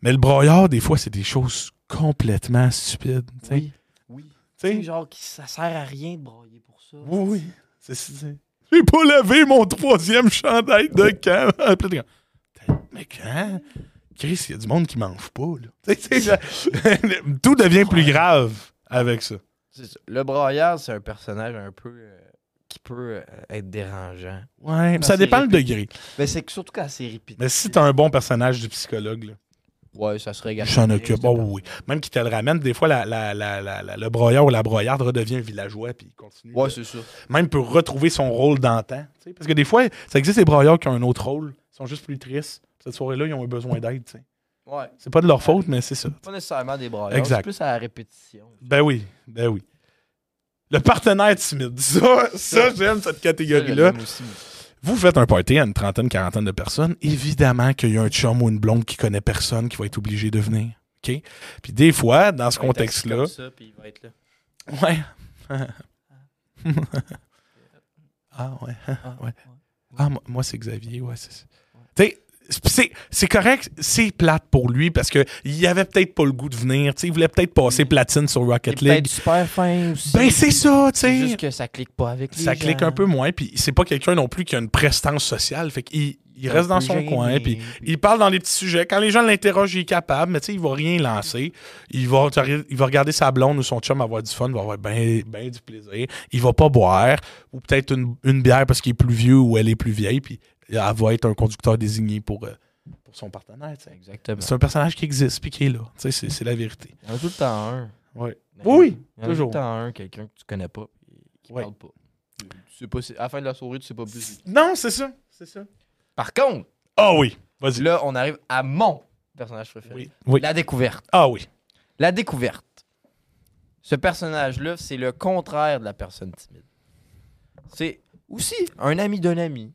Speaker 1: Mais le broyard, des fois, c'est des choses complètement stupides. tu sais.
Speaker 2: Oui. Oui.
Speaker 1: Tu sais,
Speaker 2: genre, qui, ça sert à rien de broyer pour ça.
Speaker 1: oui, oui. C'est- c'est- J'ai pas lavé mon troisième chandail de camp. Puis t'es comme, Mais quand? Chris, il y a du monde qui mange pas, là. Tu sais, c'est- Tout devient plus grave avec ça.
Speaker 2: C'est ça. Le broyard, c'est un personnage un peu euh, qui peut euh, être dérangeant.
Speaker 1: Ouais,
Speaker 2: mais
Speaker 1: ça
Speaker 2: c'est
Speaker 1: dépend le degré.
Speaker 2: Mais Ben, c'est que surtout quand c'est répété.
Speaker 1: Mais si t'as un bon personnage de psychologue, là,
Speaker 2: Ouais, ça serait
Speaker 1: il
Speaker 2: gâché.
Speaker 1: s'en occupe. Oh, oui. Même qu'il te le ramène, des fois, la, la- la- la- la- le broyeur ou la broyarde redevient villageois, puis il continue.
Speaker 2: Ouais,
Speaker 1: de-
Speaker 2: c'est ça.
Speaker 1: même peut retrouver son rôle d'antan. tu sais. Parce que des fois, ça existe des broyeurs qui ont un autre rôle, ils sont juste plus tristes. Cette soirée-là, ils ont eu besoin d'aide, tu sais.
Speaker 2: Ouais.
Speaker 1: C'est pas de leur faute, mais c'est ça.
Speaker 2: Pas nécessairement des broyards.
Speaker 1: Exact.
Speaker 2: C'est plus à la répétition.
Speaker 1: Ben oui, ben oui. Le partenaire timide. Ça, ça j'aime cette
Speaker 2: Ça, je
Speaker 1: catégorie-là.
Speaker 2: l'aime aussi.
Speaker 1: Vous faites un party à une trentaine, quarantaine de personnes. Évidemment qu'il y a un chum ou une blonde qui connaît personne qui va être obligé de venir. OK? Puis des fois, dans ce
Speaker 2: Il va être assis
Speaker 1: contexte-là.
Speaker 2: comme ça, puis il va être là.
Speaker 1: Ouais. ah ouais.
Speaker 2: Ah,
Speaker 1: Ouais. Ah, moi, moi, c'est Xavier, ouais, c'est ça. Tu sais, c'est- c'est- c'est correct, c'est plate pour lui parce que il avait peut-être pas le goût de venir, tu sais, il voulait peut-être passer platine sur
Speaker 2: Il est
Speaker 1: Rocket League.
Speaker 2: peut-être super fin aussi.
Speaker 1: Ben c'est ça, tu
Speaker 2: C'est
Speaker 1: sais.
Speaker 2: juste que ça clique pas avec les
Speaker 1: Ça clique
Speaker 2: gens.
Speaker 1: un peu moins, puis c'est pas quelqu'un non plus qui a une prestance sociale, fait qu'il il
Speaker 2: Un
Speaker 1: reste dans
Speaker 2: peu
Speaker 1: son
Speaker 2: gêné,
Speaker 1: coin, puis il parle dans les petits sujets. Quand les gens l'interrogent, il est capable, mais tu sais, il va rien lancer. Il va, il va regarder sa blonde ou son chum avoir du fun, il va avoir bien ben du plaisir. Il va pas boire, ou peut-être une, une bière parce qu'il est plus vieux ou elle est plus vieille, puis elle va être un conducteur désigné pour, euh, pour son partenaire. tu sais.
Speaker 2: Exactement.
Speaker 1: C'est un personnage qui existe, puis qui est là. Tu sais, C'est c'est la vérité.
Speaker 2: Il y en a tout le temps un.
Speaker 1: Ouais.
Speaker 2: Il y en a-
Speaker 1: Oui,
Speaker 2: Il y en a
Speaker 1: Toujours.
Speaker 2: tout le temps un, quelqu'un que tu connais pas, et qui
Speaker 1: Ouais.
Speaker 2: parle pas. Tu sais pas si- à la fin de la soirée, tu sais pas plus.
Speaker 1: oui. Non, c'est ça. C'est ça.
Speaker 2: Par contre,
Speaker 1: Ah oui. Vas-y.
Speaker 2: là, on arrive à mon personnage préféré.
Speaker 1: Oui. oui.
Speaker 2: La découverte.
Speaker 1: Ah oui.
Speaker 2: La découverte. Ce personnage-là, c'est le contraire de la personne timide. C'est aussi un ami d'un ami,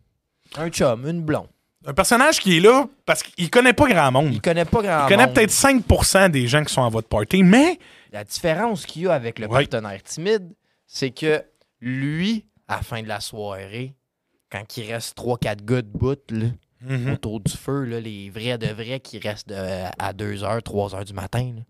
Speaker 2: un chum, une blonde.
Speaker 1: Un personnage qui est là parce qu'il connaît pas grand monde.
Speaker 2: Il connaît pas grand
Speaker 1: Il connaît
Speaker 2: monde.
Speaker 1: peut-être 5% des gens qui sont à votre party, mais
Speaker 2: La différence qu'il y a avec le
Speaker 1: Ouais.
Speaker 2: partenaire timide, c'est que lui, à la fin de la soirée, quand il reste 3-4 gars de bout là,
Speaker 1: Mm.
Speaker 2: autour du feu, là, les vrais de vrais qui restent euh, à 2h, 3h du matin, là,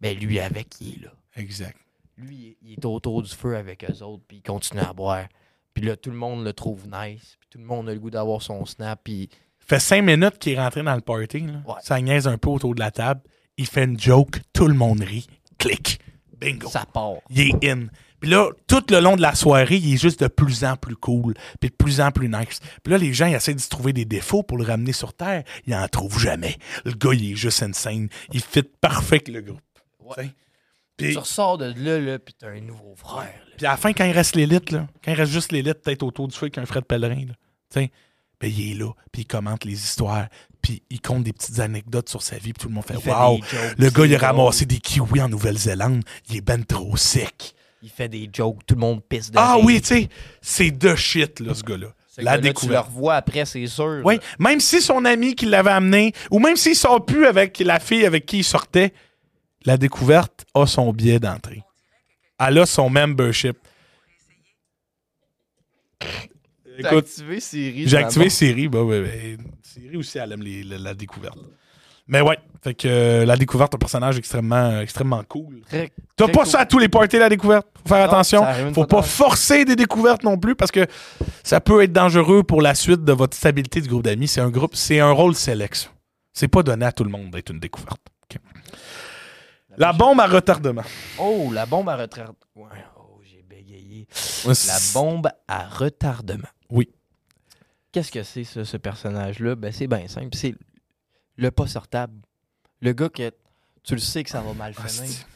Speaker 2: ben lui avec, il est là.
Speaker 1: Exact.
Speaker 2: Lui, il est autour du feu avec eux autres, puis il continue à boire. Puis là, tout le monde le trouve nice, puis tout le monde a le goût d'avoir son snap, puis
Speaker 1: Fait cinq minutes qu'il est rentré dans le party. là.
Speaker 2: Ouais.
Speaker 1: Ça niaise un peu autour de la table. Il fait une joke, tout le monde rit. Clic. Bingo.
Speaker 2: ça part.
Speaker 1: Il est in. Puis là, tout le long de la soirée, il est juste de plus en plus cool, puis de plus en plus nice. Puis là, les gens, ils essaient de se trouver des défauts pour le ramener sur Terre. Ils en trouvent jamais. Le gars, il est juste insane. Il fit parfait avec le groupe.
Speaker 2: Ouais.
Speaker 1: T'sais. Puis-
Speaker 2: Tu ressors de là, là puis t'as un nouveau frère. là.
Speaker 1: Puis à la fin, quand il reste l'élite, là, quand il reste juste l'élite, peut-être autour du feu avec un Fred Pellerin, là, tu sais, ben, il est là, puis il commente les histoires, puis il compte des petites anecdotes sur sa vie, puis tout le monde fait «
Speaker 2: Il fait
Speaker 1: Wow!
Speaker 2: des jokes, »
Speaker 1: Le gars, il a
Speaker 2: c'est
Speaker 1: ramassé des kiwis en Nouvelle-Zélande, il est ben trop sec.
Speaker 2: Il fait des jokes, tout le monde pisse de
Speaker 1: Ah
Speaker 2: rire.
Speaker 1: oui, tu sais, c'est de shit, là, ce gars-là.
Speaker 2: Ce
Speaker 1: La
Speaker 2: gars-là, Tu le
Speaker 1: découverte.
Speaker 2: revois après, c'est sûr.
Speaker 1: Oui,
Speaker 2: là.
Speaker 1: même si son ami qui l'avait amené, ou même s'il sort plus avec la fille avec qui il sortait, la découverte a son billet d'entrée. Elle a son membership.
Speaker 2: T'as
Speaker 1: Écoute,
Speaker 2: activé Siri.
Speaker 1: j'ai activé
Speaker 2: finalement.
Speaker 1: Siri. bah ouais, ouais. Siri aussi, elle aime les- la, la découverte. Mais ouais, fait que euh, la découverte, un personnage extrêmement, euh, extrêmement cool.
Speaker 2: Très-
Speaker 1: T'as
Speaker 2: très
Speaker 1: pas
Speaker 2: cool.
Speaker 1: ça à tous les parties, la découverte. Faut faire
Speaker 2: Non,
Speaker 1: attention.
Speaker 2: Ah, ça arrive une
Speaker 1: Faut
Speaker 2: fois
Speaker 1: pas
Speaker 2: dans-
Speaker 1: forcer des découvertes non plus parce que ça peut être dangereux pour la suite de votre stabilité du groupe d'amis. C'est un groupe, c'est un rôle select. C'est pas donné à tout le monde d'être une découverte. OK. La bombe à retardement.
Speaker 2: Oh, la bombe à retardement. Ouais, oh, j'ai bégayé. La bombe à retardement.
Speaker 1: Oui.
Speaker 2: Qu'est-ce que c'est, ça, ce personnage-là? Ben, c'est bien simple. C'est le pas sortable. Le gars que tu le sais que ça va mal
Speaker 1: Ah,
Speaker 2: finir.
Speaker 1: c'est-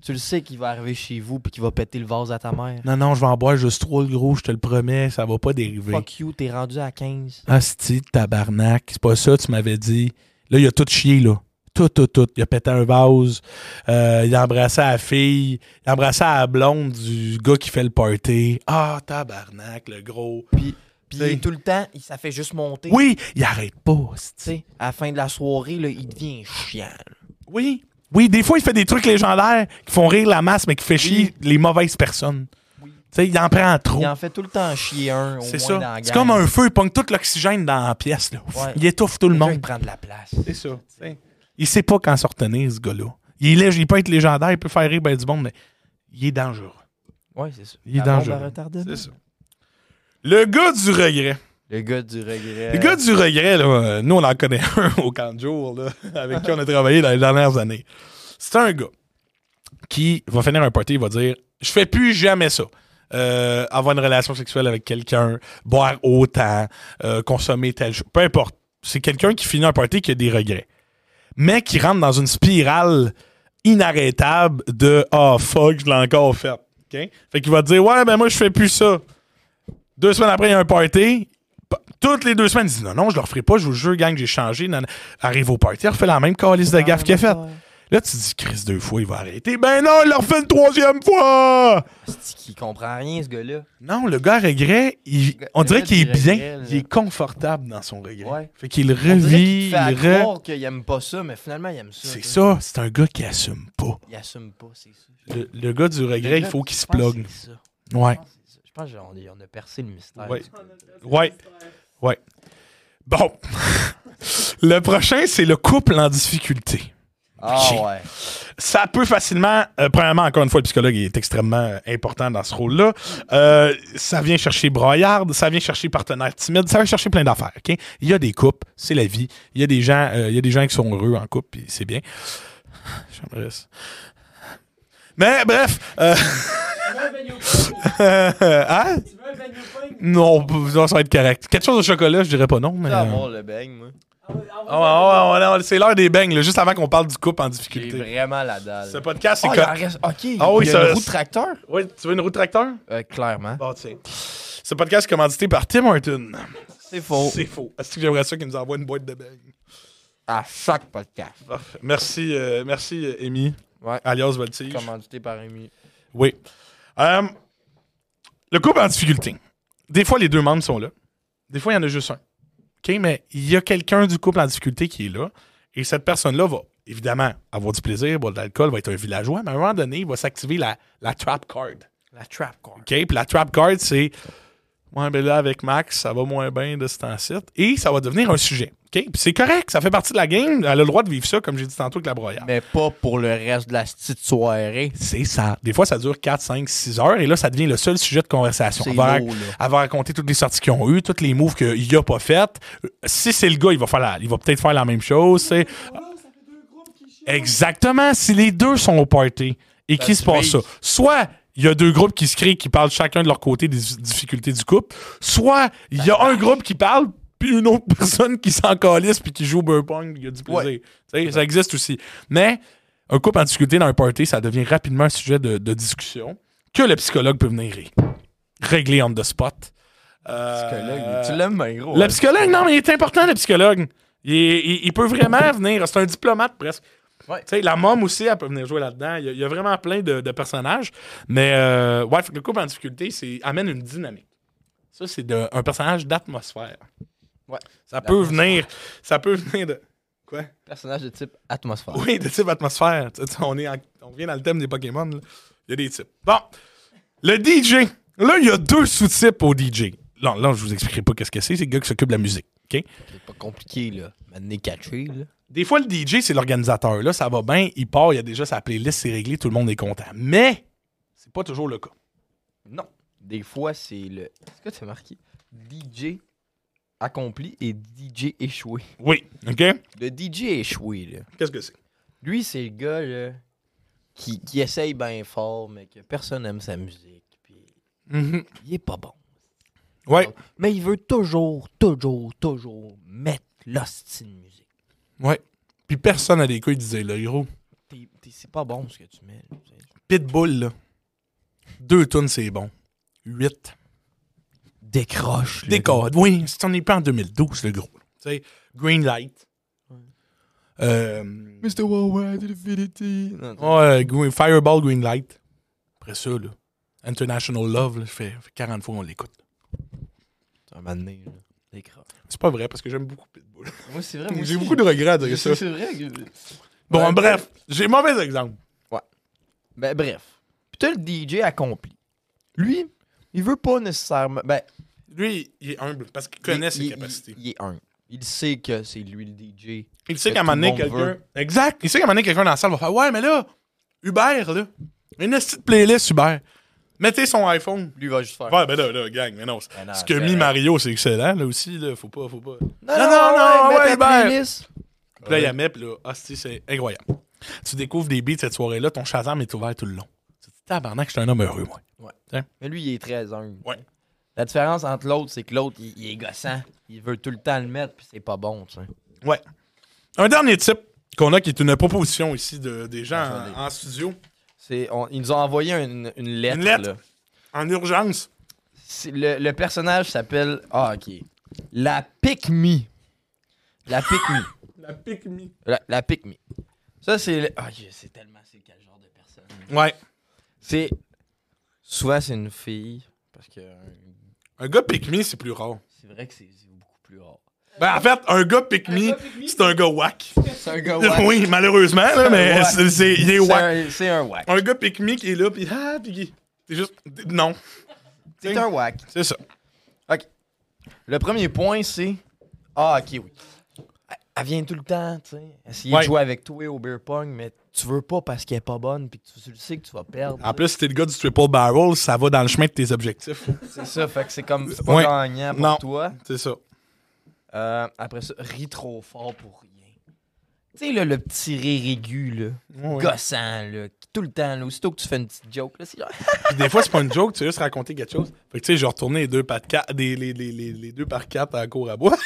Speaker 2: Tu le sais qu'il va arriver chez vous puis qu'il va péter le vase à ta mère.
Speaker 1: Non, non, je vais en boire juste trop, le gros, je te le promets, ça va pas dériver.
Speaker 2: Fuck you, t'es rendu à 15.
Speaker 1: Asti, tabarnak, c'est pas ça, tu m'avais dit. Là, il a tout chié, là. Tout, tout, tout. Il a pété un vase. euh, il a embrassé la fille. Il a embrassé la blonde du gars qui fait le party. Ah, tabarnak, le gros.
Speaker 2: Puis
Speaker 1: T'sais.
Speaker 2: tout le temps, il- ça fait juste monter.
Speaker 1: Oui, il arrête pas,
Speaker 2: Tu
Speaker 1: asti.
Speaker 2: sais, à la fin de la soirée, là, il devient chiant.
Speaker 1: Oui. Oui, des fois, il fait des trucs légendaires qui font rire la masse, mais qui fait chier les mauvaises personnes.
Speaker 2: Oui.
Speaker 1: Tu sais, il en prend trop.
Speaker 2: Il en fait tout le temps chier un. au
Speaker 1: Oh. C'est
Speaker 2: moins
Speaker 1: ça.
Speaker 2: dans la
Speaker 1: C'est
Speaker 2: gang.
Speaker 1: comme un feu, il pogne tout l'oxygène dans la pièce. Là.
Speaker 2: Ouais.
Speaker 1: Il étouffe tout le
Speaker 2: Le gars,
Speaker 1: monde.
Speaker 2: il prend de la place.
Speaker 1: C'est ça. Il sait pas quand se retenir, ce gars-là. Il, est lég- il peut être légendaire, il peut faire rire ben du monde, mais il est dangereux.
Speaker 2: Ouais, c'est ça.
Speaker 1: Il est
Speaker 2: La bombe à
Speaker 1: dangereux.
Speaker 2: retardement.
Speaker 1: Le gars du regret.
Speaker 2: Le gars du regret.
Speaker 1: Le gars du regret, là, euh, nous, on en connaît un au camp de jour, là, avec qui on a travaillé dans les dernières années. C'est un gars qui va finir un party, il va dire Je fais plus jamais ça. Euh, avoir une relation sexuelle avec quelqu'un, boire autant, euh, consommer telle chose. Peu importe. C'est quelqu'un qui finit un party qui a des regrets. Mais qui rentre dans une spirale inarrêtable de Ah, fuck, je l'ai encore fait. OK? Fait qu'il va dire Ouais, ben moi, je fais plus ça. Deux semaines après, il y a un party. P- Toutes les deux semaines, il dit non, non, je le referai pas, je vous jure, gang, j'ai changé. nan- Arrive au party, il refait la même calice de gaffe qu'il a faite. Là, tu te dis, Chris, deux fois, il va arrêter. Ben non, il le refait une troisième fois!
Speaker 2: C'est qu'il comprend rien, ce gars-là.
Speaker 1: Non, le gars regret, il-
Speaker 2: Le-
Speaker 1: on
Speaker 2: le
Speaker 1: dirait
Speaker 2: gars
Speaker 1: qu'il est
Speaker 2: du
Speaker 1: bien,
Speaker 2: regret, là.
Speaker 1: il est confortable dans son regret.
Speaker 2: Ouais.
Speaker 1: Fait qu'il
Speaker 2: On dirait qu'il
Speaker 1: revit,
Speaker 2: fait à
Speaker 1: il re...
Speaker 2: croire qu'il aime pas ça, mais finalement, il aime ça.
Speaker 1: C'est
Speaker 2: tu sais.
Speaker 1: ça, c'est un gars qui assume pas.
Speaker 2: Il assume pas, c'est ça.
Speaker 1: Le, le gars du regret, il faut qu'il se
Speaker 2: Je pense que
Speaker 1: plugue.
Speaker 2: c'est ça. Je
Speaker 1: Ouais.
Speaker 2: pense que c'est ça. Je pense qu'on a- on a percé le mystère.
Speaker 1: Ouais.
Speaker 2: du gars.
Speaker 1: Ouais. Ouais. Bon. le prochain, c'est le couple en difficulté.
Speaker 2: Ah
Speaker 1: Ok.
Speaker 2: ouais.
Speaker 1: ça peut facilement, euh, premièrement, encore une fois, le psychologue est extrêmement euh, important dans ce rôle-là. Euh, ça vient chercher broyarde, ça vient chercher partenaire timide, ça vient chercher plein d'affaires. ok? Il y a des couples, c'est la vie. Il y a des gens, euh, il y a des gens qui sont heureux en couple, puis c'est bien. J'aimerais ça. Mais bref, euh,
Speaker 3: Tu veux un beignet au pain?
Speaker 1: hein?
Speaker 3: Tu veux un beignet au pain?
Speaker 1: non, non, ça va être correct. Quelque chose au chocolat, je dirais pas non, mais. euh,
Speaker 2: Je vais avoir le bang, moi.
Speaker 3: Ah ouais, ah ouais,
Speaker 1: Ah ouais, ah ouais, ah ouais, c'est l'heure des beignes, là, juste avant qu'on parle du couple en
Speaker 2: J'ai
Speaker 1: difficulté.
Speaker 2: vraiment la
Speaker 1: Ce
Speaker 2: dalle.
Speaker 1: podcast, c'est
Speaker 2: Ah, il
Speaker 1: co-
Speaker 2: en reste- Ok.
Speaker 1: Ah oui,
Speaker 2: il y
Speaker 1: ça-
Speaker 2: a une roue de tracteur?
Speaker 1: Oh, Ouais, tu veux une roue de tracteur?
Speaker 2: Euh, clairement.
Speaker 1: Bon, Bah, tiens. Ce podcast est commandité par Tim Horton.
Speaker 2: C'est faux.
Speaker 1: C'est faux. Est-ce que j'aimerais ça qu'il nous envoie une boîte de beignes?
Speaker 2: À chaque podcast.
Speaker 1: Parfait. Merci, euh, merci, euh, Amy,
Speaker 2: Ouais.
Speaker 1: alias Voltige.
Speaker 2: Commandité par Amy.
Speaker 1: Oui. Euh, le couple en difficulté. Des fois, les deux membres sont là. Des fois, il y en a juste un. OK, mais il y a quelqu'un du couple en difficulté qui est là. Et cette personne-là va, évidemment, avoir du plaisir, boire de l'alcool, va être un villageois, mais à un moment donné, il va s'activer la, la trap card.
Speaker 2: La trap card.
Speaker 1: OK? Puis la trap card, c'est Ouais, ben là, avec Max, ça va moins bien de ce temps-ci. Et ça va devenir un sujet. OK? Puis c'est correct, ça fait partie de la game. Elle a le droit de vivre ça, comme j'ai dit tantôt, avec la broyade.
Speaker 2: Mais pas pour le reste de la petite soirée.
Speaker 1: C'est ça. Des fois, ça dure 4, 5, 6 heures et là, ça devient le seul sujet de conversation.
Speaker 2: C'est
Speaker 1: Elle va,
Speaker 2: lourd, là.
Speaker 1: elle va raconter toutes les sorties qu'ils ont eues, toutes les moves qu'il a pas faites. Euh, Si c'est le gars, il va, faire la- il va peut-être faire la même chose. c'est-
Speaker 3: Oh, ça fait deux groupes qui chient.
Speaker 1: Exactement. Si les deux sont au party et qu'il se passe ça,
Speaker 2: suit.
Speaker 1: soit il y a deux groupes qui se créent, qui parlent chacun de leur côté des difficultés du couple, soit il y a un groupe qui parle, puis une autre personne qui s'en calisse, puis qui joue au beer pong, il y a du plaisir.
Speaker 2: Ouais.
Speaker 1: Tu sais, Ça existe aussi. Mais un couple en difficulté dans un party, ça devient rapidement un sujet de, de discussion que le psychologue peut venir ré- régler on the spot. Euh,
Speaker 2: Psychologue. Tu l'aimes, mais gros.
Speaker 1: le
Speaker 2: hein?
Speaker 1: psychologue, non, mais il est important, le psychologue. Il, est- il- il peut vraiment venir. C'est un diplomate presque.
Speaker 2: Ouais.
Speaker 1: Tu sais, la môme aussi, elle peut venir jouer là-dedans. Il, y a- il y a vraiment plein de, de personnages. Mais euh, ouais, fait que le couple en difficulté, c'est amène une dynamique. Ça, c'est de- un personnage d'atmosphère.
Speaker 2: Ouais.
Speaker 1: Ça peut venir. Ça peut venir de. Quoi?
Speaker 2: Personnage de type atmosphère.
Speaker 1: Oui, de type atmosphère. Tu- tu- on, est en- on vient dans le thème des Pokémon. là. Il y a des types. Bon. Le DJ. Là, il y a deux sous-types au DJ. Là, là, je vous expliquerai pas qu'est-ce que c'est. C'est le gars qui s'occupe de la musique. OK?
Speaker 2: C'est pas compliqué, là. Maintenant, catché, là.
Speaker 1: Des fois, le DJ, c'est l'organisateur. Là, ça va bien, il part, il y a déjà sa playlist, c'est réglé, tout le monde est content. Mais, c'est pas toujours le cas.
Speaker 2: Non. Des fois, c'est le. Est-ce que tu as marqué DJ accompli et DJ échoué?
Speaker 1: Oui. OK?
Speaker 2: Le DJ échoué, là.
Speaker 1: Qu'est-ce que c'est?
Speaker 2: Lui, c'est le gars, là, qui, qui essaye bien fort, mais que personne aime sa musique. Puis
Speaker 1: Mm-hmm.
Speaker 2: il est pas bon.
Speaker 1: Oui.
Speaker 2: Mais il veut toujours, toujours, toujours mettre l'hostie de musique.
Speaker 1: Ouais. Puis personne à des couilles disait, là, gros.
Speaker 2: T'es- t'es- C'est pas bon ce que tu mets. là, tu sais.
Speaker 1: Pitbull, là. Deux tonnes, c'est bon. Huit.
Speaker 2: Décroche. là.
Speaker 1: Décode. Oui, c'est on est pas en 2012, le gros. Tu sais, Green Light. Euh,
Speaker 2: Mr. Worldwide Infinity. Non, non.
Speaker 1: ouais, Green- Fireball Green Light. Après ça, là. International Love, là, ça fait, fait 40 fois qu'on l'écoute.
Speaker 2: C'est un moment donné, là. Décroche.
Speaker 1: C'est pas vrai parce que j'aime beaucoup Pitbull.
Speaker 2: Moi, c'est vrai. Ah, moi
Speaker 1: J'ai
Speaker 2: aussi,
Speaker 1: beaucoup de regrets à dire ça.
Speaker 2: C'est c'est vrai que.
Speaker 1: Bon,
Speaker 2: Ouais.
Speaker 1: bref, j'ai mauvais exemple.
Speaker 2: Ben, bref. Puis t'as le DJ accompli. Lui, il veut pas nécessairement. Ben,
Speaker 1: Lui, il est humble parce qu'il connaît
Speaker 2: il-
Speaker 1: ses
Speaker 2: il-
Speaker 1: capacités.
Speaker 2: Il, il est un. Il sait que c'est lui le DJ.
Speaker 1: Il sait
Speaker 2: que
Speaker 1: qu'à un
Speaker 2: tout
Speaker 1: moment donné,
Speaker 2: le monde
Speaker 1: quelqu'un. Exact. Il sait qu'à un moment donné, quelqu'un dans la salle va faire Ouais, mais là, Hubert, là, une petite playlist, Hubert. Mettez son iPhone.
Speaker 2: Lui va juste faire.
Speaker 1: Ouais, ben là, là, gang, mais non.
Speaker 2: Ben non,
Speaker 1: ce que
Speaker 2: c'est
Speaker 1: mis
Speaker 2: vrai. Ah
Speaker 1: Mario, c'est excellent, là aussi, là. Faut pas, faut pas.
Speaker 2: Non,
Speaker 1: Non, non, non, ouais,
Speaker 2: mets ta
Speaker 1: Hubert.
Speaker 2: playlist.
Speaker 1: Puis là, il y a Mep, là. hostie, c'est incroyable. Tu découvres des beats cette soirée-là, ton Shazam est ouvert tout le long. Tu te dis, tabarnak, je suis un homme heureux, moi.
Speaker 2: Mais lui, il est très humble.
Speaker 1: Ouais.
Speaker 2: La différence entre l'autre, c'est que l'autre, il, il est gossant. Il veut tout le temps le mettre, puis c'est pas bon, tu sais.
Speaker 1: Ouais. Un dernier type qu'on a qui est une proposition ici de, des gens
Speaker 2: Attendez.
Speaker 1: en, en studio,
Speaker 2: C'est- on- ils nous ont envoyé une, une lettre.
Speaker 1: Une lettre.
Speaker 2: là.
Speaker 1: en urgence.
Speaker 2: C'est- Le, le personnage s'appelle. Ah, ok. La Pick Me. La Pick Me.
Speaker 1: La pique
Speaker 2: La, la pick me. Ça, c'est. le- Ah, je sais tellement c'est quel genre de personne.
Speaker 1: Ouais.
Speaker 2: C'est. Souvent, c'est une fille. Parce que. euh,
Speaker 1: Un gars pique me, c'est plus rare.
Speaker 2: C'est vrai que c'est c'est beaucoup plus rare.
Speaker 1: Ben, en fait, un gars pick me,
Speaker 3: Un gars pick me,
Speaker 1: c'est un gars whack.
Speaker 2: C'est un gars
Speaker 1: Oui, malheureusement, là, mais
Speaker 2: whack.
Speaker 1: c'est, c'est- il est
Speaker 2: C'est
Speaker 1: whack.
Speaker 2: un, c'est un whack.
Speaker 1: Un... gars pick me qui est là, pis ah, pis qui. C'est juste. Non,
Speaker 2: C'est un whack.
Speaker 1: c'est ça.
Speaker 2: Le premier point, c'est. Ah, ok, oui. Elle- Elle vient tout le temps, tu sais. Essayer
Speaker 1: Ouais.
Speaker 2: de jouer avec toi au beer pong, mais tu veux pas parce qu'elle est pas bonne, puis tu, tu le sais que tu vas perdre.
Speaker 1: En plus, si t'es le gars du triple barrel, ça va dans le chemin de tes objectifs.
Speaker 2: C'est ça, fait que c'est comme. C'est pas
Speaker 1: Euh, Ouais.
Speaker 2: gagnant pour
Speaker 1: Non.
Speaker 2: toi.
Speaker 1: C'est ça.
Speaker 2: Euh, après ça, ris trop fort pour rien. Tu sais, là, le petit rire aigu, là,
Speaker 1: Ouais.
Speaker 2: gossant, là, qui, tout le temps, là, aussitôt que tu fais une petite joke, là, c'est genre,
Speaker 1: Puis des fois, c'est pas une joke, tu veux juste raconter quelque chose. Fait que tu sais, j'ai retourné les deux par quatre, des- les, les, les, les deux par quatre à la cour à bois.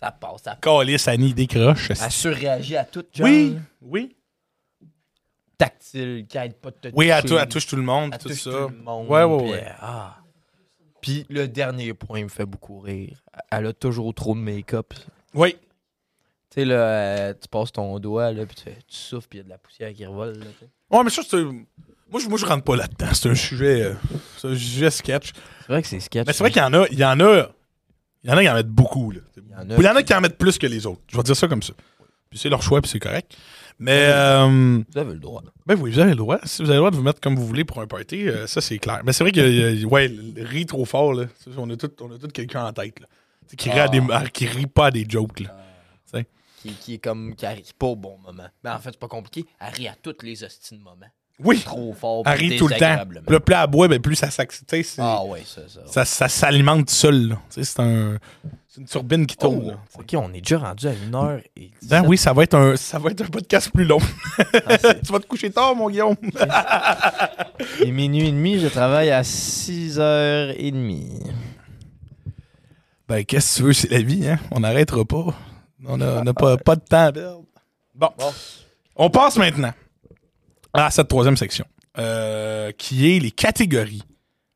Speaker 2: ça passe, ça passe.
Speaker 1: Calice, Annie décroche.
Speaker 2: Elle surréagit à tout, genre.
Speaker 1: Oui, oui.
Speaker 2: Tactile, qui aide pas de te
Speaker 1: Oui, elle,
Speaker 2: toucher,
Speaker 1: tou- elle touche tout le monde,
Speaker 2: elle
Speaker 1: tout
Speaker 2: touche
Speaker 1: ça.
Speaker 2: le monde,
Speaker 1: Ouais, ouais,
Speaker 2: puis
Speaker 1: ouais.
Speaker 2: elle- ah. Puis le dernier point il me fait beaucoup rire. Elle a toujours trop de make-up.
Speaker 1: Oui.
Speaker 2: Tu sais, là, euh, tu passes ton doigt, là, puis tu, fais- tu souffles, puis il y a de la poussière qui revole, là, tu sais.
Speaker 1: Ouais, mais ça, c'est. Moi, je, moi, je rentre pas là-dedans. C'est un sujet. euh, c'est un sujet sketch.
Speaker 2: C'est vrai que c'est sketch.
Speaker 1: Mais c'est vrai qu'il y en a, il y en a, il y en a qui en mettent beaucoup. Là. Il, y
Speaker 2: en
Speaker 1: en
Speaker 2: a
Speaker 1: a qui en mettent plus que les autres. Je vais dire ça comme ça. Puis c'est leur choix, puis c'est correct. Mais euh,
Speaker 2: Vous avez le droit.
Speaker 1: ben oui, vous avez le droit. Si vous avez le droit de vous mettre comme vous voulez pour un party, euh, ça c'est clair. Mais c'est vrai que euh, ouais, le- le rit trop fort là. Ça, On a tout, on a tout quelqu'un en tête là. Tu sais, Qui, rit à
Speaker 2: Ah.
Speaker 1: des, à- qui rit pas à des jokes là.
Speaker 2: qui, qui est comme qui arrive pas au bon moment. Mais en fait, c'est pas compliqué. Elle rit à toutes les hosties de moment.
Speaker 1: Oui.
Speaker 2: Trop fort.
Speaker 1: Elle
Speaker 2: puis
Speaker 1: rit tout le temps.
Speaker 2: désagréablement.
Speaker 1: Le plus à bois, ben plus ça s'ac- tu sais, c'est-
Speaker 2: Ah ouais, ça, ça.
Speaker 1: ça, ça s'alimente seul. là. Tu sais, C'est un, c'est une turbine qui
Speaker 2: Oh,
Speaker 1: tourne. là.
Speaker 2: ok, on est déjà rendu à une heure et
Speaker 1: Ben oui, ça va être un, ça va être un podcast plus long.
Speaker 2: Ah, c'est-
Speaker 1: tu vas te coucher tard, mon Guillaume.
Speaker 2: Et minuit et demi, je travaille à 6h30.
Speaker 1: Ben, qu'est-ce que tu veux, c'est la vie, hein? On n'arrêtera pas. On n'a on n'a pas, pas de temps à perdre. Bon.
Speaker 2: Bon.
Speaker 1: On passe maintenant à cette troisième section, euh, qui est les catégories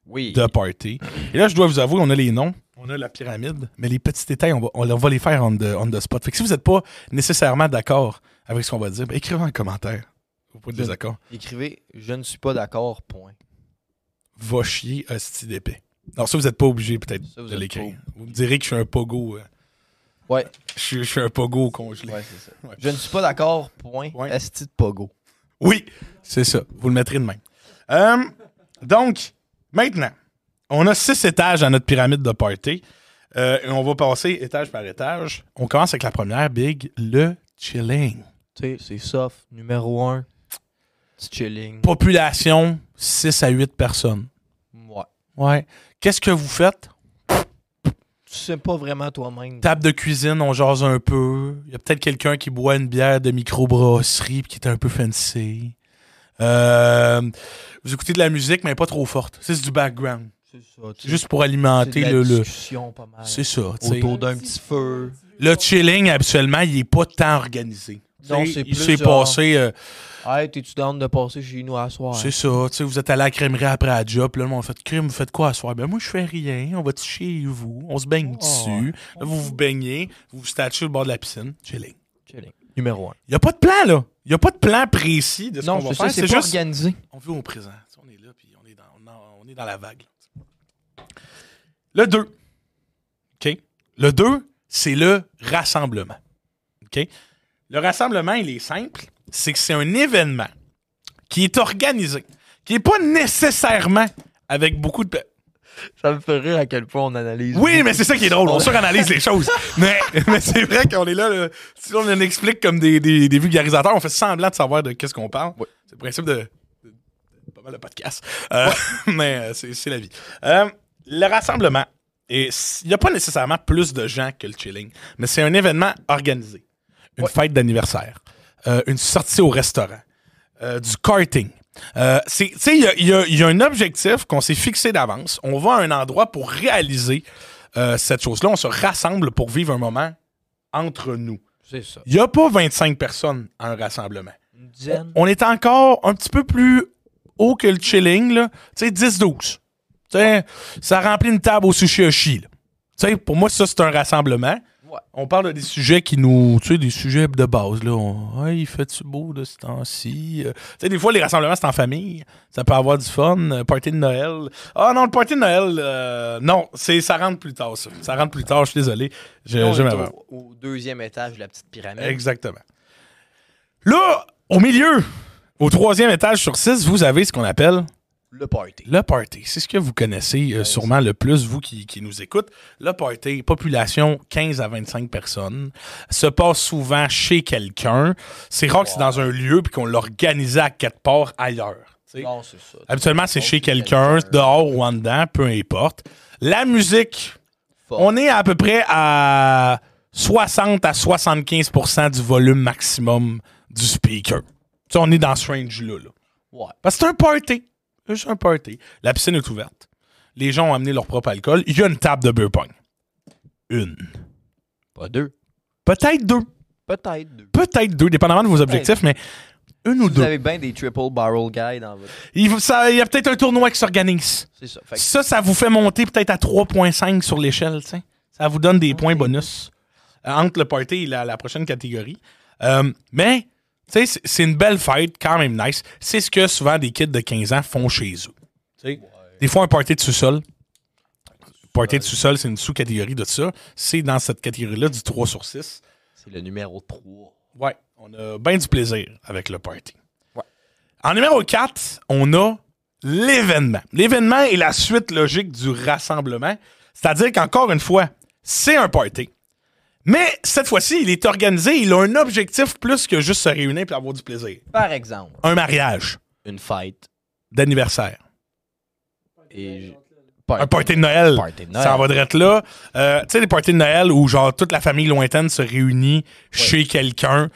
Speaker 2: Oui.
Speaker 1: de party. Et là, je dois vous avouer, on a les noms, on a la pyramide, mais les petits détails, on va, on, on va les faire on the, on the spot. Fait que si vous n'êtes pas nécessairement d'accord avec ce qu'on va dire, ben, écrivez en commentaire. Vous pouvez être désaccord.
Speaker 2: Écrivez, je ne suis pas d'accord, point.
Speaker 1: va chier hostie d'épée. Alors ça, vous n'êtes pas obligé peut-être
Speaker 2: Ça, vous
Speaker 1: de
Speaker 2: êtes
Speaker 1: l'écrire. Vous me direz que je suis un pogo. euh,
Speaker 2: Ouais.
Speaker 1: Je, suis- je suis un pogo congelé.
Speaker 2: Ouais, c'est ça.
Speaker 1: Ouais.
Speaker 2: Je ne suis pas d'accord, point.
Speaker 1: Ouais.
Speaker 2: Asti de Pogo.
Speaker 1: Oui, c'est ça. Vous le mettrez de même. Euh, donc, maintenant, on a six étages à notre pyramide de party. Euh, et on va passer étage par étage. On commence avec la première, Big, le chilling.
Speaker 2: Tu sais, c'est soft. Numéro 1, petit chilling.
Speaker 1: Population, 6 à 8 personnes.
Speaker 2: Ouais.
Speaker 1: Ouais. Qu'est-ce que vous faites?
Speaker 2: Tu sais pas vraiment toi-même.
Speaker 1: Table de cuisine, on jase un peu. Il y a peut-être quelqu'un qui boit une bière de microbrasserie pis qui est un peu fancy. Euh, vous écoutez de la musique, mais pas trop forte. C'est du background.
Speaker 2: C'est ça. tu
Speaker 1: C'est
Speaker 2: sais,
Speaker 1: juste pour
Speaker 2: c'est
Speaker 1: alimenter
Speaker 2: de la
Speaker 1: le. le-
Speaker 2: discussion pas mal.
Speaker 1: C'est ça. tu sais.
Speaker 2: Autour d'un petit feu.
Speaker 1: Le chilling, habituellement, il n'est pas tant organisé.
Speaker 2: Non,
Speaker 1: Tu sais,
Speaker 2: c'est
Speaker 1: il
Speaker 2: plus
Speaker 1: s'est
Speaker 2: genre-
Speaker 1: passé, euh,
Speaker 2: Hey, t'es-tu down de passer chez nous à soir?
Speaker 1: c'est ça, tu sais, vous êtes allé à la crèmerie après la job, puis là, le monde fait crime, vous faites quoi à soir? Ben, moi, je fais rien, on va chez vous, on se baigne
Speaker 2: Oh,
Speaker 1: dessus, Là, vous vous baignez, vous vous statez sur le bord de la piscine, chilling.
Speaker 2: Chilling. Numéro 1.
Speaker 1: Il n'y a pas de plan, là. Il n'y a pas de plan précis de ce qu'on
Speaker 2: Non,
Speaker 1: va
Speaker 2: c'est
Speaker 1: faire.
Speaker 2: ça,
Speaker 1: C'est
Speaker 2: c'est pas
Speaker 1: juste,
Speaker 2: organisé.
Speaker 1: on vit au présent. Tu sais, on est là, puis on est dans, on en- on est dans la vague. là. Le 2. OK? Le 2, c'est le rassemblement. OK? Le rassemblement, il est simple. C'est que c'est un événement qui est organisé, qui n'est pas nécessairement avec beaucoup de...
Speaker 2: Ça me fait rire à quel point on analyse.
Speaker 1: Oui, mais c'est ça qui est drôle. On suranalyse les choses. Mais, mais c'est vrai qu'on est là, là, Si on en explique comme des, des- des vulgarisateurs, on fait semblant de savoir de qu'est-ce qu'on parle.
Speaker 2: Oui.
Speaker 1: C'est le principe de, de- de pas mal de podcasts. Euh, Mais euh, c'est c'est la vie. Euh, le rassemblement. Et s- Il n'y a pas nécessairement plus de gens que le chilling, mais c'est un événement organisé. Une fête d'anniversaire, euh, une sortie au restaurant, euh, du karting. Euh, c'est- tu sais, il y a- il y, a- il y a un objectif qu'on s'est fixé d'avance. On va à un endroit pour réaliser euh, cette chose-là. On se rassemble pour vivre un moment entre nous.
Speaker 2: C'est ça.
Speaker 1: Il n'y a pas 25 personnes à un rassemblement.
Speaker 2: Une dizaine.
Speaker 1: On est encore un petit peu plus haut que le chilling, là. Tu sais, 10-12. Tu sais, ça remplit une table au sushi Hoshi, là. Tu sais, pour moi, ça, c'est un rassemblement.
Speaker 2: Ouais.
Speaker 1: On parle de des sujets qui nous. Tu sais, des sujets de base, là. On- Ah, il fait-tu beau de ce temps-ci? Euh, Tu sais, des fois, les rassemblements, c'est en famille. Ça peut avoir du fun. Euh, Party de Noël. Ah non, le party de Noël, euh, non, c'est, ça rentre plus tard, ça. Ça rentre plus tard, je suis désolé. Je,
Speaker 2: On
Speaker 1: je
Speaker 2: est
Speaker 1: m'avance.
Speaker 2: au, au deuxième étage de la petite pyramide.
Speaker 1: Exactement. Là, au milieu, au troisième étage sur six, vous avez ce qu'on appelle
Speaker 2: Le party.
Speaker 1: le party. C'est ce que vous connaissez euh, sûrement le plus, vous qui, qui nous écoutez. Le party, population 15 à 25 personnes, se passe souvent chez quelqu'un. C'est rare que c'est dans un lieu puis qu'on l'organise à quatre parts ailleurs. tu sais.
Speaker 2: Non, c'est ça.
Speaker 1: Habituellement, c'est
Speaker 2: Bon,
Speaker 1: chez
Speaker 2: chez
Speaker 1: quelqu'un,
Speaker 2: quelqu'un.
Speaker 1: dehors ou en dedans, peu importe. La musique,
Speaker 2: Fort.
Speaker 1: on est à peu près à 60 à 75 du volume maximum du speaker. Tu sais, on est dans ce range-là. là.
Speaker 2: Ouais.
Speaker 1: Parce que c'est un party. C'est juste un party. La piscine est ouverte. Les gens ont amené leur propre alcool. Il y a une table de beer pong. Une.
Speaker 2: Pas deux.
Speaker 1: Peut-être deux.
Speaker 2: Peut-être deux.
Speaker 1: Peut-être deux, dépendamment de vos objectifs, mais une ou
Speaker 2: Vous
Speaker 1: deux.
Speaker 2: avez bien des triple barrel guys dans votre.
Speaker 1: Il, va- ça- il y a peut-être un tournoi qui s'organise.
Speaker 2: C'est ça. Fait que
Speaker 1: Ça, ça vous fait monter peut-être à 3.5 sur l'échelle, tu sais. Ça vous donne des points bonus euh, entre le party et la, la prochaine catégorie. Euh, mais, tu sais, c'est- c'est une belle fête, quand même nice. C'est ce que souvent des kids de 15 ans font chez eux. Tu sais, Des fois, un party de sous-sol. Party de sous-sol, c'est une sous-catégorie de ça. C'est dans cette catégorie-là du 3 sur 6.
Speaker 2: c'est le numéro 3.
Speaker 1: Ouais, on a bien du plaisir avec le party.
Speaker 2: Ouais.
Speaker 1: En numéro 4, on a l'événement. L'événement est la suite logique du rassemblement. C'est-à-dire qu'encore une fois, c'est un party. Mais cette fois-ci, il est organisé, il a un objectif plus que juste se réunir pour avoir du plaisir.
Speaker 2: Par exemple,
Speaker 1: Un mariage
Speaker 2: une fête
Speaker 1: d'anniversaire.
Speaker 2: et. je-
Speaker 1: Un party de Noël.
Speaker 2: Party de Noël.
Speaker 1: Ça en va direct là. Euh, tu sais, les parties de Noël où genre toute la famille lointaine se réunit chez quelqu'un.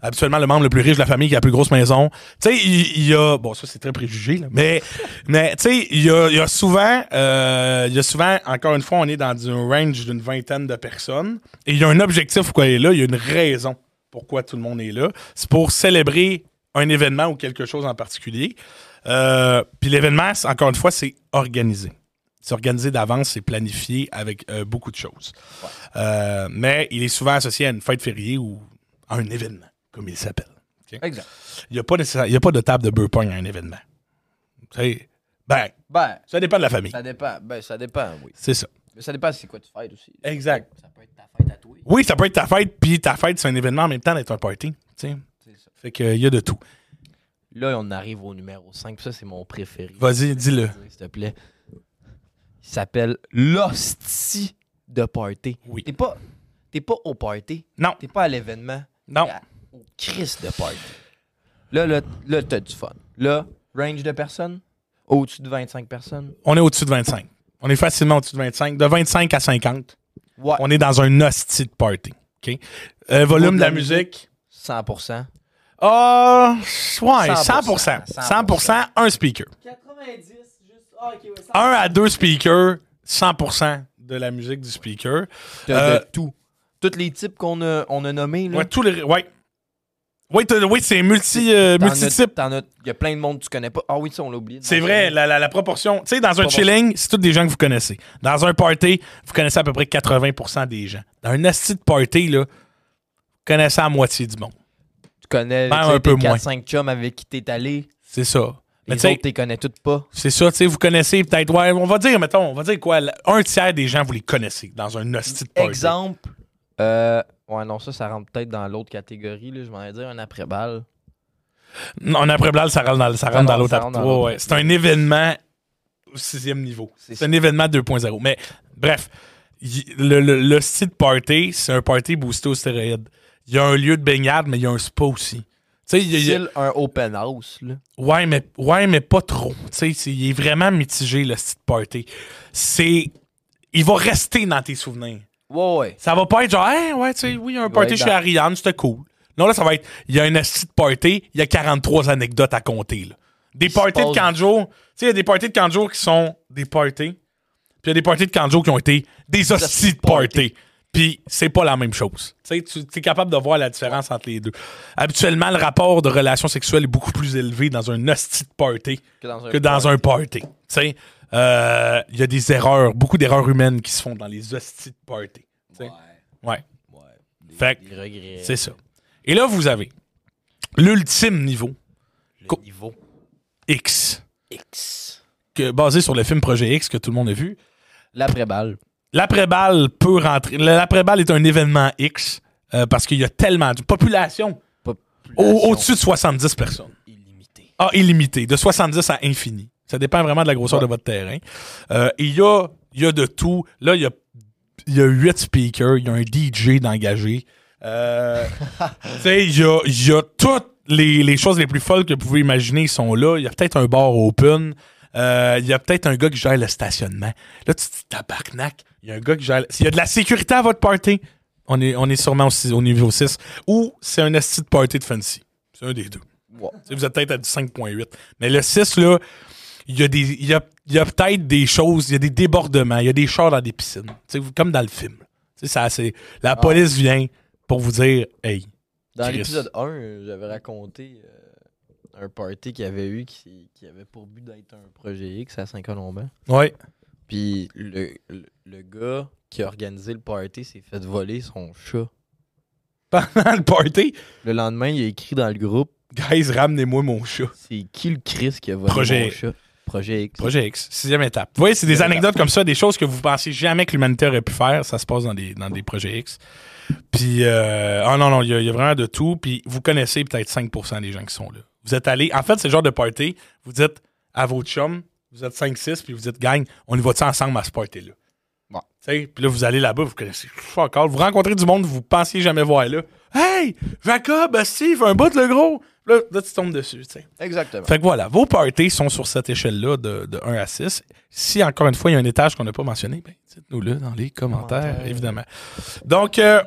Speaker 1: Habituellement, le membre le plus riche de la famille qui a la plus grosse maison. Tu sais, il il y, a... Bon, ça, c'est très préjugé, là. Mais, mais tu sais, il y a, il y a souvent... euh, Il y a souvent, encore une fois, on est dans un range d'une vingtaine de personnes. Et il y a un objectif pourquoi il est là. Il y a une raison pourquoi tout le monde est là. C'est pour célébrer un événement ou quelque chose en particulier. Euh, Puis l'événement, c'est- encore une fois, c'est organisé. C'est organisé d'avance, c'est planifié avec euh, beaucoup de choses. Euh, mais il est souvent associé à une fête fériée ou à un événement, comme il s'appelle.
Speaker 2: Exact.
Speaker 1: Il n'y a, pas nécessaire- il y a pas de table de beurre à un événement. Tu sais, Ben,
Speaker 2: Ben,
Speaker 1: ça dépend de la famille.
Speaker 2: ça dépend. Ben, ça dépend, oui.
Speaker 1: C'est ça.
Speaker 2: Mais ça dépend c'est quoi tu fêtes aussi.
Speaker 1: Exact.
Speaker 2: Ça peut être ta fête à toi.
Speaker 1: Oui, ça peut être ta fête, puis ta fête, c'est un événement en même temps d'être un party. tu sais.
Speaker 2: C'est ça.
Speaker 1: Fait qu'il y a de tout.
Speaker 2: Là, on arrive au numéro 5. Ça, c'est mon préféré.
Speaker 1: Vas-y, dis-le.
Speaker 2: S'il te plaît. Il s'appelle l'hostie de party.
Speaker 1: Oui.
Speaker 2: T'es pas, t'es pas au party.
Speaker 1: Non.
Speaker 2: T'es pas à l'événement.
Speaker 1: Non.
Speaker 2: T'es à- au Chris de party. Là, là, là t'as du fun. Là, range de personnes. Au-dessus de 25 personnes.
Speaker 1: On est au-dessus de 25. On est facilement au-dessus de 25. De 25 à 50,
Speaker 2: Ouais.
Speaker 1: on est dans un hostie de party. OK? Euh, volume de la musique.
Speaker 2: 100%.
Speaker 1: Ah, ouais, 100%.
Speaker 2: 100%,
Speaker 1: 100%, un speaker.
Speaker 3: 90, juste. Ah, ok, ouais, ça.
Speaker 1: Un à deux speakers, 100% de la musique du speaker.
Speaker 2: T'as
Speaker 1: Euh,
Speaker 2: de tout. Tous les types qu'on a, on a nommés. Là,
Speaker 1: Ouais, tous les. Ouais. Oui, t'as- oui, c'est multi, euh,
Speaker 2: T'en as-
Speaker 1: multi-type.
Speaker 2: t'en as- Il y a plein de monde que tu connais pas. Ah oui, ça, on l'a oublié. de
Speaker 1: C'est vrai,
Speaker 2: mentionner.
Speaker 1: la, la- la proportion. Tu sais, dans un
Speaker 2: Proportion.
Speaker 1: chilling, c'est tous des gens que vous connaissez. Dans un party, vous connaissez à peu près 80 des gens. Dans un asti de party, là, vous connaissez la moitié du monde.
Speaker 2: Tu connais
Speaker 1: Ben,
Speaker 2: tu sais,
Speaker 1: un peu
Speaker 2: tes
Speaker 1: moins.
Speaker 2: 4-5 chums avec qui t'es allé.
Speaker 1: C'est ça. Mais tu
Speaker 2: Les
Speaker 1: sais,
Speaker 2: autres, t'es connais toutes pas.
Speaker 1: c'est ça, tu sais, vous connaissez peut-être, ouais, on va dire, mettons, on va dire quoi, la- un tiers des gens, vous les connaissez dans un asti de party.
Speaker 2: Exemple. euh, ouais, non, ça, ça rentre peut-être dans l'autre catégorie. Là, je m'en vais dire un après-balle.
Speaker 1: Non, un après blague ça rentre dans, ça rentre
Speaker 2: Ah non,
Speaker 1: dans l'autre
Speaker 2: ça rentre
Speaker 1: art-
Speaker 2: dans
Speaker 1: ouais, ouais. C'est un événement au sixième niveau.
Speaker 2: C'est
Speaker 1: C'est
Speaker 2: ça.
Speaker 1: un événement 2.0. Mais bref, y- le, le, le site party, c'est un party boosté aux stéroïdes. Il y a un lieu de baignade, mais il y a un spa aussi. Tu sais, il y a- il y a-
Speaker 2: Style un open house. Là.
Speaker 1: ouais, mais, ouais, mais pas trop. Tu sais, c'est- il est vraiment mitigé, le site party. C'est. Il va rester dans tes souvenirs.
Speaker 2: Ouais, ouais.
Speaker 1: Ça va pas être genre, Hein, ouais, tu sais, oui, il y a un party
Speaker 2: être
Speaker 1: chez
Speaker 2: dans-
Speaker 1: Ariane, c'était cool. Non, là, ça va être, il y a un esti de party, il y a 43 anecdotes à compter. là. Des
Speaker 2: se
Speaker 1: parties de
Speaker 2: passe-
Speaker 1: Kanjo, tu sais, il y a des parties de Kanjo qui sont des parties, puis il y a des parties de Kanjo qui ont été des hosties de party. Puis c'est pas la même chose. Tu sais, tu es capable de voir la différence entre les deux. Habituellement, le rapport de relations sexuelles est beaucoup plus élevé dans un hostie de party
Speaker 2: Que dans un.
Speaker 1: que dans un party. Tu sais, euh, il y a des erreurs, beaucoup d'erreurs humaines qui se font dans les hosties de party. Tu sais. Ouais.
Speaker 2: Ouais. Des-
Speaker 1: Fait que
Speaker 2: des regrets.
Speaker 1: c'est ça. Et là, vous avez l'ultime niveau
Speaker 2: Le
Speaker 1: co-
Speaker 2: niveau
Speaker 1: X,
Speaker 2: X.
Speaker 1: que, basé sur le film Projet X que tout le monde a vu.
Speaker 2: L'après-balle.
Speaker 1: L'après-balle peut rentrer. L'après-balle est un événement X euh, parce qu'il y a tellement de population au- au-dessus de 70 personnes.
Speaker 2: illimité.
Speaker 1: Ah, illimité, de 70 à infini. Ça dépend vraiment de la grosseur
Speaker 2: Ouais.
Speaker 1: de votre terrain. Euh, et il y a, il y a de tout. Là, il y a, il y a 8 speakers, il y a un DJ d'engagé. Euh, tu sais, il y a, il y a toutes les, les choses les plus folles que vous pouvez imaginer qui sont là. Il y a peut-être un bar open. Euh, Il y a peut-être un gars qui gère le stationnement. Là, tu te dis, tabarnak, il y a un gars qui gère... le- S'il y a de la sécurité à votre party, on est, on est sûrement au, six- au niveau 6. Ou c'est un esti de party de fancy. C'est un des deux.
Speaker 2: Ouais.
Speaker 1: Tu sais, vous êtes peut-être à du 5.8. Mais le 6, là, il y a, des- il y a, il y a peut-être des choses, il y a des débordements, il y a des chars dans des piscines. Tu sais, vous- comme dans le film. Tu sais, ça, c'est- la police vient pour vous dire Hey,
Speaker 2: Dans
Speaker 1: Chris.
Speaker 2: l'épisode 1, euh, j'avais raconté euh, un party qu'il y avait eu qui, qui avait pour but d'être un projet X à Saint-Colomban.
Speaker 1: ouais,
Speaker 2: Puis le, le, le gars qui a organisé le party s'est fait voler son chat.
Speaker 1: pendant le party,
Speaker 2: Le lendemain, il a écrit dans le groupe
Speaker 1: guys, ramenez-moi mon chat.
Speaker 2: c'est qui le Chris qui a volé
Speaker 1: Projet-
Speaker 2: mon chat Projet X.
Speaker 1: Projet X, sixième étape. Vous voyez, c'est des
Speaker 2: Sixième
Speaker 1: anecdotes comme ça, des choses que vous pensez jamais que l'humanité aurait pu faire. Ça se passe dans des, dans des projets X. Puis, euh, ah non, non, il y, a- il y a vraiment de tout. Puis, vous connaissez peut-être 5% des gens qui sont là. Vous êtes allés, en fait, c'est le genre de party, vous dites à vos chums, vous êtes 5-6, puis vous dites, gang, on y va-tu ensemble à ce party-là?
Speaker 2: Ouais.
Speaker 1: Tu sais, Puis là, vous allez là-bas, vous connaissez fuck all. Vous rencontrez du monde que vous pensiez jamais voir là. Hey, Jacob, Steve, un bout le gros. Là, là, tu tombes dessus, tu sais.
Speaker 2: Exactement.
Speaker 1: Fait que voilà, vos parties sont sur cette échelle-là de, de 1 à 6. Si, encore une fois, il y a un étage qu'on n'a pas mentionné, ben, dites-nous-le dans les commentaires,
Speaker 2: Commentaires.
Speaker 1: évidemment. Donc, euh,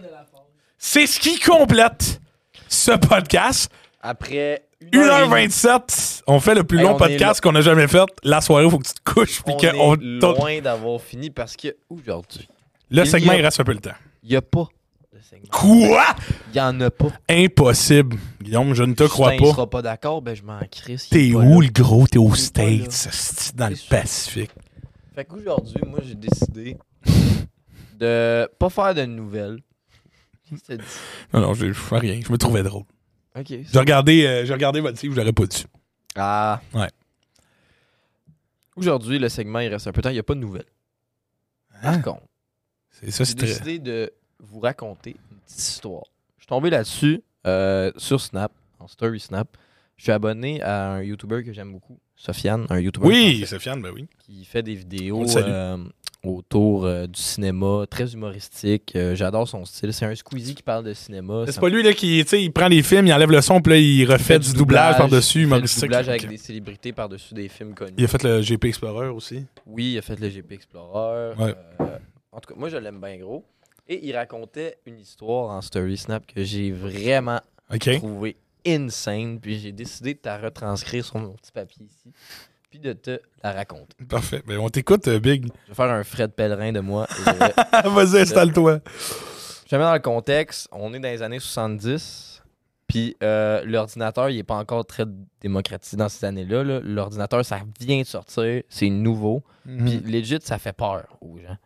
Speaker 1: c'est ce qui complète ce podcast.
Speaker 2: Après
Speaker 1: 1h27, on fait le plus
Speaker 2: Hey,
Speaker 1: long
Speaker 2: on est
Speaker 1: podcast qu'on a jamais fait. La soirée, il faut que tu te couches. Puis
Speaker 2: on
Speaker 1: que
Speaker 2: est
Speaker 1: on-
Speaker 2: loin d'avoir fini parce que aujourd'hui,
Speaker 1: le
Speaker 2: Il y
Speaker 1: segment,
Speaker 2: a-
Speaker 1: il reste un peu le temps.
Speaker 2: il n'y a pas de segment.
Speaker 1: Quoi?
Speaker 2: Il n'y en a pas.
Speaker 1: Impossible. Guillaume, je ne te crois
Speaker 2: Justin, Il
Speaker 1: pas.
Speaker 2: sera pas d'accord, ben je m'en crisse. il est
Speaker 1: T'es
Speaker 2: pas
Speaker 1: où,
Speaker 2: là.
Speaker 1: le gros? T'es aux
Speaker 2: Il est pas là.
Speaker 1: States, esti, dans le
Speaker 2: sûr.
Speaker 1: Pacifique.
Speaker 2: Fait qu'aujourd'hui, moi, j'ai décidé de pas faire de nouvelles. Qu'est-ce que t'as dit?
Speaker 1: Non, non, je, je fais rien. Je me trouvais drôle.
Speaker 2: Ok.
Speaker 1: J'ai regardé, euh, j'ai regardé votre livre, je l'aurais pas dû.
Speaker 2: Ah.
Speaker 1: Ouais.
Speaker 2: Aujourd'hui, le segment, il reste un peu de temps. Il n'y a pas de nouvelles.
Speaker 1: Hein?
Speaker 2: Par contre,
Speaker 1: C'est ça,
Speaker 2: j'ai
Speaker 1: c'est très.
Speaker 2: décidé de vous raconter une petite histoire. Je suis tombé là-dessus euh, sur Snap, en Story Snap. Je suis abonné à un YouTuber que j'aime beaucoup, Sofiane, un YouTuber
Speaker 1: Oui,
Speaker 2: français,
Speaker 1: Sofiane, ben oui.
Speaker 2: qui fait des
Speaker 1: On
Speaker 2: vidéos
Speaker 1: le salue.
Speaker 2: euh, autour euh, du cinéma, très humoristique. Euh, J'adore son style. C'est un Squeezie qui parle de cinéma.
Speaker 1: C'est
Speaker 2: Ça
Speaker 1: pas lui là qui, tu sais, il prend les films, il enlève le son, puis là, il
Speaker 2: Il
Speaker 1: refait du doublage par-dessus.
Speaker 2: il fait du
Speaker 1: humoristique.
Speaker 2: doublage avec
Speaker 1: Ok.
Speaker 2: des célébrités par-dessus des films connus.
Speaker 1: Il a fait le GP Explorer aussi.
Speaker 2: Oui, il a fait le GP Explorer.
Speaker 1: Ouais.
Speaker 2: Euh, en tout cas, moi, je l'aime bien gros. Et il racontait une histoire en Story Snap que j'ai vraiment
Speaker 1: OK.
Speaker 2: trouvé insane. Puis j'ai décidé de la retranscrire sur mon petit papier ici. Puis de te la raconter.
Speaker 1: Parfait. Ben, on t'écoute, euh, Big.
Speaker 2: Je vais faire un Fred Pellerin de moi. et je vais-
Speaker 1: Vas-y, installe-toi.
Speaker 2: Je te mets dans le contexte, on est dans les années 70, puis euh, l'ordinateur, il n'est pas encore très démocratisé dans ces années-là. là. L'ordinateur, ça vient de sortir, c'est nouveau,
Speaker 1: Hmm.
Speaker 2: puis legit, ça fait peur aux gens.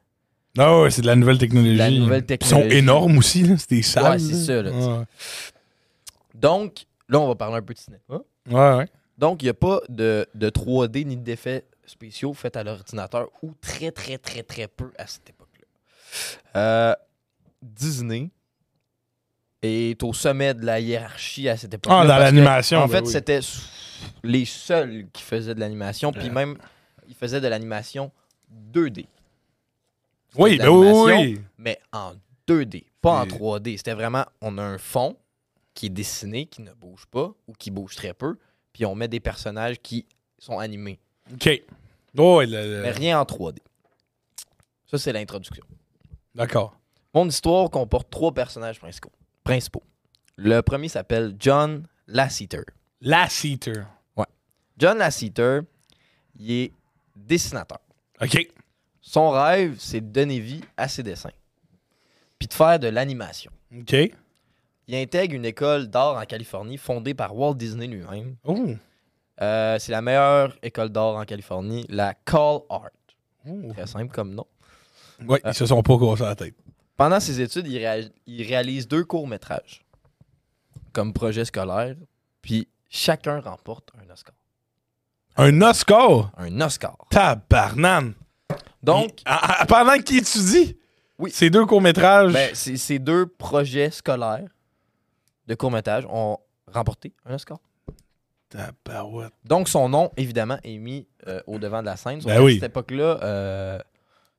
Speaker 1: Non, Ah ouais, c'est de la nouvelle technologie.
Speaker 2: La nouvelle
Speaker 1: Ils sont
Speaker 2: technologie.
Speaker 1: énormes aussi, là. C'est des salles.
Speaker 2: Ouais, c'est ça, là, tu sais.
Speaker 1: Ouais,
Speaker 2: Donc, là, on va parler un peu de cinéma.
Speaker 1: ouais. ouais.
Speaker 2: Donc, il n'y a pas de, de 3D ni d'effets spéciaux faits à l'ordinateur ou très, très, très, très peu à cette époque-là. Euh, Disney est au sommet de la hiérarchie à cette époque-là.
Speaker 1: Ah, dans
Speaker 2: parce que,
Speaker 1: l'animation.
Speaker 2: En
Speaker 1: ben
Speaker 2: fait,
Speaker 1: oui.
Speaker 2: c'était s- les seuls qui faisaient de l'animation, puis même, ils faisaient de l'animation 2D.
Speaker 1: Oui,
Speaker 2: c'était
Speaker 1: ben oui, oui,
Speaker 2: l'animation.
Speaker 1: oui.
Speaker 2: mais en 2D, pas en
Speaker 1: Et-
Speaker 2: 3D. C'était vraiment, on a un fond qui est dessiné, qui ne bouge pas ou qui bouge très peu, puis on met des personnages qui sont animés,
Speaker 1: OK. Oh, ouais, le- le-
Speaker 2: mais rien en 3D. Ça, c'est l'introduction.
Speaker 1: D'accord.
Speaker 2: Mon histoire comporte trois personnages principaux. principaux. Le premier s'appelle John Lasseter.
Speaker 1: Last Eater.
Speaker 2: John Lasseter, il est dessinateur.
Speaker 1: OK.
Speaker 2: Son rêve, c'est de donner vie à ses dessins, puis de faire de l'animation.
Speaker 1: OK.
Speaker 2: Il intègre une école d'art en Californie fondée par Walt Disney lui-même.
Speaker 1: Oh.
Speaker 2: Euh, c'est la meilleure école d'art en Californie, la Call Art.
Speaker 1: oh.
Speaker 2: Très simple comme nom.
Speaker 1: Ouais, ils se sont pas cassés la tête.
Speaker 2: Pendant ses études, il, réa- il réalise deux courts-métrages comme projet scolaire, puis chacun remporte un Oscar.
Speaker 1: Un Oscar.
Speaker 2: Un Oscar.
Speaker 1: Tabarnan.
Speaker 2: Donc,
Speaker 1: Il- à- à- pendant qu'il étudie.
Speaker 2: Oui.
Speaker 1: Ces deux courts-métrages.
Speaker 2: ben, c'est- ces deux projets scolaires de courts-métrages ont remporté un Oscar.
Speaker 1: Tabarouette.
Speaker 2: Donc, son nom, évidemment, est mis euh, au devant de la scène. Sauf
Speaker 1: Ben
Speaker 2: qu'à
Speaker 1: oui.
Speaker 2: cette époque-là, euh,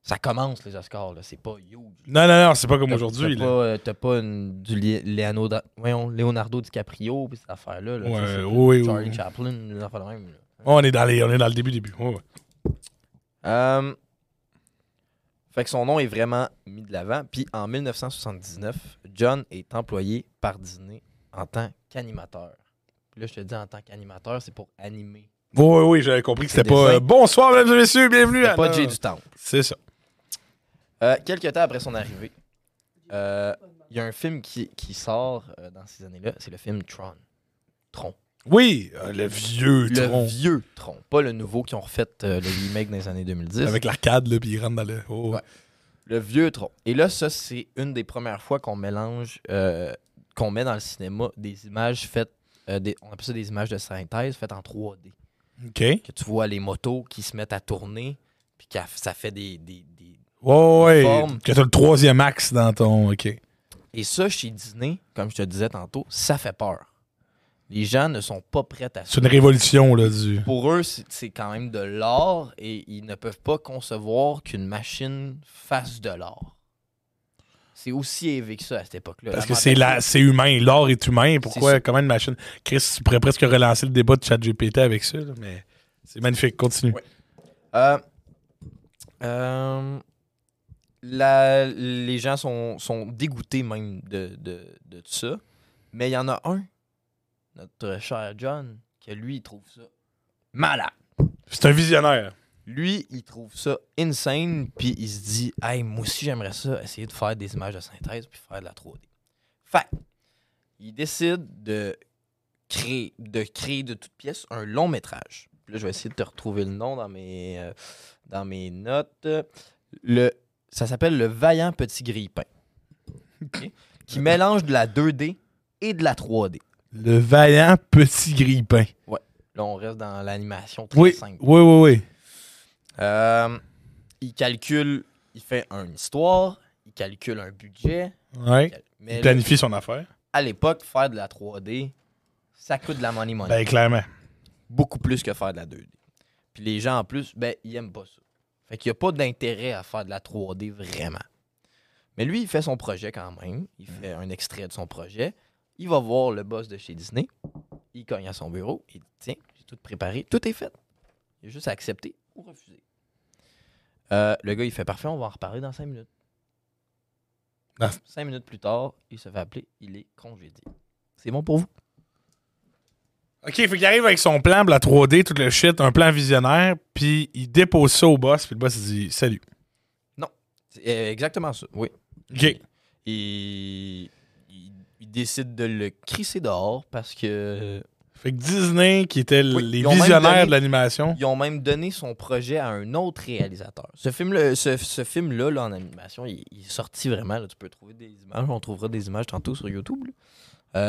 Speaker 2: ça commence les Oscars. là. C'est pas huge.
Speaker 1: Non, non, non, c'est pas comme
Speaker 2: T'as-
Speaker 1: aujourd'hui.
Speaker 2: T'as
Speaker 1: là.
Speaker 2: pas, euh, t'as pas une- du Lé- Léano- da- voyons, Leonardo DiCaprio, pis cette affaire-là. là,
Speaker 1: Ouais,
Speaker 2: tu sais, c'est
Speaker 1: oui, oui,
Speaker 2: Charlie
Speaker 1: oui. Oh,
Speaker 2: Chaplin, une affaire de même. là.
Speaker 1: On est dans les, on est dans le début début. Ouais, ouais.
Speaker 2: Euh, fait que son nom est vraiment mis de l'avant. Puis en 1979, John est employé par Disney en tant qu'animateur. Puis Là, je te dis en tant qu'animateur, c'est pour animer.
Speaker 1: Oui, oui, oui, j'avais compris que
Speaker 2: C'est
Speaker 1: c'était pas.
Speaker 2: des
Speaker 1: euh, Bonsoir, mesdames et messieurs, bienvenue
Speaker 2: C'est
Speaker 1: à.
Speaker 2: pas
Speaker 1: la-
Speaker 2: Jay du Temple.
Speaker 1: C'est ça.
Speaker 2: Euh, quelques temps après son arrivée, euh, il y a un film qui, qui sort euh, dans ces années-là. C'est le film Tron. Tron.
Speaker 1: Oui, euh, le vieux
Speaker 2: Le
Speaker 1: tronc.
Speaker 2: vieux Tron, pas le nouveau qui ont refait euh, le remake dans les années 2010.
Speaker 1: Avec l'arcade, là, puis il rentre dans le. oh,
Speaker 2: Ouais. Le vieux Tron. Et là, ça, c'est une des premières fois qu'on mélange, euh, qu'on met dans le cinéma des images faites, euh, des- on appelle ça des images de synthèse faites en 3D.
Speaker 1: OK. Ouais,
Speaker 2: Que tu vois les motos qui se mettent à tourner, puis qu'à- ça fait des, des- des-
Speaker 1: ouais.
Speaker 2: Forme.
Speaker 1: Que t'as le troisième axe dans ton. OK.
Speaker 2: Et ça, chez Disney, comme je te disais tantôt, ça fait peur. Les gens ne sont pas prêts à ça.
Speaker 1: C'est une révolution, là, du.
Speaker 2: pour eux, c'est c'est quand même de l'art et ils ne peuvent pas concevoir qu'une machine fasse de l'art. C'est aussi élevé que ça à cette époque-là.
Speaker 1: Parce
Speaker 2: La
Speaker 1: que c'est la,
Speaker 2: mentalité-
Speaker 1: c'est humain, l'or est humain.
Speaker 2: C'est
Speaker 1: Pourquoi,
Speaker 2: ça.
Speaker 1: comment une machine. Chris, tu pourrais presque relancer le débat de ChatGPT avec ça, là, mais c'est magnifique, continue.
Speaker 2: Ouais. Euh, euh, la- les gens sont, sont dégoûtés même de, de- de tout ça. Mais il y en a un, notre cher John, que lui, il trouve ça malade.
Speaker 1: C'est un visionnaire.
Speaker 2: Lui, il trouve ça insane, puis il se dit Hey, moi aussi, j'aimerais ça, essayer de faire des images de synthèse, puis faire de la 3D. Fait il décide de créer de, créer de toutes pièces un long métrage. Puis Là, je vais essayer de te retrouver le nom dans mes, euh, dans mes notes. Le, ça s'appelle Le Vaillant Petit Grille-Pain, Ok? qui mélange de la 2D et de la 3D.
Speaker 1: Le vaillant petit grippin.
Speaker 2: Là, on reste dans l'animation très
Speaker 1: Oui,
Speaker 2: simple.
Speaker 1: oui, oui, oui.
Speaker 2: Euh, il calcule, il fait une histoire, il calcule un budget.
Speaker 1: Ouais.
Speaker 2: Mais là,
Speaker 1: Planifie son affaire.
Speaker 2: à l'époque, faire de la 3D, ça coûte de la money money.
Speaker 1: Ben, clairement.
Speaker 2: beaucoup plus que faire de la 2D. Puis les gens, en plus, ben, ils aiment pas ça. Fait qu'il n'y a pas d'intérêt à faire de la 3D vraiment. Mais lui, il fait son projet quand même. Il fait un extrait de son projet. Il va voir le boss de chez Disney. Il cogne à son bureau. Il dit Tiens, j'ai tout préparé. Tout est fait. Il a juste à accepter ou refuser. Euh, le gars, il fait Parfait, on va en reparler dans 5 minutes.
Speaker 1: Dans-
Speaker 2: 5 minutes plus tard, il se fait appeler. Il est congédié. C'est bon pour vous
Speaker 1: OK, fait qu'il arrive avec son plan, puis la 3D, tout le shit, un plan visionnaire, puis il dépose ça au boss, puis le boss il dit salut.
Speaker 2: C'est euh, exactement ça. Oui.
Speaker 1: OK.
Speaker 2: Et il, il décide de le crisser dehors parce que euh,
Speaker 1: Fait que Disney, qui était l-
Speaker 2: Oui,
Speaker 1: les
Speaker 2: ils ont même
Speaker 1: visionnaires
Speaker 2: donné-
Speaker 1: de l'animation,
Speaker 2: ils ont même donné son projet à un autre réalisateur. Ce film-là, ce, ce film-là là, en animation, il, il est sorti vraiment. là, tu peux trouver des images. On trouvera des images tantôt sur YouTube. là.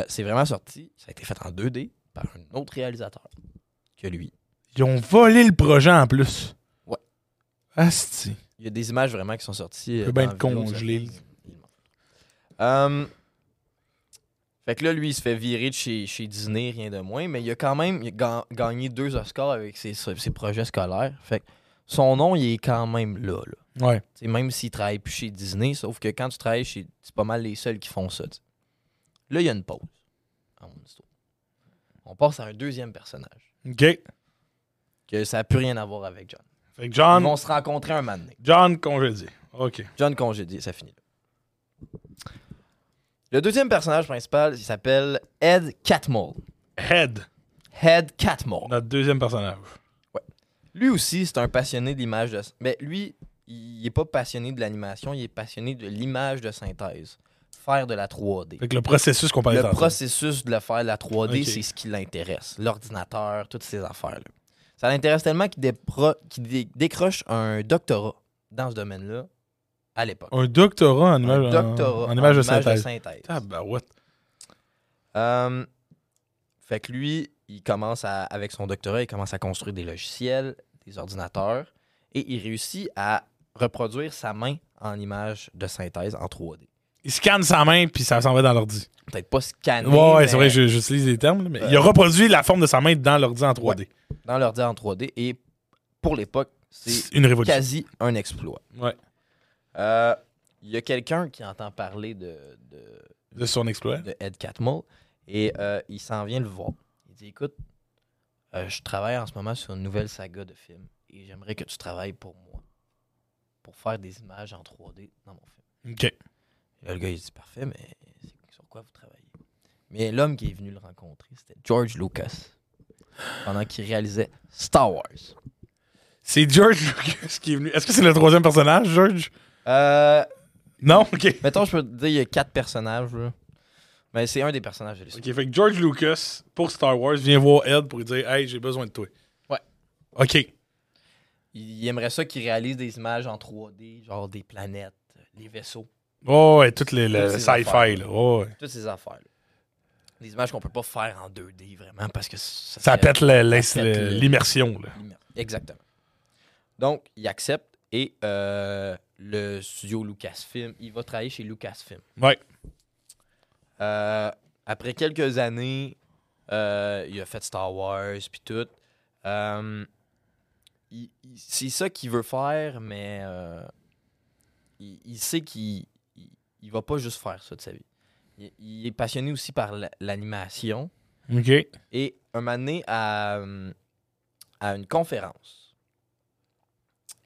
Speaker 2: Euh, c'est vraiment sorti. Ça a été fait en 2D par un autre réalisateur que lui.
Speaker 1: ils ont volé le projet en plus.
Speaker 2: Ouais.
Speaker 1: Asti.
Speaker 2: Il y a des images vraiment qui sont sorties. euh,
Speaker 1: peut bien
Speaker 2: dans
Speaker 1: être
Speaker 2: la vidéo,
Speaker 1: congelé.
Speaker 2: ça fait- il manque. Euh, fait que là, lui, il se fait virer de chez, chez Disney, rien de moins, mais il a quand même il a ga- gagné deux Oscars avec ses, ses projets scolaires. Fait que son nom, il est quand même là. là.
Speaker 1: Ouais.
Speaker 2: Tu sais, même s'il travaille plus chez Disney, sauf que quand tu travailles chez. C'est pas mal les seuls qui font ça. tu sais. Là, il y a une pause. dans mon histoire. On passe à un deuxième personnage.
Speaker 1: OK. Fait
Speaker 2: Que ça n'a plus rien à voir avec John.
Speaker 1: que
Speaker 2: Ils
Speaker 1: John,
Speaker 2: vont se rencontrer un matin.
Speaker 1: John congédié. OK.
Speaker 2: John congédié, ça finit là. Le deuxième personnage principal, il s'appelle Ed Catmull.
Speaker 1: Head,
Speaker 2: Ed Catmull.
Speaker 1: notre deuxième personnage.
Speaker 2: Lui aussi, c'est un passionné de l'image de... Mais lui, il est pas passionné de l'animation, il est passionné de l'image de synthèse. Faire de la 3D.
Speaker 1: Fait que le processus qu'on parlait
Speaker 2: Le
Speaker 1: tantôt.
Speaker 2: processus de le faire de la 3D,
Speaker 1: Ok.
Speaker 2: c'est ce qui l'intéresse. L'ordinateur, toutes ces affaires-là. Ça l'intéresse tellement qu'il dépro- qu'il dé- décroche un doctorat dans ce domaine-là à l'époque.
Speaker 1: Un doctorat en image,
Speaker 2: un doctorat
Speaker 1: en, en image de synthèse.
Speaker 2: synthèse.
Speaker 1: Tabarouette.
Speaker 2: Euh, fait que lui, il commence à, avec son doctorat, il commence à construire des logiciels, des ordinateurs, et il réussit à reproduire sa main en image de synthèse en 3D.
Speaker 1: Il scanne sa main, puis ça s'en va dans l'ordi.
Speaker 2: Peut-être pas scanner,
Speaker 1: Ouais, ouais, c'est
Speaker 2: Ah, mais
Speaker 1: vrai, je- j'utilise les termes, là, mais
Speaker 2: Euh.
Speaker 1: il a reproduit la forme de sa main dans l'ordi en 3D.
Speaker 2: dans l'ordi en 3D, et pour l'époque, c'est
Speaker 1: C'est une révolution.
Speaker 2: quasi un exploit.
Speaker 1: Ouais.
Speaker 2: Euh, Il y a quelqu'un qui entend parler de- de,
Speaker 1: De son exploit.
Speaker 2: de Ed Catmull. Et euh, il s'en vient le voir. Il dit Écoute, euh, je travaille en ce moment sur une nouvelle saga de film et j'aimerais que tu travailles pour moi pour faire des images en 3D dans mon film.
Speaker 1: OK.
Speaker 2: Là, le gars, il dit Parfait, mais c'est- sur quoi vous travaillez Mais l'homme qui est venu le rencontrer, c'était George Lucas pendant qu'il réalisait Star Wars.
Speaker 1: C'est George Lucas qui est venu. Est-ce que c'est le troisième personnage, George?
Speaker 2: Euh,
Speaker 1: Non? OK.
Speaker 2: mettons, je peux te dire, il y a quatre personnages. là. Mais c'est un des personnages de l'histoire.
Speaker 1: OK, fait que George Lucas, pour Star Wars, vient voir Ed pour lui dire « Hey, j'ai besoin de toi. »
Speaker 2: Ouais.
Speaker 1: OK.
Speaker 2: Il il aimerait ça qu'il réalise des images en 3D, genre des planètes, euh, les vaisseaux,
Speaker 1: Oh, ouais, tout le, le
Speaker 2: Toutes ces
Speaker 1: sci-fi,
Speaker 2: affaires.
Speaker 1: là. Oh, ouais.
Speaker 2: toutes ces affaires. Des images qu'on peut pas faire en 2D vraiment parce que
Speaker 1: Ça
Speaker 2: ça, serait-
Speaker 1: pète le- l'ins-
Speaker 2: pète
Speaker 1: le-
Speaker 2: le-
Speaker 1: l'immersion, là.
Speaker 2: Exactement. Donc, il accepte et euh, le studio Lucasfilm, il va travailler chez Lucasfilm.
Speaker 1: Ouais.
Speaker 2: Euh, après quelques années, euh, il a fait Star Wars puis tout. Euh, il- il- c'est ça qu'il veut faire, mais euh, il, il sait qu'il il, il va pas juste faire ça de sa vie. Il, il est passionné aussi par la- l'animation.
Speaker 1: OK.
Speaker 2: Et un moment donné, à, euh, à une conférence,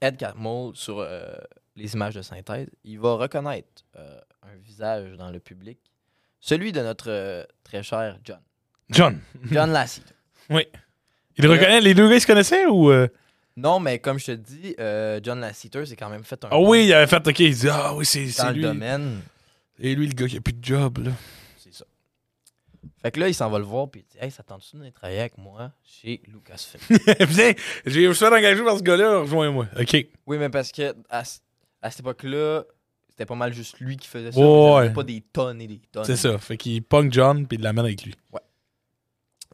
Speaker 2: Ed Catmull, sur euh, les images de synthèse, il va reconnaître euh, un visage dans le public, celui de notre euh, très cher John.
Speaker 1: John.
Speaker 2: John Lassie.
Speaker 1: Il
Speaker 2: Euh,
Speaker 1: reconnaît... Les deux gars, ils se connaissaient ou... euh?
Speaker 2: Non, mais comme je te dis, euh, John Lasseter, c'est quand même fait un
Speaker 1: Ah oui, il avait fait... OK, il dit « Ah oui, c'est
Speaker 2: dans
Speaker 1: c'est
Speaker 2: le
Speaker 1: lui.
Speaker 2: domaine.
Speaker 1: Et lui, le gars qui a plus de job, là.
Speaker 2: C'est ça. Fait que là, il s'en va le voir, puis il dit Hey, ça te tu de venir travailler avec moi chez Lucasfilm
Speaker 1: Viens, j'ai- je suis engagé par ce gars-là, rejoins-moi. OK.
Speaker 2: Oui, mais parce que à, c- à cette époque-là, c'était pas mal juste lui qui faisait ça.
Speaker 1: Ouais,
Speaker 2: mais il y en avait
Speaker 1: ouais.
Speaker 2: Pas des tonnes et des tonnes.
Speaker 1: C'est ça. Fait qu'il punk John puis il l'amène avec lui.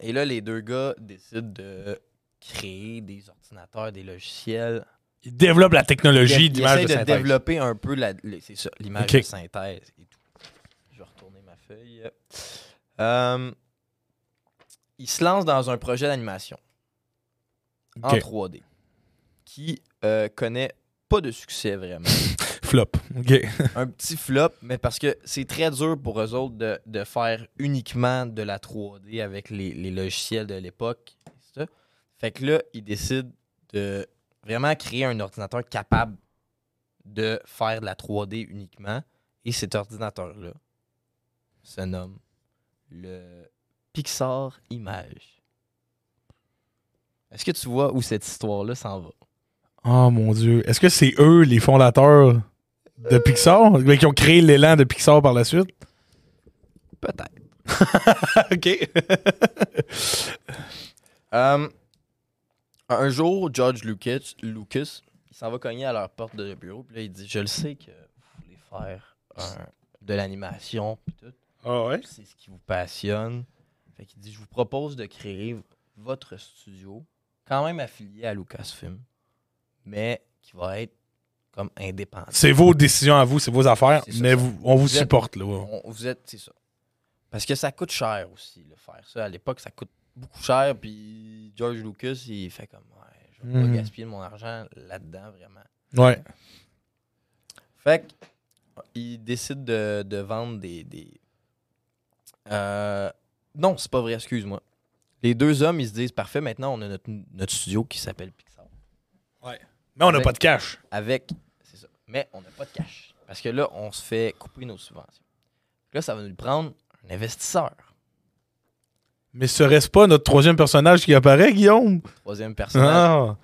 Speaker 2: Et là, les deux gars décident de créer des ordinateurs, des logiciels
Speaker 1: Ils développent la
Speaker 2: il,
Speaker 1: technologie
Speaker 2: il
Speaker 1: d'image
Speaker 2: essaie
Speaker 1: de
Speaker 2: de,
Speaker 1: synthèse.
Speaker 2: développer un peu la- le- c'est ça, l'image
Speaker 1: Ok.
Speaker 2: de synthèse et tout. Je vais retourner ma feuille. Euh, il se lance dans un projet d'animation en
Speaker 1: Ok.
Speaker 2: 3D qui euh, connaît pas de succès vraiment.
Speaker 1: Flop. OK.
Speaker 2: un petit flop, mais parce que c'est très dur pour eux autres de, de faire uniquement de la 3D avec les, les logiciels de l'époque. et ça. Fait que là, ils décident de vraiment créer un ordinateur capable de faire de la 3D uniquement. Et cet ordinateur-là se nomme le Pixar Image. Est-ce que tu vois où cette histoire-là s'en va?
Speaker 1: Oh mon Dieu. Est-ce que c'est eux, les fondateurs de
Speaker 2: Euh.
Speaker 1: Pixar, mais qui ont créé l'élan de Pixar par la suite?
Speaker 2: Peut-être.
Speaker 1: OK.
Speaker 2: Um, un jour, George Lucas, Lucas il s'en va cogner à leur porte de bureau. Puis là, il dit Je le sais que vous voulez faire un- de l'animation. puis tout,
Speaker 1: Ah ouais?
Speaker 2: puis C'est ce qui vous passionne. Fait qu'il dit Je vous propose de créer votre studio, quand même affilié à Lucasfilm, mais qui va être comme indépendant.
Speaker 1: C'est vos décisions à vous, c'est vos affaires,
Speaker 2: C'est ça,
Speaker 1: mais
Speaker 2: ça.
Speaker 1: vous- on vous
Speaker 2: Vous êtes-
Speaker 1: supporte, là. ouais.
Speaker 2: On- vous êtes, c'est ça. Parce que ça coûte cher aussi, le faire ça. À l'époque, ça coûte beaucoup cher. Puis George Lucas, il fait comme, ouais, je vais
Speaker 1: Mhm.
Speaker 2: pas gaspiller mon argent là-dedans, vraiment.
Speaker 1: Ouais.
Speaker 2: Fait que, il décide de, de vendre des. des- Euh, non, c'est pas vrai, excuse-moi. Les deux hommes, ils se disent, parfait, maintenant, on a notre, notre studio qui s'appelle Pixar.
Speaker 1: Mais on n'a
Speaker 2: Avec-
Speaker 1: pas de cash.
Speaker 2: avec. C'est ça. Mais on n'a pas de cash. Parce que là, on se fait couper nos subventions. Là, ça va nous prendre un investisseur.
Speaker 1: Mais serait-ce pas notre troisième personnage qui apparaît, Guillaume?
Speaker 2: Troisième personnage.
Speaker 1: Ah,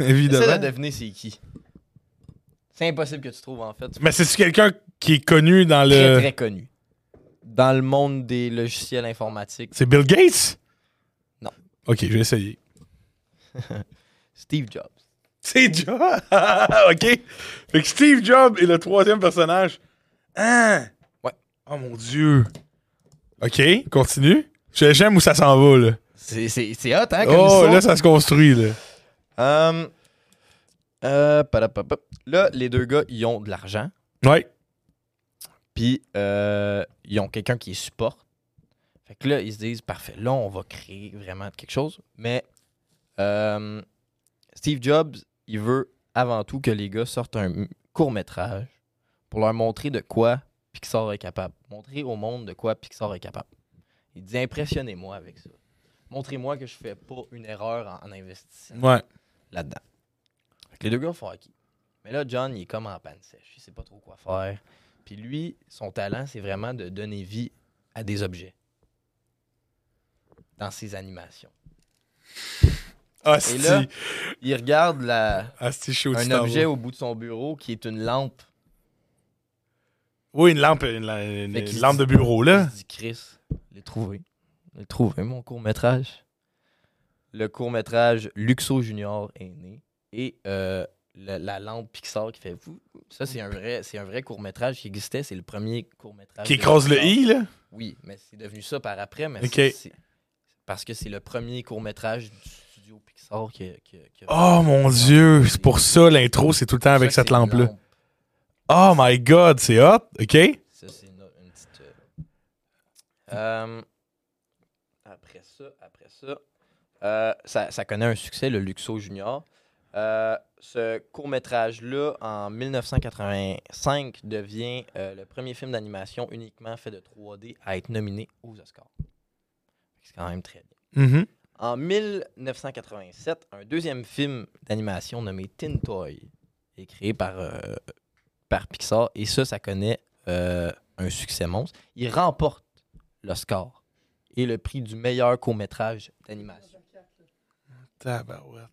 Speaker 2: Essaie de
Speaker 1: évidemment.
Speaker 2: deviner c'est qui. C'est impossible que tu trouves, en fait. C'est
Speaker 1: Mais c'est-tu quelqu'un qui est connu dans
Speaker 2: très,
Speaker 1: le.
Speaker 2: très connu. Dans le monde des logiciels informatiques,
Speaker 1: C'est Bill Gates?
Speaker 2: Non.
Speaker 1: OK, je vais essayer.
Speaker 2: Steve Jobs.
Speaker 1: C'est Jobs! OK. Fait que Steve Jobs est le troisième personnage. Hein?
Speaker 2: Ouais.
Speaker 1: Oh mon Dieu. OK, continue. Je- J'aime où ça s'en va, là.
Speaker 2: C'est c'est- c'est hot, hein, comme
Speaker 1: Oh,
Speaker 2: histoire?
Speaker 1: là, ça se construit, là.
Speaker 2: Hum, euh, padapapap. Là, les deux gars, ils ont de l'argent.
Speaker 1: Ouais.
Speaker 2: Puis, euh, ils ont quelqu'un qui les supporte. Fait que là, ils se disent, parfait, là, on va créer vraiment quelque chose. Mais euh, Steve Jobs, il veut avant tout que les gars sortent un court-métrage pour leur montrer de quoi Pixar est capable. Montrer au monde de quoi Pixar est capable. Il dit, impressionnez-moi avec ça. Montrez-moi que je fais pas une erreur en, en investissant
Speaker 1: Ouais.
Speaker 2: là-dedans. Fait que les deux gars font hockey. Mais là, John, il est comme en panne sèche. Il sait pas trop quoi faire. Puis lui, son talent, c'est vraiment de donner vie à des objets dans ses animations. Et
Speaker 1: Asti.
Speaker 2: là, il regarde la-
Speaker 1: Asti Ah, chaud, tu
Speaker 2: un
Speaker 1: t'en vas.
Speaker 2: objet au bout de son bureau qui est une lampe.
Speaker 1: Oui, une lampe, une, la- une-
Speaker 2: Fait qu'il
Speaker 1: une
Speaker 2: se
Speaker 1: lampe de
Speaker 2: dit-
Speaker 1: bureau, là.
Speaker 2: Il se dit, Chris, l'ai trouvé. L'ai trouvé, mon court-métrage. Le court-métrage Luxo Junior est né. Et euh, la, la lampe Pixar qui fait. fou, fou. Ça, c'est un vrai, c'est un vrai court-métrage qui existait. C'est le premier court-métrage.
Speaker 1: Qui
Speaker 2: de
Speaker 1: écrase le
Speaker 2: Pixar.
Speaker 1: i, là.
Speaker 2: Oui, mais c'est devenu ça par après. Mais
Speaker 1: Ok.
Speaker 2: c'est- c'est- parce que c'est le premier court-métrage du studio Pixar qui. a- qui a- qui a-
Speaker 1: Oh mon Dieu, c'est pour ça l'intro, c'est tout le temps avec
Speaker 2: Ça,
Speaker 1: cette
Speaker 2: c'est une
Speaker 1: lampe-là. Oh my god, c'est hot, ok?
Speaker 2: Ça, c'est une, une petite. euh, euh, après ça, après ça, euh, ça, ça connaît un succès, le Luxo Junior. Euh, ce court-métrage-là, en 1985, devient euh, le premier film d'animation uniquement fait de 3D à être nominé aux Oscars. C'est quand même très bien.
Speaker 1: Mhm.
Speaker 2: En 1987, un deuxième film d'animation nommé Tin Toy est créé par, euh, par Pixar et ça, ça connaît euh, un succès monstre. Il remporte l'Oscar et le prix du meilleur court-métrage d'animation.
Speaker 1: Tabarouette.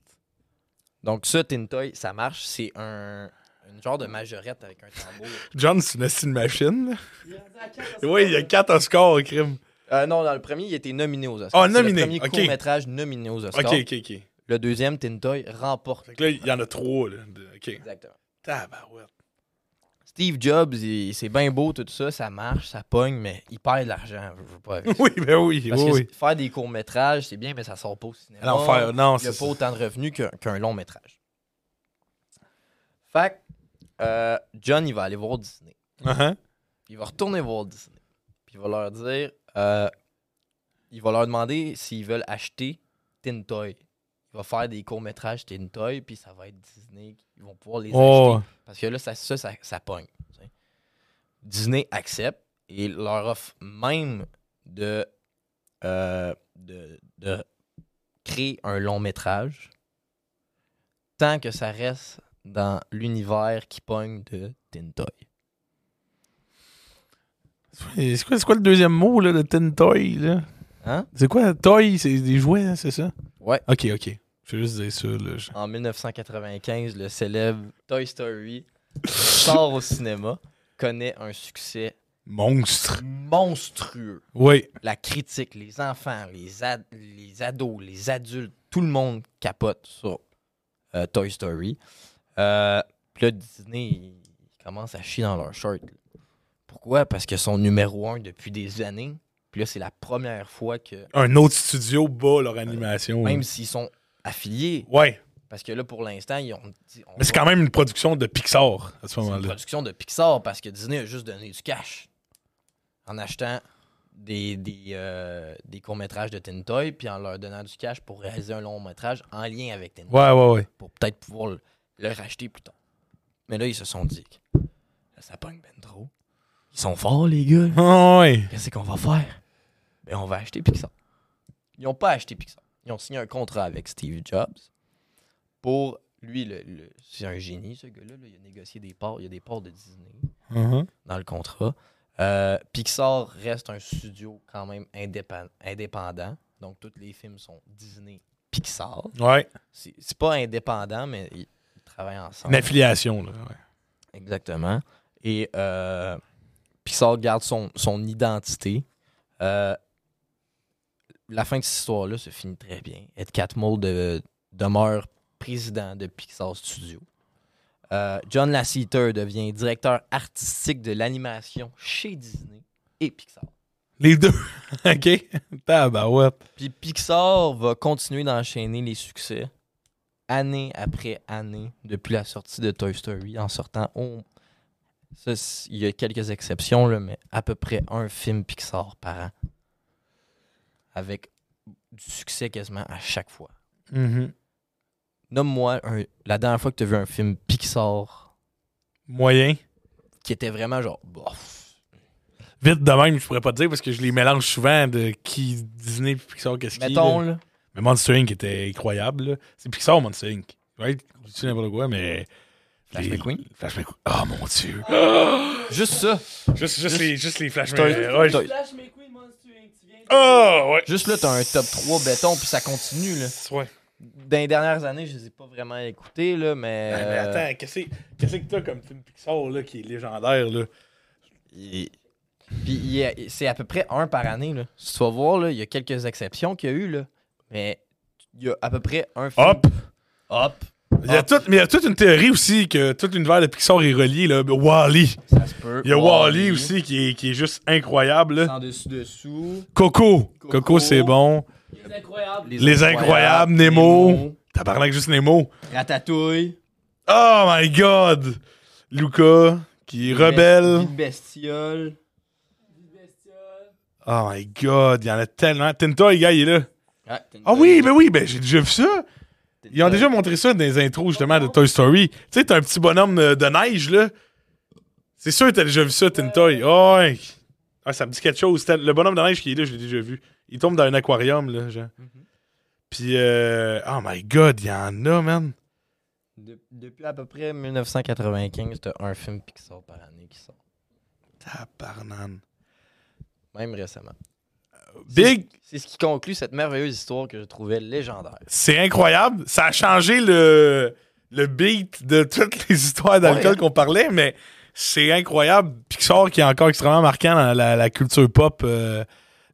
Speaker 2: Donc ça, Tin Toy, ça marche. C'est un, une genre de majorette avec un tambour.
Speaker 1: John, c'est une asti de machine, là.
Speaker 3: Il est rendu à quatre à ce
Speaker 1: Oui, il y a
Speaker 3: moment-là.
Speaker 1: quatre Oscars au crime.
Speaker 2: Euh, non, dans le premier, il était nominé aux Oscars.
Speaker 1: Ah,
Speaker 2: C'est le
Speaker 1: nominé,
Speaker 2: premier
Speaker 1: ok.
Speaker 2: court-métrage nominé aux Oscars.
Speaker 1: Ok, ok, ok.
Speaker 2: Le deuxième, Tin Toy, remporte.
Speaker 1: Fait que là, il y en a trois, là. de- Ok.
Speaker 2: Exactement.
Speaker 1: Tabarouette.
Speaker 2: Steve Jobs, il- c'est bien beau tout ça, ça marche, ça pogne, mais il perd de l'argent. je veux pas avec ça.
Speaker 1: Oui, ben oui,
Speaker 2: Parce
Speaker 1: oui,
Speaker 2: que
Speaker 1: oui.
Speaker 2: faire des courts-métrages, c'est bien, mais ça sort pas au cinéma.
Speaker 1: Alors, faire- non,
Speaker 2: il n'y a
Speaker 1: c'est
Speaker 2: pas autant de revenus qu'un qu'un long métrage. Fait que, euh, John, il va aller voir Disney.
Speaker 1: Uh-huh.
Speaker 2: Il va retourner voir Disney. Puis il va leur dire. euh, il va leur demander s'ils veulent acheter Tin Toy. Il va faire des courts-métrages Tin Toy, puis ça va être Disney. qui- Ils vont pouvoir les
Speaker 1: Oh,
Speaker 2: acheter. Parce que là, ça, ça, ça, ça pogne. tu sais. Disney accepte et leur offre même de, euh, de, de créer un long métrage tant que ça reste dans l'univers qui pogne de Tin Toy.
Speaker 1: c'est quoi, c'est quoi le deuxième mot là, de Tin Toy? Là?
Speaker 2: Hein?
Speaker 1: C'est quoi Toy? C'est des jouets, hein, c'est ça?
Speaker 2: Ouais.
Speaker 1: Ok, ok. Je veux juste dire ça. Là. Je-
Speaker 2: En 1995, le célèbre Toy Story sort au cinéma, connaît un succès
Speaker 1: Monstre.
Speaker 2: monstrueux.
Speaker 1: Oui.
Speaker 2: La critique, les enfants, les, ad- les ados, les adultes, tout le monde capote sur euh, Toy Story. Euh, Puis là, Disney, ils commencent à chier dans leur shirt. là. Pourquoi? Parce que son numéro un depuis des années. Puis là, c'est la première fois que,
Speaker 1: Un autre studio bat leur animation.
Speaker 2: Euh, même s'ils sont affiliés,
Speaker 1: Ouais.
Speaker 2: parce que là, pour l'instant, ils ont dit... on
Speaker 1: Mais c'est
Speaker 2: va-
Speaker 1: quand même une production de Pixar à ce
Speaker 2: C'est une
Speaker 1: moment-là.
Speaker 2: production de Pixar parce que Disney a juste donné du cash en achetant des, des, euh, des courts-métrages de Tin Toy puis en leur donnant du cash pour réaliser un long-métrage en lien avec Tin Toy
Speaker 1: Ouais, ouais, ouais.
Speaker 2: pour peut-être pouvoir le, le racheter plus tard. Mais là, ils se sont dit là, ça pogne ben trop. Ils sont forts, les gars.
Speaker 1: Ah, ouais.
Speaker 2: Qu'est-ce qu'on va faire? Ben, on va acheter Pixar. Ils n'ont pas acheté Pixar. Ils ont signé un contrat avec Steve Jobs pour. Lui, le, le- c'est un génie, ce gars-là. là. Il a négocié des parts. Il y a des parts de Disney
Speaker 1: Uh-huh.
Speaker 2: dans le contrat. Euh, Pixar reste un studio quand même indépen- indépendant. Donc, tous les films sont Disney Pixar.
Speaker 1: Ouais.
Speaker 2: C'est c'est pas indépendant, mais ils ils travaillent ensemble.
Speaker 1: Une affiliation, là. ouais.
Speaker 2: Exactement. Et euh, Pixar garde son, son identité. Euh, la fin de cette histoire-là se finit très bien. Ed Catmull de- demeure président de Pixar Studio. Euh, John Lasseter devient directeur artistique de l'animation chez Disney et Pixar.
Speaker 1: Les deux. OK. Tabarouette.
Speaker 2: Puis Pixar va continuer d'enchaîner les succès année après année depuis la sortie de Toy Story en sortant au- Ça, c- il y a quelques exceptions, là, mais à peu près un film Pixar par an. Avec du succès quasiment à chaque fois.
Speaker 1: Mhm.
Speaker 2: Nomme-moi un- la dernière fois que tu as vu un film Pixar
Speaker 1: Moyen.
Speaker 2: qui était vraiment genre. bof.
Speaker 1: Vite de même, je pourrais pas te dire parce que je les mélange souvent de qui Disney puis Pixar, qu'est-ce qui.
Speaker 2: Mettons,
Speaker 1: là.
Speaker 2: là,
Speaker 1: Mais Monster Inc. était incroyable. là. C'est Pixar, Monster Inc. Ouais, je dis n'importe quoi, mais.
Speaker 2: Flash
Speaker 1: les-
Speaker 2: McQueen?
Speaker 1: Flash McQueen. Oh mon dieu.
Speaker 2: juste ça.
Speaker 1: Juste, juste, les, juste les Flash
Speaker 2: Putain,
Speaker 1: McQueen. Ouais,
Speaker 2: putain.
Speaker 1: je-
Speaker 3: Flash McQueen, Monster Inc. Tu viens de-
Speaker 5: Ah!
Speaker 1: Oh, ouais.
Speaker 2: Juste là, t'as un top 3 béton, puis ça continue, là.
Speaker 1: Ouais.
Speaker 2: Dans les dernières années, je les ai pas vraiment écoutés, là, mais.
Speaker 1: Ah, Mais attends, qu'est-ce que qu'est-ce que t'as comme film Pixar là, qui est légendaire? Là?
Speaker 2: il- Puis il y a- c'est à peu près un par année, là. Si tu vas voir, là, il y a quelques exceptions qu'il y a eu, là. Mais il y a à peu près un film.
Speaker 1: Hop!
Speaker 2: Hop!
Speaker 1: Il y a tout- mais il y a toute une théorie aussi que tout l'univers de Pixar est relié. Là. Wally.
Speaker 2: Ça se peut.
Speaker 1: Il y a Wall-E aussi qui est, qui est juste incroyable. là.
Speaker 2: Sans dessus-dessous.
Speaker 1: Coco.
Speaker 2: Coco.
Speaker 1: Coco, c'est bon.
Speaker 3: Les incroyables.
Speaker 1: Les Incroyables, Nemo. T'as parlé avec juste Nemo.
Speaker 2: Ratatouille.
Speaker 1: Oh my god! Luca, qui est rebelle.
Speaker 2: Une bestiole.
Speaker 3: Les bestioles.
Speaker 1: Oh my god, il y en a tellement. Tinta, les gars, il est là.
Speaker 2: Ah,
Speaker 1: Ah oui, ben oui, ben j'ai déjà vu ça. Ils ont déjà montré ça dans les intros justement de Toy Story. Tu sais, t'as un petit bonhomme de, de neige, là. C'est sûr que t'as déjà vu ça, Tintoy. Oh, ouais. Ah, ça me dit quelque chose. C'était Le bonhomme de neige qui est là, je l'ai déjà vu. Il tombe dans un aquarium, là, genre. Puis, euh, oh my god, il y en a, man.
Speaker 2: De- depuis à peu près 1995, t'as un film Pixar par année qui sort.
Speaker 1: Tabarnan.
Speaker 2: Même récemment.
Speaker 1: Big,
Speaker 2: C'est ce qui conclut cette merveilleuse histoire que je trouvais légendaire.
Speaker 1: c'est incroyable. Ça a changé le, le beat de toutes les histoires d'alcool
Speaker 2: Ouais.
Speaker 1: qu'on parlait, mais c'est incroyable. Pixar qui est encore extrêmement marquant dans la, la culture pop euh,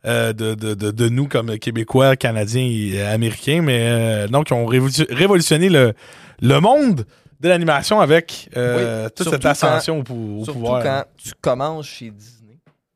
Speaker 1: euh, de, de- de- de nous comme Québécois, Canadiens et euh, Américains, mais euh, donc ils ont révolu- révolutionné le, le monde de l'animation avec euh,
Speaker 2: Oui,
Speaker 1: toute
Speaker 2: surtout
Speaker 1: cette ascension au, pou- au
Speaker 2: Surtout
Speaker 1: pouvoir.
Speaker 2: quand tu commences chez Disney,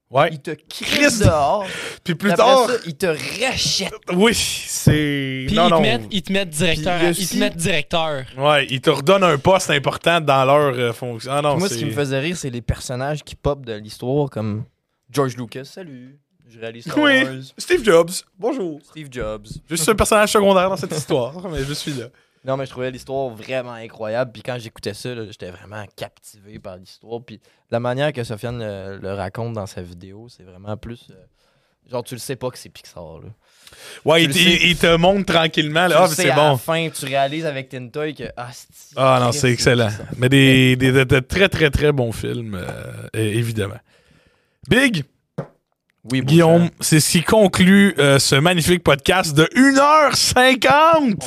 Speaker 1: Ouais.
Speaker 2: Il te crisse
Speaker 1: Christ.
Speaker 2: dehors.
Speaker 1: Puis plus
Speaker 2: Plus
Speaker 1: tard,
Speaker 2: ça, il te rachète.
Speaker 1: oui, c'est.
Speaker 5: Puis
Speaker 1: non,
Speaker 5: ils, te
Speaker 1: non.
Speaker 5: mettent, ils te mettent directeur.
Speaker 2: Puis
Speaker 5: à-
Speaker 2: le
Speaker 5: Ils te
Speaker 2: si-
Speaker 5: mettent directeur.
Speaker 1: Ouais, ils te redonnent un poste important dans leur euh, fonction. Ah non,
Speaker 2: Moi,
Speaker 1: c'est.
Speaker 2: ce qui me faisait rire, c'est les personnages qui pop de l'histoire comme George Lucas. Salut, je réalise Star
Speaker 1: Oui.
Speaker 2: Wars.
Speaker 1: Steve Jobs, bonjour.
Speaker 2: Steve Jobs.
Speaker 1: Je suis un personnage secondaire dans cette histoire, mais je suis là.
Speaker 2: Non, mais je trouvais l'histoire vraiment incroyable. Puis quand j'écoutais ça, là, j'étais vraiment captivé par l'histoire. Puis la manière que Sofiane le, le raconte dans sa vidéo, c'est vraiment plus. euh, genre, tu le sais pas que c'est Pixar. Là.
Speaker 1: Ouais,
Speaker 2: Tu
Speaker 1: ils
Speaker 2: le sais.
Speaker 1: il, te montrent tranquillement.
Speaker 2: tu
Speaker 1: Là, ah,
Speaker 2: le sais
Speaker 1: c'est
Speaker 2: à
Speaker 1: bon.
Speaker 2: la fin, tu réalises avec Tintoy que. Ah, c'est-
Speaker 1: Ah non,
Speaker 2: Christ,
Speaker 1: c'est excellent.
Speaker 2: Pixar.
Speaker 1: Mais des, des- de- de très, très, très bons films, euh, é- évidemment. Big,
Speaker 2: Oui, bon
Speaker 1: Guillaume,
Speaker 2: sang.
Speaker 1: c'est ce qui conclut euh, ce magnifique podcast de 1h50.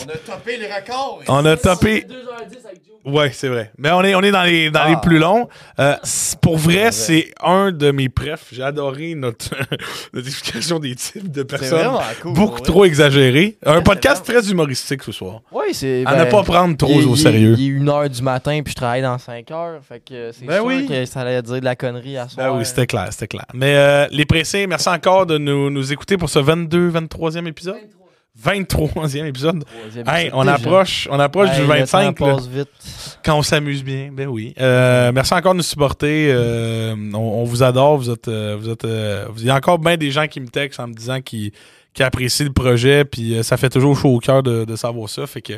Speaker 6: On a topé les records.
Speaker 1: On a topé.
Speaker 3: 2h10 avec Joe.
Speaker 1: Ouais, c'est vrai. Mais on est, on est dans, les, dans
Speaker 2: Ah.
Speaker 1: les plus longs. Euh, c- pour vrai,
Speaker 2: vrai.
Speaker 1: c'est un de mes prefs. J'ai adoré notre, notre explication des types de
Speaker 2: C'est
Speaker 1: personnes.
Speaker 2: vraiment cool.
Speaker 1: Beaucoup
Speaker 2: pour vrai.
Speaker 1: trop exagéré. Un
Speaker 2: Ouais,
Speaker 1: podcast
Speaker 2: vraiment.
Speaker 1: très humoristique ce soir.
Speaker 2: Oui, c'est.
Speaker 1: à
Speaker 2: ben,
Speaker 1: ne pas prendre trop
Speaker 2: il est-
Speaker 1: au
Speaker 2: il est-
Speaker 1: sérieux.
Speaker 2: Il est 1h du matin, puis je travaille dans 5h. Fait que euh, c'est
Speaker 1: Ben
Speaker 2: sûr
Speaker 1: oui.
Speaker 2: que ça allait dire de la connerie à soir.
Speaker 1: Ben oui, c'était clair, c'était clair. Mais euh, les pressés, merci encore de nous, nous écouter pour ce 22, 23e épisode. 23e épisode.
Speaker 2: euh, Troisième
Speaker 1: Hey,
Speaker 2: épisode
Speaker 1: on
Speaker 2: déjà.
Speaker 1: approche, on approche
Speaker 2: Hey,
Speaker 1: du
Speaker 2: le
Speaker 1: 25
Speaker 2: temps
Speaker 1: là,
Speaker 2: passe vite.
Speaker 1: quand on s'amuse bien. Ben oui. Euh, merci encore de nous supporter. Euh, on, on vous adore. Vous êtes, euh, vous êtes. euh, vous- Il y a encore bien des gens qui me textent en me disant qu'ils qui apprécient le projet. Puis euh, ça fait toujours chaud au cœur de, de savoir ça. Fait que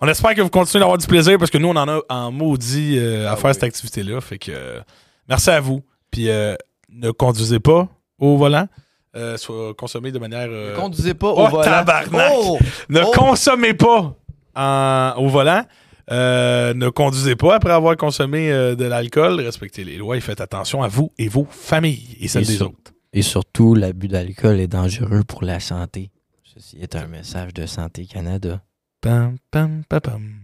Speaker 1: on espère que vous continuez d'avoir du plaisir parce que nous on en a en maudit euh, à
Speaker 2: Ah
Speaker 1: faire
Speaker 2: oui.
Speaker 1: cette activité là. Fait que euh, merci à vous. Puis euh, ne conduisez pas au volant. Euh, soit consommez de manière. euh,
Speaker 2: Ne conduisez pas
Speaker 1: oh,
Speaker 2: au volant.
Speaker 1: tabarnak!
Speaker 2: Oh!
Speaker 1: Ne
Speaker 2: Oh.
Speaker 1: consommez pas en- au volant. Euh, ne conduisez pas après avoir consommé euh, de l'alcool. Respectez les lois et faites attention à vous et vos familles et celles
Speaker 2: Et
Speaker 1: des
Speaker 2: sur-
Speaker 1: autres.
Speaker 2: Et surtout, l'abus d'alcool est dangereux pour la santé. Ceci est un message de Santé Canada.
Speaker 1: Pam, pam, pa, pam.